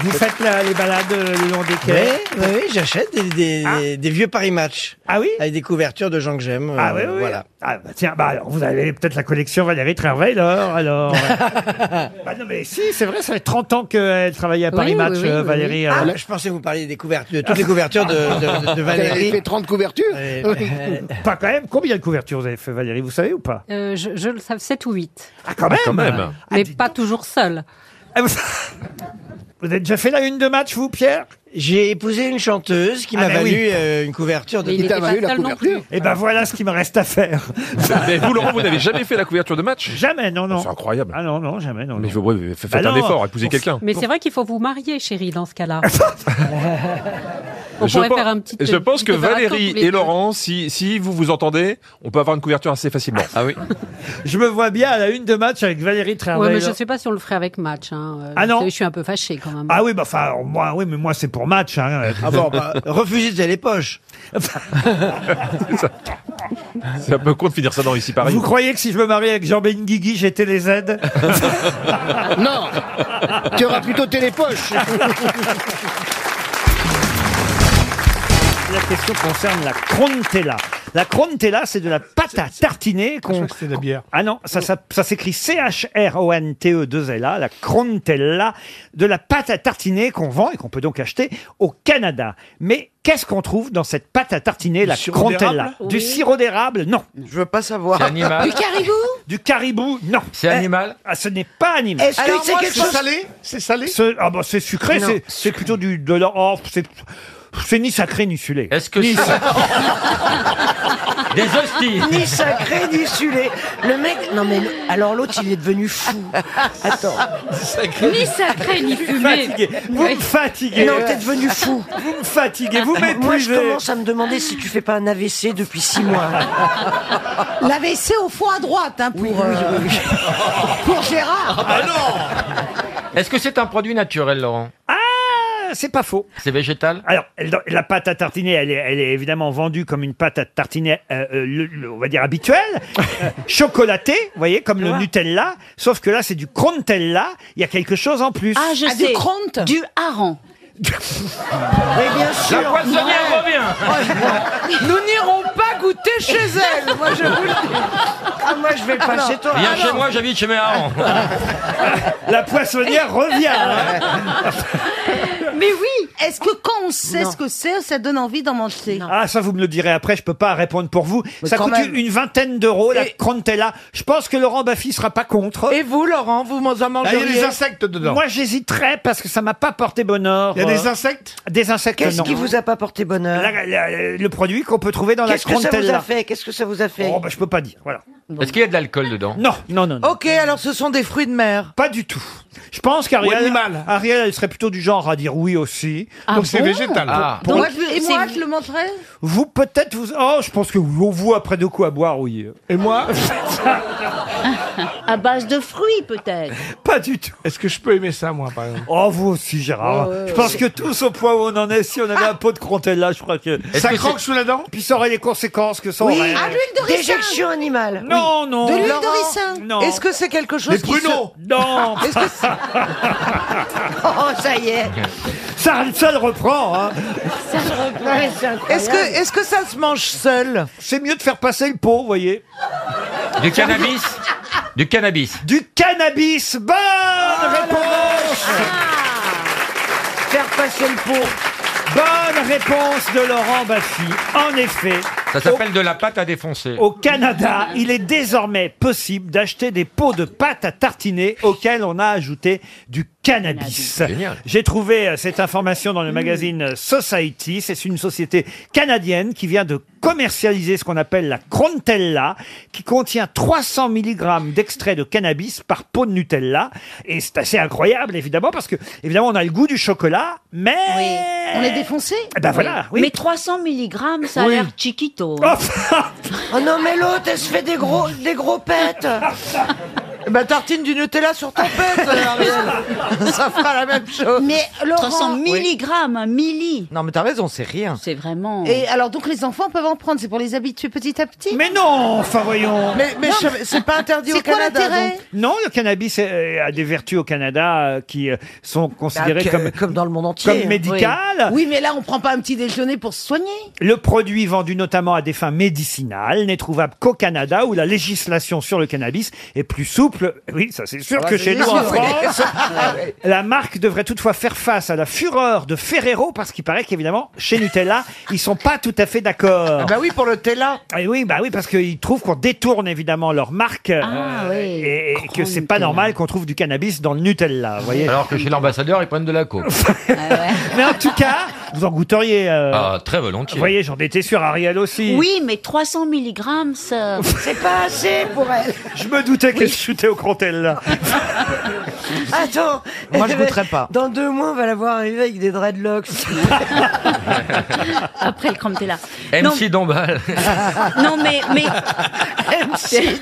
Vous faites la- les balades euh, le long des quais
Oui, oui, j'achète des, des- des vieux Paris Match.
Ah oui
Avec des couvertures de gens que j'aime. euh,
Ah oui, oui.
Voilà.
Ah, bah, tiens, bah, alors, vous avez peut-être la collection Valérie
*laughs*
Trierweiler, alors. bah, non, mais si, c'est vrai, ça fait 30 ans qu'elle travaillait à Paris Match, euh, Valérie.
Ah,
euh,
là, je pensais que vous parliez des couvertures, de toutes les couvertures de, de- de Valérie.
Elle a fait
30 couvertures
Euh, Pas quand même. Combien de couvertures vous avez fait, Valérie, vous savez ou pas
Euh, je, je le savais, 7 ou 8.
Ah, quand même,
Mais pas toujours seul.
Ah, Vous vous avez déjà fait la une de match, vous, Pierre
J'ai épousé une chanteuse qui
Ah,
m'a
ben
valu
oui.
euh, une couverture de
Mais il Qui t'a était pas valu la seul non couverture.
Et ben voilà ce qui me reste à faire.
*laughs* Mais vous, Laurent, vous n'avez jamais fait la couverture de match
Jamais, non, non.
C'est incroyable.
Ah *laughs* non, non, jamais, non.
Mais
non.
vous- vous- faites
Bah
un
non.
effort, épousez quelqu'un.
Mais c'est vrai qu'il faut vous marier, chérie, dans
*laughs*
ce cas-là. On
Je
pourrait
pense-
faire un petit. euh,
Je pense
petit
que
opération
Valérie
tous les
et
deux.
Laurent, si, si vous vous entendez, on peut avoir une couverture assez facilement. Ah oui.
Je me vois bien à la une de match avec Valérie
Ouais,
Trierweiler.
mais je ne sais pas si on le ferait avec match. hein. Euh,
bah, Ah non.
vous savez, Je suis un peu fâchée quand même.
Ah oui, bah, enfin, moi, oui, mais moi, c'est pour match. Hein.
Ah bon,
*laughs*
bah,
refusez de
*laughs*
les poches.
C'est un peu con de finir ça dans Ici Paris.
Vous croyez que si je me marie avec Jean Benguigui, j'étais les
*laughs*
aides
Ah
*laughs*
Non
Tu auras plutôt télépoche
Ah,
La question concerne la Crontella. La crontella, c'est de la pâte à tartiner qu'on. C'est de la bière. Ah non, ça, ça, ça s'écrit E C-H-R-O-N-T-E-2-L-A, la crontella, de la pâte à tartiner qu'on vend et qu'on peut donc acheter au Canada. Mais qu'est-ce qu'on trouve dans cette pâte à tartiner, la
sirop d'érable
crontella Du
Oui.
sirop d'érable Non. Je veux pas savoir.
C'est animal Du caribou
Du caribou, non. C'est animal Ah, ce n'est pas animal.
Est-ce que Alors c'est moi, quelque c'est chose- salé
C'est salé Ah bah c'est sucré,
Non.
c'est- c'est plutôt du de la- oh, c'est c'est ni sacré ni sulé. Est-ce que
Des hosties.
Ni sacré, ni sulé. Le mec. Non, mais alors l'autre, il est devenu fou. Attends.
Ni sacré, ni
Vous me fatiguez. Vous me fatiguez.
Non, t'es devenu fou.
Vous me fatiguez, vous m'épuisez.
Moi, je commence à me demander si tu fais pas un AVC depuis six mois.
L'AVC au fond à droite, hein, pour, euh, pour Gérard.
Est-ce que c'est un produit naturel, Laurent
Ah, c'est pas faux.
C'est végétal
Alors, elle- la pâte à tartiner, elle est, elle est évidemment vendue comme une pâte à tartiner, euh, euh, le- le- on va dire habituelle,
*laughs*
euh, chocolatée, vous voyez, comme le Nutella, sauf que là, c'est du crontella, il y a quelque chose en plus.
Ah, je sais. Du hareng.
Mais bien sûr.
poissonnière
Ah, bah,
revient. Nous n'irons pas goûter chez elle. Moi, je vous le dis. Ah, moi, je vais
pas
chez toi.
Viens chez moi, j'habite chez mes parents.
*laughs* La poissonnière revient. hein.
Mais oui, est-ce que quand on sait ce que c'est, ça donne envie d'en manger
Ah, ça, vous me le direz après, je peux pas répondre pour vous. ça
quand
coûte
même.
une vingtaine d'euros, la crontella. Je pense que Laurent Baffy sera pas contre. Ah,
Et vous, Laurent, vous m'en mangez
Moi, j'hésiterais parce que ça m'a pas porté bonheur.
Il y a des
insectes Des insectes,
Qu'est-ce
non.
qui vous a pas porté
Hein.
bonheur
La- la- le produit qu'on peut trouver dans la
Qu'est-ce que ça vous a
crontella.
fait Qu'est-ce que ça vous a fait
Oh, bah, je peux pas dire, voilà.
Est-ce qu'il y a de l'alcool dedans
Non, non, non.
Ok, alors ce sont des fruits de mer.
Pas du tout. Je pense
Ou
qu'Ariel,
animal.
Ariel, elle serait plutôt du genre à dire oui aussi.
Ah Donc c'est bon végétal.
Ah.
Pour
Pour-
moi, je- Et moi, je le mangerais
vous peut-être vous. Oh, je pense que vous, vous après de quoi boire, oui. Et *laughs* moi
*laughs* À base de fruits, peut-être.
Pas du tout.
Est-ce que je peux aimer ça, moi, par exemple
Oh, vous aussi, Gérard.
Ouais, ouais,
je pense
ouais.
que tous au point où on en est, si on avait un pot de crontella, je crois que.
Ça que croque c'est-
sous la dent Puis ça aurait les conséquences que ça
Oui.
aurait. euh,
Ah, l'huile d'oricin. Déjection animale.
Non,
Oui.
non.
De l'huile
Laurent,
d'oricin.
Non.
Est-ce que c'est quelque chose qui se-
*laughs* Non
Est-ce que
Oh, ça y est.
Ça, ça le reprend, hein.
Est-ce que, est-ce que ça se mange seul
C'est mieux de faire passer le pot, vous voyez.
Du cannabis Du cannabis.
Du cannabis. Bonne réponse
Faire passer le pot.
Bonne réponse de Laurent Baffy. En effet.
Ça s'appelle de *laughs* la pâte à défoncer.
Au Canada, il est désormais possible d'acheter des pots de pâte à tartiner auxquels on a ajouté du cannabis. J'ai trouvé euh, cette information
Mmh.
dans le magazine Society. C'est une société canadienne qui vient de commercialiser ce qu'on appelle la Crontella, qui contient 300 mg d'extrait de cannabis par pot de Nutella. Et c'est assez incroyable, évidemment, parce que, évidemment, on a le goût du chocolat, mais...
On est défoncé
Eh ben voilà, oui.
Mais 300 mg, ça a
Oui.
l'air
*laughs*
chiquito.
Oh non, mais l'autre, elle se fait des gros, des gros pets.
Bah tartine du Nutella sur
*laughs*
ton pète, Ariel. Ça fera la même chose.
Mais Laurent,
300
milligrammes, un milli.
Non mais t'as raison, c'est rien.
C'est vraiment.
Et alors, donc, les enfants peuvent en prendre, c'est pour les habituer petit à petit
Mais non, enfin voyons.
Mais, mais
Non,
je-
mais-
c'est pas interdit
C'est
au
quoi
Canada.
l'intérêt
donc.
Non, le cannabis euh, a des vertus au Canada euh, qui euh, sont considérées
Bah, que-
comme,
dans le monde hein.
comme médicales.
Oui, mais là, on prend pas un petit déjeuner pour se soigner.
*laughs*
Le produit vendu notamment à des fins médicinales n'est trouvable qu'au Canada où la législation sur le cannabis est plus souple. Oui, ça c'est sûr
*laughs* Ouais,
que
c'est
chez nous
sûr,
en
oui.
France,
Ah ouais.
la marque devrait toutefois faire face à la fureur de Ferrero parce qu'il paraît qu'évidemment chez Nutella ils sont pas tout à fait d'accord.
Ah bah oui pour le Tella.
Et oui, bah oui, parce qu'ils trouvent qu'on détourne évidemment leur marque euh, et, et que c'est pas normal qu'on trouve du cannabis dans le Nutella, vous voyez.
Alors que chez l'ambassadeur, ils prennent de la coke.
Mais en tout cas, vous en goûteriez. euh,
Ah, très
vous
volontiers.
voyez, j'en étais sûr, Ariel aussi.
Oui, mais 300 mg, ça.
C'est pas assez pour elle.
Je me doutais qu'elle chutait au crontelle.
Attends.
Moi, je
Elle va-
goûterai pas.
Dans deux mois, on va la voir arriver avec des dreadlocks.
Après le cromtella.
MC
*laughs*
Dombal.
*laughs* Non, mais.
*laughs*
mais...
MC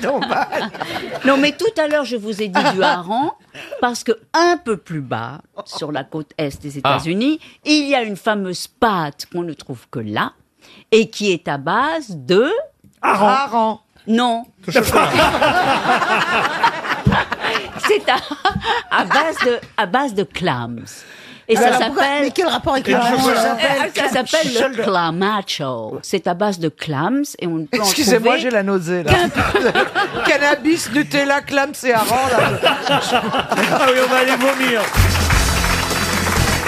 Non, mais tout à l'heure, je vous ai dit du hareng, parce que un peu plus bas, sur la côte est des
Ah.
États-Unis, il y a une fameuse pâte qu'on ne trouve que là, et qui est à base de.
Hareng.
Non. *laughs* C'est à, à base de, à base de clams.
Et
Mais
ça
Ah, alors pourquoi-
s'appelle.
mais quel rapport avec le
Ça
clam
Eh, ah,
s'appelle-
Euh,
Ça s'appelle
Seul-
le clamacho. C'est à base de clams et on ne peut en
Excusez-moi,
trouver
j'ai la nausée là. Cannabis, Nutella, clams et harangue.
Ah oui, on va aller vomir.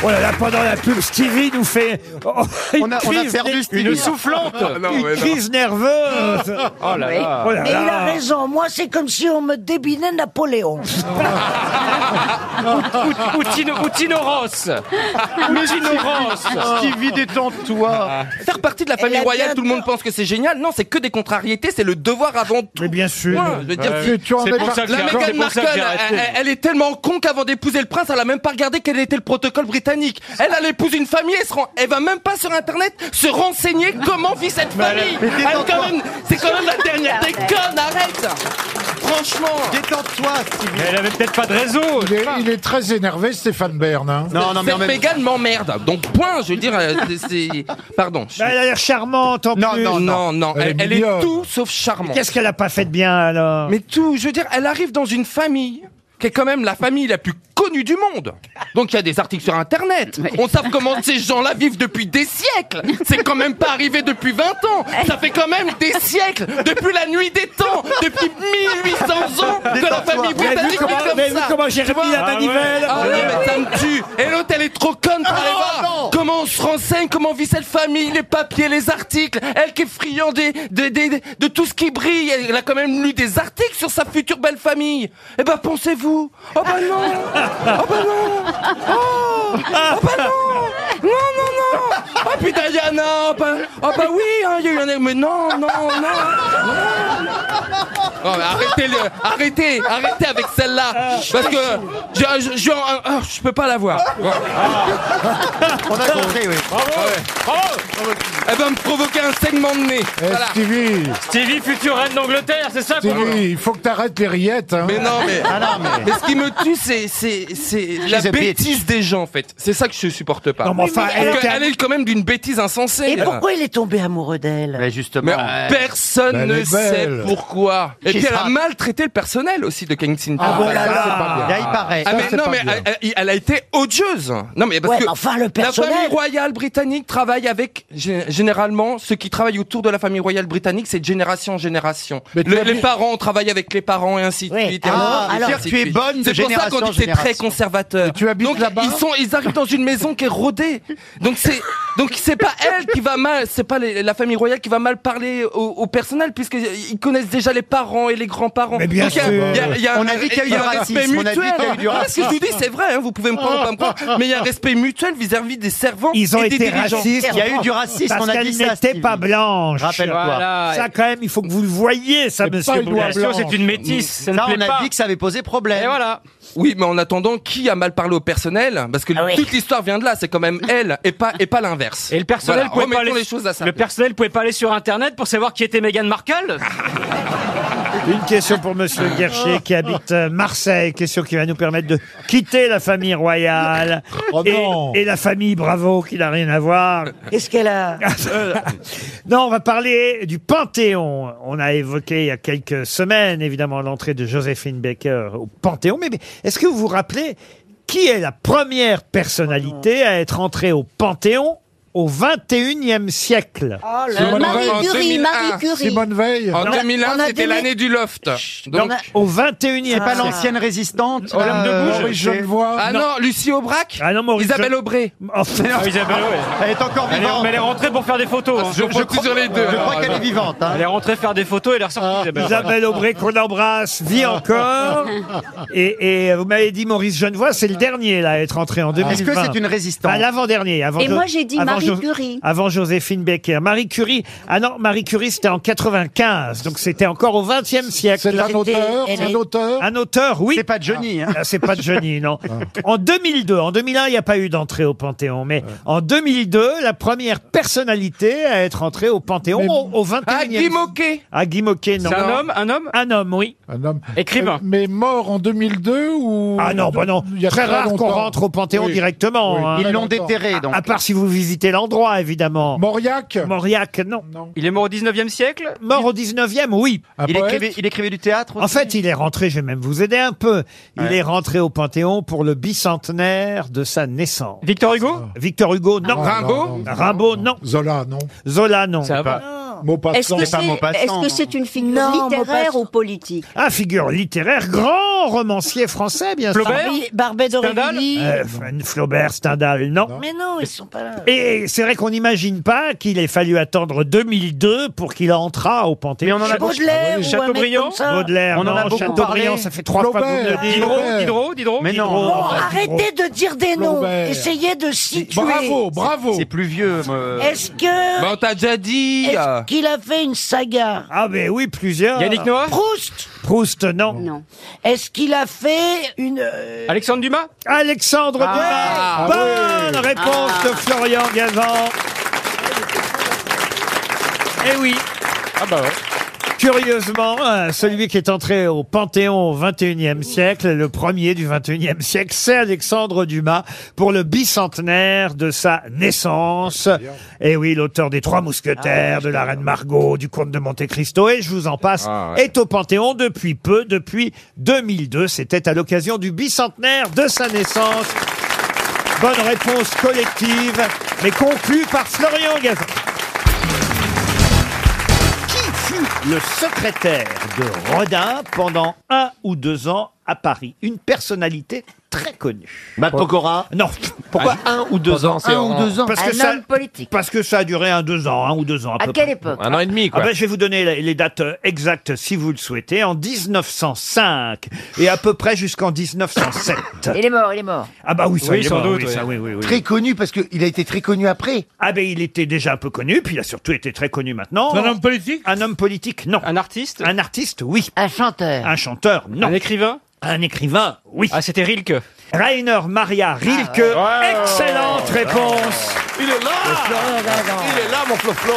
Oh là là, pendant la pub, Stevie nous fait oh, une
On a- on a
crise
perdu
ner-
Stevie.
une
soufflante. Non,
une
mais non.
crise nerveuse.
Oh là
Oui.
là. Oh là
Mais il a
là.
raison. Moi, c'est comme si on me débinait Napoléon.
ou, ou Tino, ou Tino Ross.
Mais
Tino Ross. Ah.
Stevie, détends-toi.
Faire partie de la famille
Elle a
royale,
bien
tout le monde pense que c'est génial. Non, c'est que des contrariétés, c'est le devoir avant tout.
Mais bien sûr.
je veux dire,
Ouais. Tu- tu en
c'est
es
pour
par-
ça que la
c'est pour ça
Meghan
que
Markle,
j'ai
elle,
arrêté.
elle- elle est tellement con qu'avant d'épouser le prince, elle a même pas regardé quel était le protocole britannique. Elle, elle épouse une famille, elle, se rend- elle va même pas sur internet se renseigner comment vit cette
Mais elle-
famille.
mais
Elle,
détends-toi.
quand même- C'est quand même la dernière des connes, arrête Franchement
Détends-toi, Stevie.
elle avait peut-être pas de réseau. Il est, il est très énervé, Stéphane Bern. hein.
Non, non, mais Meghan m'emmerde. Donc point, je veux dire, *laughs* euh, c'est- c'est- pardon.
Bah, elle a l'air charmante en
non,
plus.
Non, non, non, elle, elle est,
mignonne.
tout sauf charmante.
Qu'est-ce qu'elle a pas fait de bien alors
Mais tout, je veux dire, elle arrive dans une famille qui est quand même la famille la plus connue du monde. Donc il y a des articles sur Internet. On sait comment ces gens-là vivent depuis des siècles. C'est quand même pas arrivé depuis 20 ans. Ça fait quand même des siècles, depuis la nuit des temps, depuis 1800 ans que la famille
Vous avez vu
britannique
comment-
est comme
vous avez vu
ça.
comment j'ai
Tu
remis
vois
la manivelle
Ah non, mais ça me tue. Et l'autre, elle est trop conne pour aller
Ah,
voir
non.
comment on se renseigne, comment vit cette famille, les papiers, les articles. Elle qui est friande des- des- des- de, tout ce qui brille. Elle, elle a quand même lu des articles sur sa future belle famille. Eh ben, pensez-vous. Oh bah non Oh bah non Oh, Oh bah non Non, non, non Oh putain, Yana Oh bah, oh bah oui, hein, il y a eu un... Mais non, non, non, non. Non, mais arrêtez, le, arrêtez, arrêtez avec celle-là, parce que je, je, je- ah, je peux pas la voir.
On a compris, oui.
Bravo, Ah Elle va me provoquer un segment de nez.
Eh,
Voilà.
Stevie,
Stevie, future reine d'Angleterre, c'est ça
Stevie, il faut que t'arrêtes les rillettes. hein.
Mais Ah, non, mais,
Ah
mais ce qui me tue, c'est, c'est, c'est la
She's a bitch.
bêtise des gens, en fait. C'est ça que je supporte pas.
Non, mais enfin,
Parce
elle
que
était-
elle est quand même d'une bêtise insensée.
Et pourquoi il est tombé amoureux d'elle
Mais justement. euh,
Personne
Ben, Elle
ne
est
sait
belle.
pourquoi. Et
She's
puis elle a
hot.
maltraité le personnel aussi de Kensington.
Ah, voilà, là,
Ça,
c'est
c'est
pas bien.
bien.
Là, il paraît.
Ah,
Ça,
mais
c'est
non,
pas
mais
bien.
elle, elle- elle a été odieuse. Non, mais parce
Ouais,
que
mais enfin, le personnel-
la famille royale britannique travaille avec gé- généralement ceux qui travaillent autour de la famille royale britannique, c'est de génération en génération.
Mais tu
Le-
as
les
vu-
parents on travaille avec les parents et ainsi de suite. et
alors,
ainsi de
alors,
suite, ainsi
tu
de
es
suite.
bonne de
C'est pour ça
génération
en
qu'on dit c'est très
génération.
conservateur. donc, ils sont, ils arrivent dans une maison qui est rodée. Donc c'est, donc
*laughs*
c'est pas elle qui va mal, c'est pas les- la famille royale qui va mal parler au, au personnel puisqu'ils connaissent déjà les parents et les grands-parents.
Mais bien
Donc, il y a-
sûr.
il y a- il y a
On
un-
a dit qu'il y a eu
il y a
du
un
racisme,
respect
on a dit
mutuel.
qu'il y a eu du
Ah, Ce que je vous dis, c'est vrai, hein, vous pouvez me prendre, ou pas me prendre, mais il y a un respect mutuel vis-à-vis des servants.
Ils ont
et des
été
dirigeants.
racistes. parce qu'elle n'était pas blanche.
Rappelle-toi. Voilà.
Ça, quand même, il faut que vous le voyez, ça, monsieur. Blanc.
Là, on a dit que ça avait posé problème. Et voilà.
Oui, mais en attendant, qui a mal parlé au personnel Parce
Ah
que toute l'histoire vient de là, c'est quand même elle et pas, et pas l'inverse. Et le
personnel pouvait pas aller-
les choses à ça.
Le personnel pouvait pas aller sur Internet pour savoir qui était Meghan Markle
Ah.
Une question pour Monsieur Guercher qui habite euh, Marseille, question qui va nous permettre de quitter la famille royale
Oh
et, et la famille Bravo qui n'a rien à voir.
Qu'est-ce qu'elle a
*laughs* non, on va parler du Panthéon. On a évoqué il y a quelques semaines, évidemment, l'entrée de Joséphine Baker au Panthéon. Mais mais est-ce que vous vous rappelez qui est la première personnalité à être entrée au Panthéon au 21e siècle
Oh là là. Marie Curie, Marie Curie. Simone Veil.
En
Non.
2001,
On a
c'était
donné-
l'année du loft.
Donc, au 21e
Ah, C'est pas
siècle.
l'ancienne résistante
Olympe de
euh,
Gouges.
Maurice Genevoix
Ah non, Lucie Aubrac
Ah non, Maurice Oh,
Isabelle
Je- *laughs*
Aubray.
Enfin,
Ah, Isabelle, ouais. Elle est encore Elle est- vivante. mais elle est rentrée pour faire des photos. hein. Je compte sur les deux, je alors, crois qu'elle alors. est vivante. hein. Elle est rentrée faire des photos et elle est ressortie. Isabelle.
Ah,
Ah.
Isabelle Aubray qu'on
*laughs*
embrasse vit encore. Et, et vous m'avez dit Maurice Genevoix, c'est le dernier là à être entré en 2020.
Ah. Est-ce que c'est une résistante
Ah, L'avant-dernier. Avant
Et
Jo-
moi, j'ai dit
avant Ah,
Marie
Jo-
Curie.
Avant Joséphine Baker. Marie Curie. Ah non, Marie Curie c'était en 95, donc c'était encore au 20e siècle.
C'est un auteur,
C'était-
c'est un auteur.
Un auteur, oui. C'est pas
Johnny.
hein.
C'est pas
*laughs*
Johnny, non. en 2002, en 2001, il n'y a pas eu d'entrée au Panthéon, mais en 2002, la première personnalité à être entrée au Panthéon au, au 21e
Ah, Guy Moquet
Ah, Guy Moquet, non.
C'est un homme,
un homme Un homme, oui.
Un homme.
Écrivain.
Euh, Mais mort en 2002 ou
Ah non, bah non.
Il y a
très, rare qu'on
longtemps.
rentre au Panthéon
Oui.
directement.
Oui,
hein.
Ils l'ont déterré,
À-
donc.
À part si vous visitez l'endroit, évidemment. Mauriac Mauriac, non.
Il est mort au 19e siècle
Mort au 19e, oui.
il, écrivait, il écrivait du théâtre
En fait, il est rentré, je vais même vous aider un peu, il est rentré au Panthéon pour le bicentenaire de sa naissance.
Victor Hugo
Victor Hugo, non.
Ah, non, Rimbaud non, non,
Rimbaud, non.
Zola, non.
Zola, non.
Est-ce que c'est est-ce que c'est une figure
Non,
littéraire
Maupassant.
ou politique
Ah, figure littéraire, grand romancier français, bien
Flaubert
sûr.
Barbi- Barbey d'Aurevilly.
Euh, F- Flaubert, Stendhal, non.
Mais non, ils sont pas là.
Et c'est vrai qu'on n'imagine pas qu'il ait fallu attendre 2002 pour qu'il entrât au Panthéon.
Mais on en a beaucoup- Baudelaire ou un mec
Chateaubriand
comme ça.
Ah Baudelaire,
On en a
non,
beaucoup
Chateaubriand,
parlé.
ça fait trois fois que vous
Flaubert,
le dites.
Diderot, Diderot, Diderot.
Mais non.
Bon, arrêtez de dire des noms.
Flaubert.
Essayez de situer.
C'est plus vieux. me-
Est-ce que.
Bah, on t'a déjà dit.
Ah,
Est-ce qu'il a fait une saga
Ah ben oui, plusieurs.
Yannick Noah
Proust
Proust, non.
Est-ce qu'il a fait une. euh,
Alexandre Dumas
Alexandre
Ah,
Dumas.
ah
Bonne
oui.
réponse
Ah.
de Florian Gazan. Eh oui.
Ah bah ouais.
Curieusement, euh, celui qui est entré au Panthéon au XXIe siècle, le premier du XXIe siècle, c'est Alexandre Dumas pour le bicentenaire de sa naissance.
Ah,
Et oui, l'auteur des Trois Mousquetaires, de la Reine Margot, du Comte de Monte Cristo, et je vous en passe,
Ah ouais.
est au Panthéon depuis peu, depuis 2002. C'était à l'occasion du bicentenaire de sa naissance. Bonne réponse collective, mais conclue par Florian Gazan. Qui fut le secrétaire de Rodin pendant un ou deux ans à Paris Une personnalité très connue. Matt Pokora Non. Pourquoi Ah. un ou
deux Pendant ans, c'est un ou deux ans.
Parce que
Un
ça,
homme
politique. Parce que ça a duré un deux ans, un ou deux ans à,
À
peu
quelle
près.
époque Un an et demi, quoi.
Ah ben, je vais vous donner les- les dates euh, exactes si vous le souhaitez. En 1905 et à peu près jusqu'en 1907.
Il est mort, il est mort.
Ah bah oui, ça,
Oui,
il est
sans
mort,
doute,
oui,
oui.
ça, oui, oui, oui.
Très connu parce qu'il a été très connu après.
Ah ben il était déjà un peu connu, puis il a surtout été très connu maintenant. Un homme politique Un homme politique, non. Un artiste Un artiste, oui. Un chanteur Un chanteur, non. Un écrivain Un écrivain, oui. Ah c'était Rilke Ah Rainer Maria Rilke, excellente réponse
Il
Ah,
est là
Ah,
Il est là, mon floflo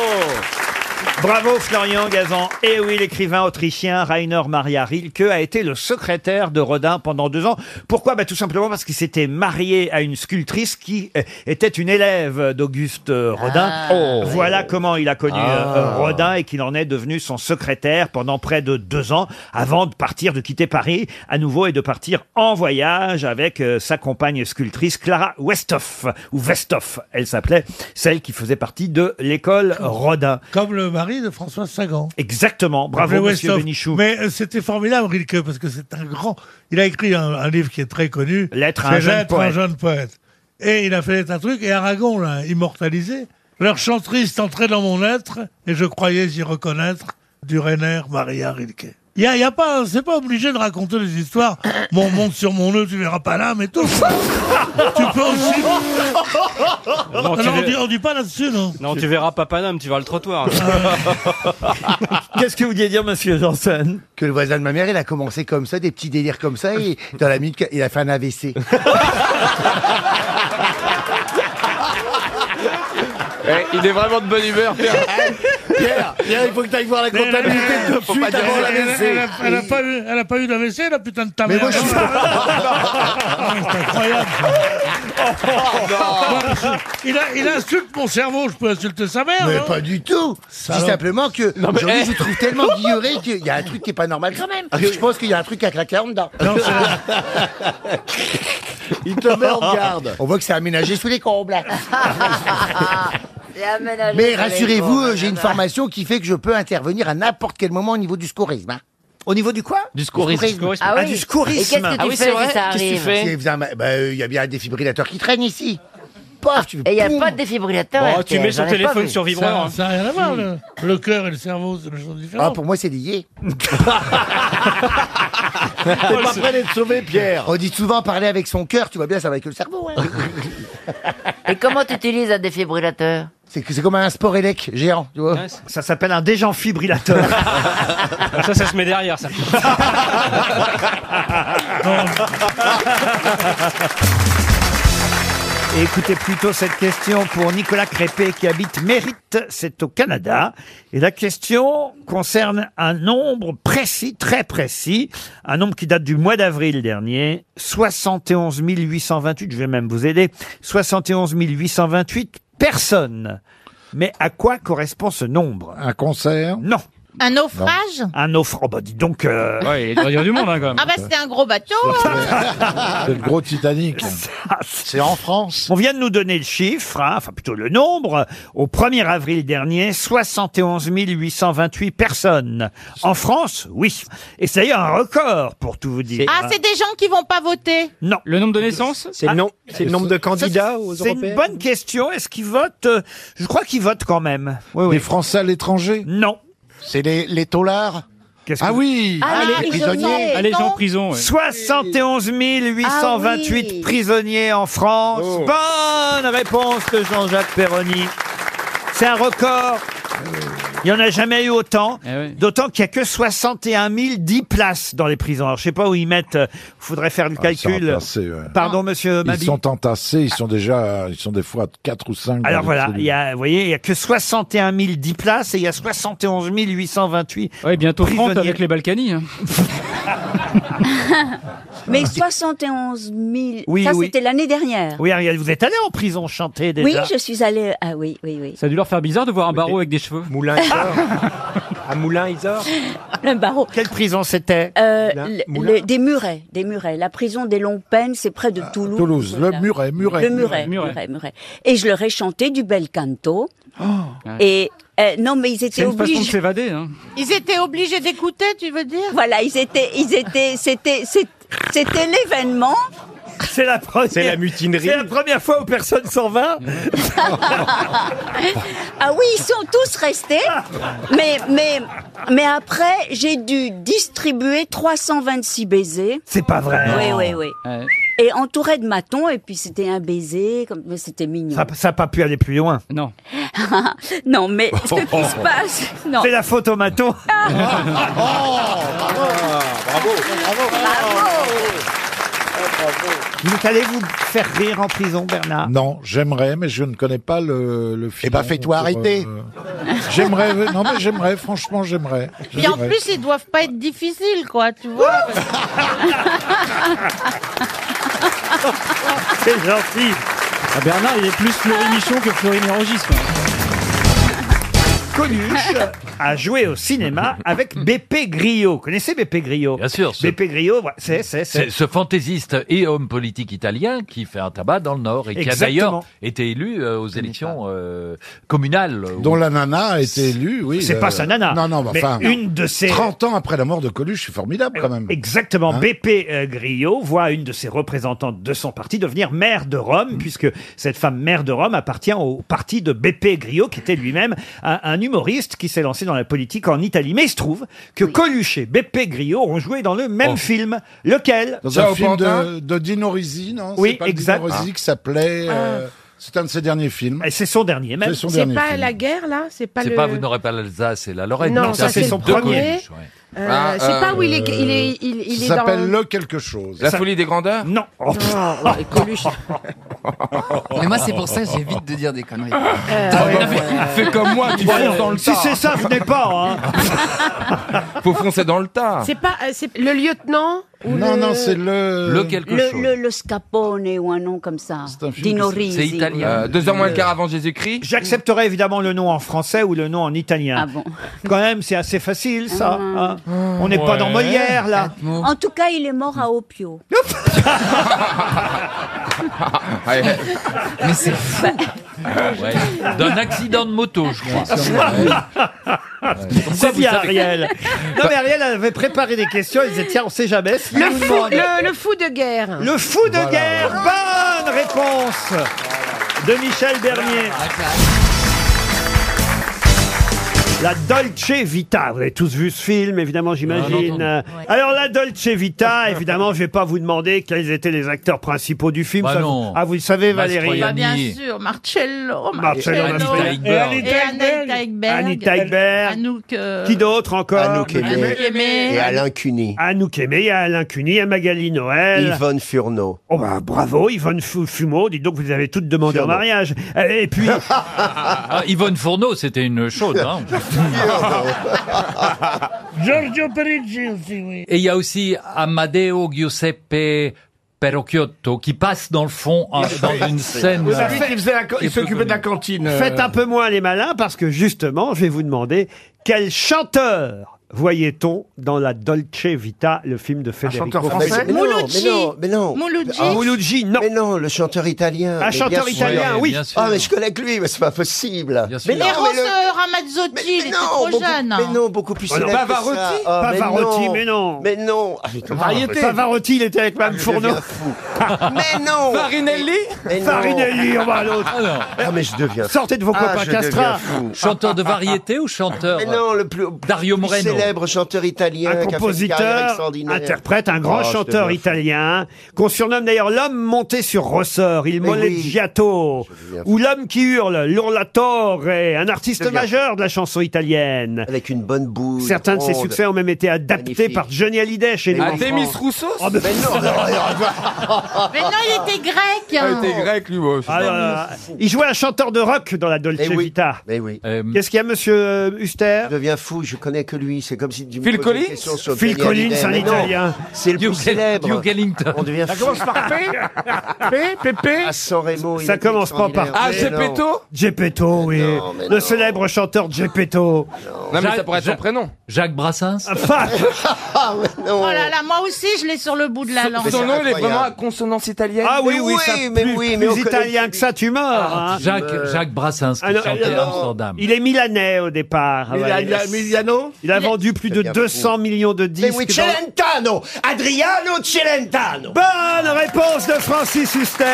Bravo Florian Gazan. Et oui, l'écrivain autrichien Rainer Maria Rilke a été le secrétaire de Rodin pendant deux ans. Pourquoi bah, Tout simplement parce qu'il s'était marié à une sculptrice qui euh, était une élève d'Auguste euh, Rodin.
Ah. Oh.
voilà comment il a connu
Ah.
euh, Rodin et qu'il en est devenu son secrétaire pendant près de deux ans avant de partir, de quitter Paris à nouveau et de partir en voyage avec euh, sa compagne sculptrice Clara Westhoff, ou Westhoff, elle s'appelait, celle qui faisait partie de l'école Rodin.
Comme le mari de François Sagan.
Exactement, bravo
Appelé
Monsieur
Westhoff.
Benichou.
Mais euh, c'était formidable, Rilke, parce que c'est un grand. Il a écrit un, un livre qui est très connu.
Lettre à un
c'est
jeune
Lettre à
poète.
jeune poète. Et il a fait un truc, et Aragon l'a immortalisé. Leur chant triste entrait dans mon être, et je croyais y reconnaître du Rainer Maria Rilke. Il y a, y a pas, c'est pas obligé de raconter des histoires. Mon monde sur mon nœud, tu verras pas l'âme et tout. tu peux aussi.
Non, tu
Non, non, on,
verras-
dit, on dit pas là-dessus, non.
Non, tu verras pas Paname, tu verras le
*laughs*
trottoir.
*laughs* Qu'est-ce que vous vouliez dire, monsieur Janssen
Que le voisin de ma mère, il a commencé comme ça, des petits délires comme ça, et dans la minute, il a fait
*laughs*
un AVC.
Eh,
il est vraiment de bonne humeur,
Pierre, Pierre, il faut que tu ailles voir la comptabilité tout de
Faut
suite
pas dire
avant
ça.
l'AVC.
Elle a- Elle a pas eu, elle a pas eu d'AVC, la putain de
Ah,
ta mère. *laughs* C'est incroyable.
Oh,
il, a, il insulte mon cerveau, je peux insulter sa mère.
Mais
non
pas du tout. Je dis
Salope.
simplement que
Non, mais-
aujourd'hui,
eh. Ah
je trouve tellement guilleré qu'il y a un truc qui est pas normal quand même. Je pense qu'il y a un truc à craquer en dedans. *laughs*
Il te met en garde.
On voit que c'est aménagé sous les combles.
Ah,
Mais rassurez-vous, euh, j'ai une formation qui fait que je peux intervenir à n'importe quel moment au niveau du scourisme. hein.
Au niveau du quoi
Du
scourisme. Ah oui.
du scourisme.
Et qu'est-ce que tu Ah oui, fais c'est si vrai. ça
Qu'est-ce que tu
arrive
fais Si, vous en- bah, euh, Il y a bien un défibrillateur qui traîne ici. Paf, tu
Et il n'y a pas de défibrillateur.
Bon,
RTL,
Oh, tu mets son
j'en ai pas
téléphone
vu.
sur vibreur, hein.
Ça n'a rien à voir, le,
Hmm.
le cœur et le cerveau, c'est une chose
Ah,
différente.
pour moi, c'est *laughs* lié.
T'es pas prêt
d'être sauvé, Pierre. Oh, On dit souvent parler avec son cœur, tu vois bien, ça va avec le cerveau. hein.
Et comment tu utilises un défibrillateur
C'est que- c'est comme un sport élec géant, tu vois.
Ça s'appelle un dégenfibrillateur.
ça, ça
*laughs*
se met derrière, ça.
Et écoutez plutôt cette question pour Nicolas Crépé qui habite Mérite, c'est au Canada. Et la question concerne un nombre précis, très précis, un nombre qui date du mois d'avril dernier, 71 828, je vais même vous aider, 71 828 personnes. Mais à quoi correspond ce nombre Un concert Non.
Un naufrage
Un naufrage. Oh bah dis donc. euh,
Ah bah c'était un gros bateau.
*laughs*
hein.
le gros *laughs* Titanic. C'est en France. On vient de nous donner le chiffre, hein, enfin plutôt le nombre. Au 1er avril dernier, 71 828 personnes. En France, oui. Et c'est un record, pour tout vous dire. hein.
ah c'est des gens qui vont pas voter.
Non. Le nombre de naissances
C'est le nom- c'est le nombre de candidats aux
C'est une
européennes
bonne question. Est-ce qu'ils votent Euh, Je crois qu'ils votent quand même. Les Français à l'étranger Non. C'est les, les taulards
Ah oui Ah, les prisonniers. Ah, les gens en prison, ouais.
71 828
Ah oui.
prisonniers en France.
Oh.
Bonne réponse de Jean-Jacques Perroni. C'est un record. Il n'y en a jamais eu autant.
Eh
D'autant qu'il n'y a que 61 010 places dans les prisons. Alors, je sais pas où ils mettent. Il faudrait faire le
Ah, ils sont
calcul.
entassés, ouais.
Pardon, monsieur
Ils
Mabi.
sont entassés, ils sont déjà, ils sont des fois 4 ou 5.
Bah
Alors voilà, il y a, vous voyez, il n'y a que 61 010 places et il y a 71 828. Oui, bientôt
30 avec les Balkany. hein.
Mais 71 000,
Oui,
ça
oui.
c'était l'année dernière.
*laughs* Oui, Ariel, vous êtes allé en prison chanter déjà.
Oui, je suis allée. Ah oui, oui, oui.
Ça a dû leur faire bizarre de voir un barreau avec des cheveux. Moulin
À
*laughs*
Moulin-Isor
Le barreau.
Quelle prison c'était
Euh,
Moulin-
le-
Moulin. Ah,
les- des Murets, des Murets. La prison des Longues Peines, c'est près de Toulouse.
Toulouse, le Muret, Muret,
Le Muret,
Muret.
Muret, Muret, Et je leur ai chanté du bel canto.
Oh.
Ouais.
Et euh, non, mais ils
C'est
étaient
une façon de
obligés.
s'évader. hein.
Ils étaient obligés d'écouter, tu veux dire Voilà, ils étaient, ils étaient, c'était, c'est- c'était
*laughs*
l'événement.
*laughs* C'est la première.
C'est la mutinerie.
C'est la première fois où personne s'en va.
ah oui, ils sont tous restés. Mais, mais, mais après, j'ai dû distribuer 326 baisers.
C'est pas vrai.
Oui, oui, oui. Et entouré de matons, et puis c'était un baiser, comme mais c'était mignon.
Ça n'a pas pu aller plus loin. Non.
*laughs* non, mais
Oh,
*laughs*
ce *laughs* qui se passe, non.
C'est la faute
*laughs*
*laughs*
au maton.
bravo, bravo,
Vous allez vous faire rire en prison, Bernard
Non, j'aimerais, mais je ne connais pas le, le film. Eh
ben, fais-toi arrêter.
J'aimerais, non mais j'aimerais, franchement j'aimerais.
Puis en
J'aimerais.
plus ils doivent pas être difficiles quoi, tu vois. *laughs*
*laughs* C'est gentil.
Ah, Bernard, il est plus Fleury Michon que Fleury Mérogis.
Coluche a joué au cinéma avec BP Grillo. Vous Connaissez BP Grillo Bien sûr. BP Grillo, voilà, c'est, c'est, c'est.
C'est ce fantaisiste et homme politique italien qui fait un tabac dans le Nord et qui a
Exactement.
d'ailleurs été élu euh, aux élections euh, communales.
Dont la nana a été élue, oui. euh,
C'est pas sa nana.
Non, non, mais
Mais
enfin.
une
de ses-
30 ans après la mort de Coluche, c'est formidable quand même.
Euh, Exactement.
Hein
BP euh, Grillo voit une de ses représentantes de son parti devenir maire de Rome, puisque cette femme maire de Rome appartient au parti de BP Grillo, qui était lui-même un, un humoriste qui s'est lancé dans la politique en Italie. Mais il se trouve que Coluche et BP Grillo ont joué dans le même film. Lequel
Dans un film de, de Dino Risi, non
Oui,
C'est pas
exact.
Dino Risi qui s'appelait. euh, c'est un de ses derniers films.
Et c'est son dernier,
même. C'est son
Ah. C'est
dernier
pas
film.
la guerre là, c'est pas
C'est
le.
pas vous n'aurez pas l'Alsace et la Lorraine.
Non, ça, c'est son
de
premier.
Coluche, ouais.
Euh, c'est pas où il est, il est, il, il est dans.
Ah, Le quelque chose.
La
folie
des grandeurs Oh,
Non.
Oh,
*laughs*
Mais moi, c'est pour ça que j'évite de dire des conneries.
Euh,
Ah,
Fais comme moi, tu fonces dans le tas.
venez *laughs* pas.
hein. Faut foncer dans le
Ah.
tas.
C'est pas, euh, c'est le lieutenant. ou
Non,
le-
non, c'est le.
le, le, le Scapone ou un nom comme ça. Dino Risi.
Euh, deux heures moins le quart avant Jésus-Christ. J'accepterai évidemment le nom en français ou le nom en
Ah
italien. Quand même, c'est assez facile, ça. hein. On n'est pas dans
Ouais.
Molière, là.
En tout cas, il est mort à Opio.
*laughs* Mais c'est fou.
Bah,
D'un accident de moto, je crois.
C'est
vous
bien,
savez
Ariel. Non, mais Ariel avait préparé des questions. Elle disait, tiens, on sait jamais. si
Le
on nous
fou,
demande.
le, le fou de guerre.
Le fou de guerre. Bonne réponse de Michel Bernier. La Dolce Vita, vous avez tous vu ce film, évidemment, j'imagine. Euh, Alors la Dolce Vita, évidemment, je vais pas vous demander quels étaient les acteurs principaux du film.
Bah
ça,
non.
vous- Ah, vous le savez, Valérie.
Bah, bien sûr, Marcello, Marcello,
Marcello, Anita Ekberg.
et Anita Ekberg,
Annie Taibert.
Anouk, euh,
Qui d'autre encore Anouk
Aimé. Anouk Aimé. Et Alain
Cuny. Anouk Aimé, il y a Alain Cuny, il y a Magali Noël.
Yvonne Furneau.
Oh bah bravo Yvonne Fu- Fumeau, dis donc vous avez toutes demandé en
Furneau.
mariage. Euh,
*laughs*
Et puis
Ah, Yvonne Fourneau, c'était une chaude. hein.
Giorgio Perigi aussi, oui.
Et il y a aussi Amadeo Giuseppe Perocchiotto qui passe dans le fond hein, dans une scène. euh,
Vous savez qu'il faisait la co- il s'occupait de la cantine. euh.
Faites un peu moins les malins parce que justement, je vais vous demander quel chanteur voyait-on dans la Dolce Vita, le film de Federico
Ah, mais- mais non, mais non, mais non.
Mouloudji.
Ah,
Mouloudji, non.
Mais non, le chanteur italien.
Un
mais
chanteur
bien sûr.
italien, oui. Bien sûr.
Ah, mais je connais que lui, mais c'est pas possible.
Mais,
non,
Rosa
mais le-
Ramazzotti, il était
non,
trop
beaucoup-
jeune. hein.
mais non, beaucoup plus
Alors,
célèbre. que ça.
Pavarotti
Ah,
Pavarotti, mais non.
Mais non. Ah, putain,
Variété. Pavarotti, il était avec
Ah,
Mme Fourneau.
Mais
*laughs*
non.
Farinelli
Mais non.
Farinelli, on va à l'autre.
Ah, mais je deviens.
Sortez de vos
Ah,
copains
je
Castra.
deviens fou.
Chanteur de variété ou chanteur
Mais non, le plus,
Dario
plus
Moreno.
célèbre chanteur italien, qui a fait
un
une carrière
compositeur,
extraordinaire.
interprète, un grand
Oh, je
chanteur
deviens
italien, qu'on surnomme d'ailleurs l'homme monté sur ressort, il
Mais Eh oui.
moleggiato,
deviens fou.
ou l'homme qui hurle, l'urlatore, un artiste
deviens
majeur de la chanson italienne.
Avec une bonne boule.
Certains de ses
ronde.
succès ont même été adaptés
Magnifique.
par Johnny Hallyday chez nous.
Ah,
en
Demis
France.
Roussos
Oh, mais-
Mais non, non,
*laughs* Mais non, il était grec. hein. *laughs*
Ah, grec, lui, moi.
Ah, là, là. Il jouait un chanteur de rock dans la Dolce Vita.
Mais Eh oui.
Qu'est-ce qu'il y a, monsieur Huster
Je deviens fou, je connais que lui. C'est comme si tu me posais
Phil
une
Collins
question sur
Phil
Johnny Hallyday.
Collins, un
Mais non,
Italien.
C'est le plus
Duke-
célèbre.
Duke Ellington.
On devient fou.
par P P, P, P.
À San Remo, Oh, il
Ça
était
commence pas par.
extraordinaire.
Ah,
Mais non.
Gepetto, oui.
non, mais
le célèbre chanteur Gepetto.
Non, mais ça
pourrait être son prénom.
Jacques Brassens
Ah, mais non.
Oh là là, moi aussi, je l'ai sur le bout de la langue.
Son nom, il est
incroyable.
vraiment à consonance italienne.
Ah oui,
Mais
oui,
oui,
ça
mais
plus,
oui,
plus
mais on connaît
italien que ça, tu meurs. hein.
Jacques, Jacques Brassens qui
Ah, non,
chantait
non.
Amsterdam.
Il est milanais au
Ah,
départ.
Il a- il a- Miliano
Il a vendu plus de
bien
200 millions de disques.
Mais oui,
dans-
Celentano Adriano Celentano
Bonne réponse de Francis Huster.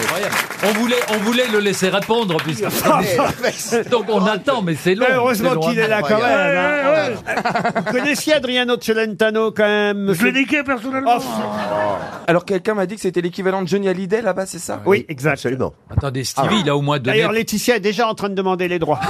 Incroyable. On voulait, on voulait le laisser répondre
*laughs*
puisque
Ah,
donc on attend, mais c'est long.
Mais
c'est
heureusement
long
qu'il
à
est là quand
attendre.
même. hein. Vous connaissiez Adriano Celentano quand même
Je l'ai
monsieur-
niqué personnellement.
Ah. Alors quelqu'un m'a dit que c'était l'équivalent de Johnny Hallyday là-bas, c'est ça
Oui, exact. Ah.
Absolument.
Attendez, Stevie, il a au moins donné. *laughs*
D'ailleurs, Laetitia est déjà en train de demander les droits.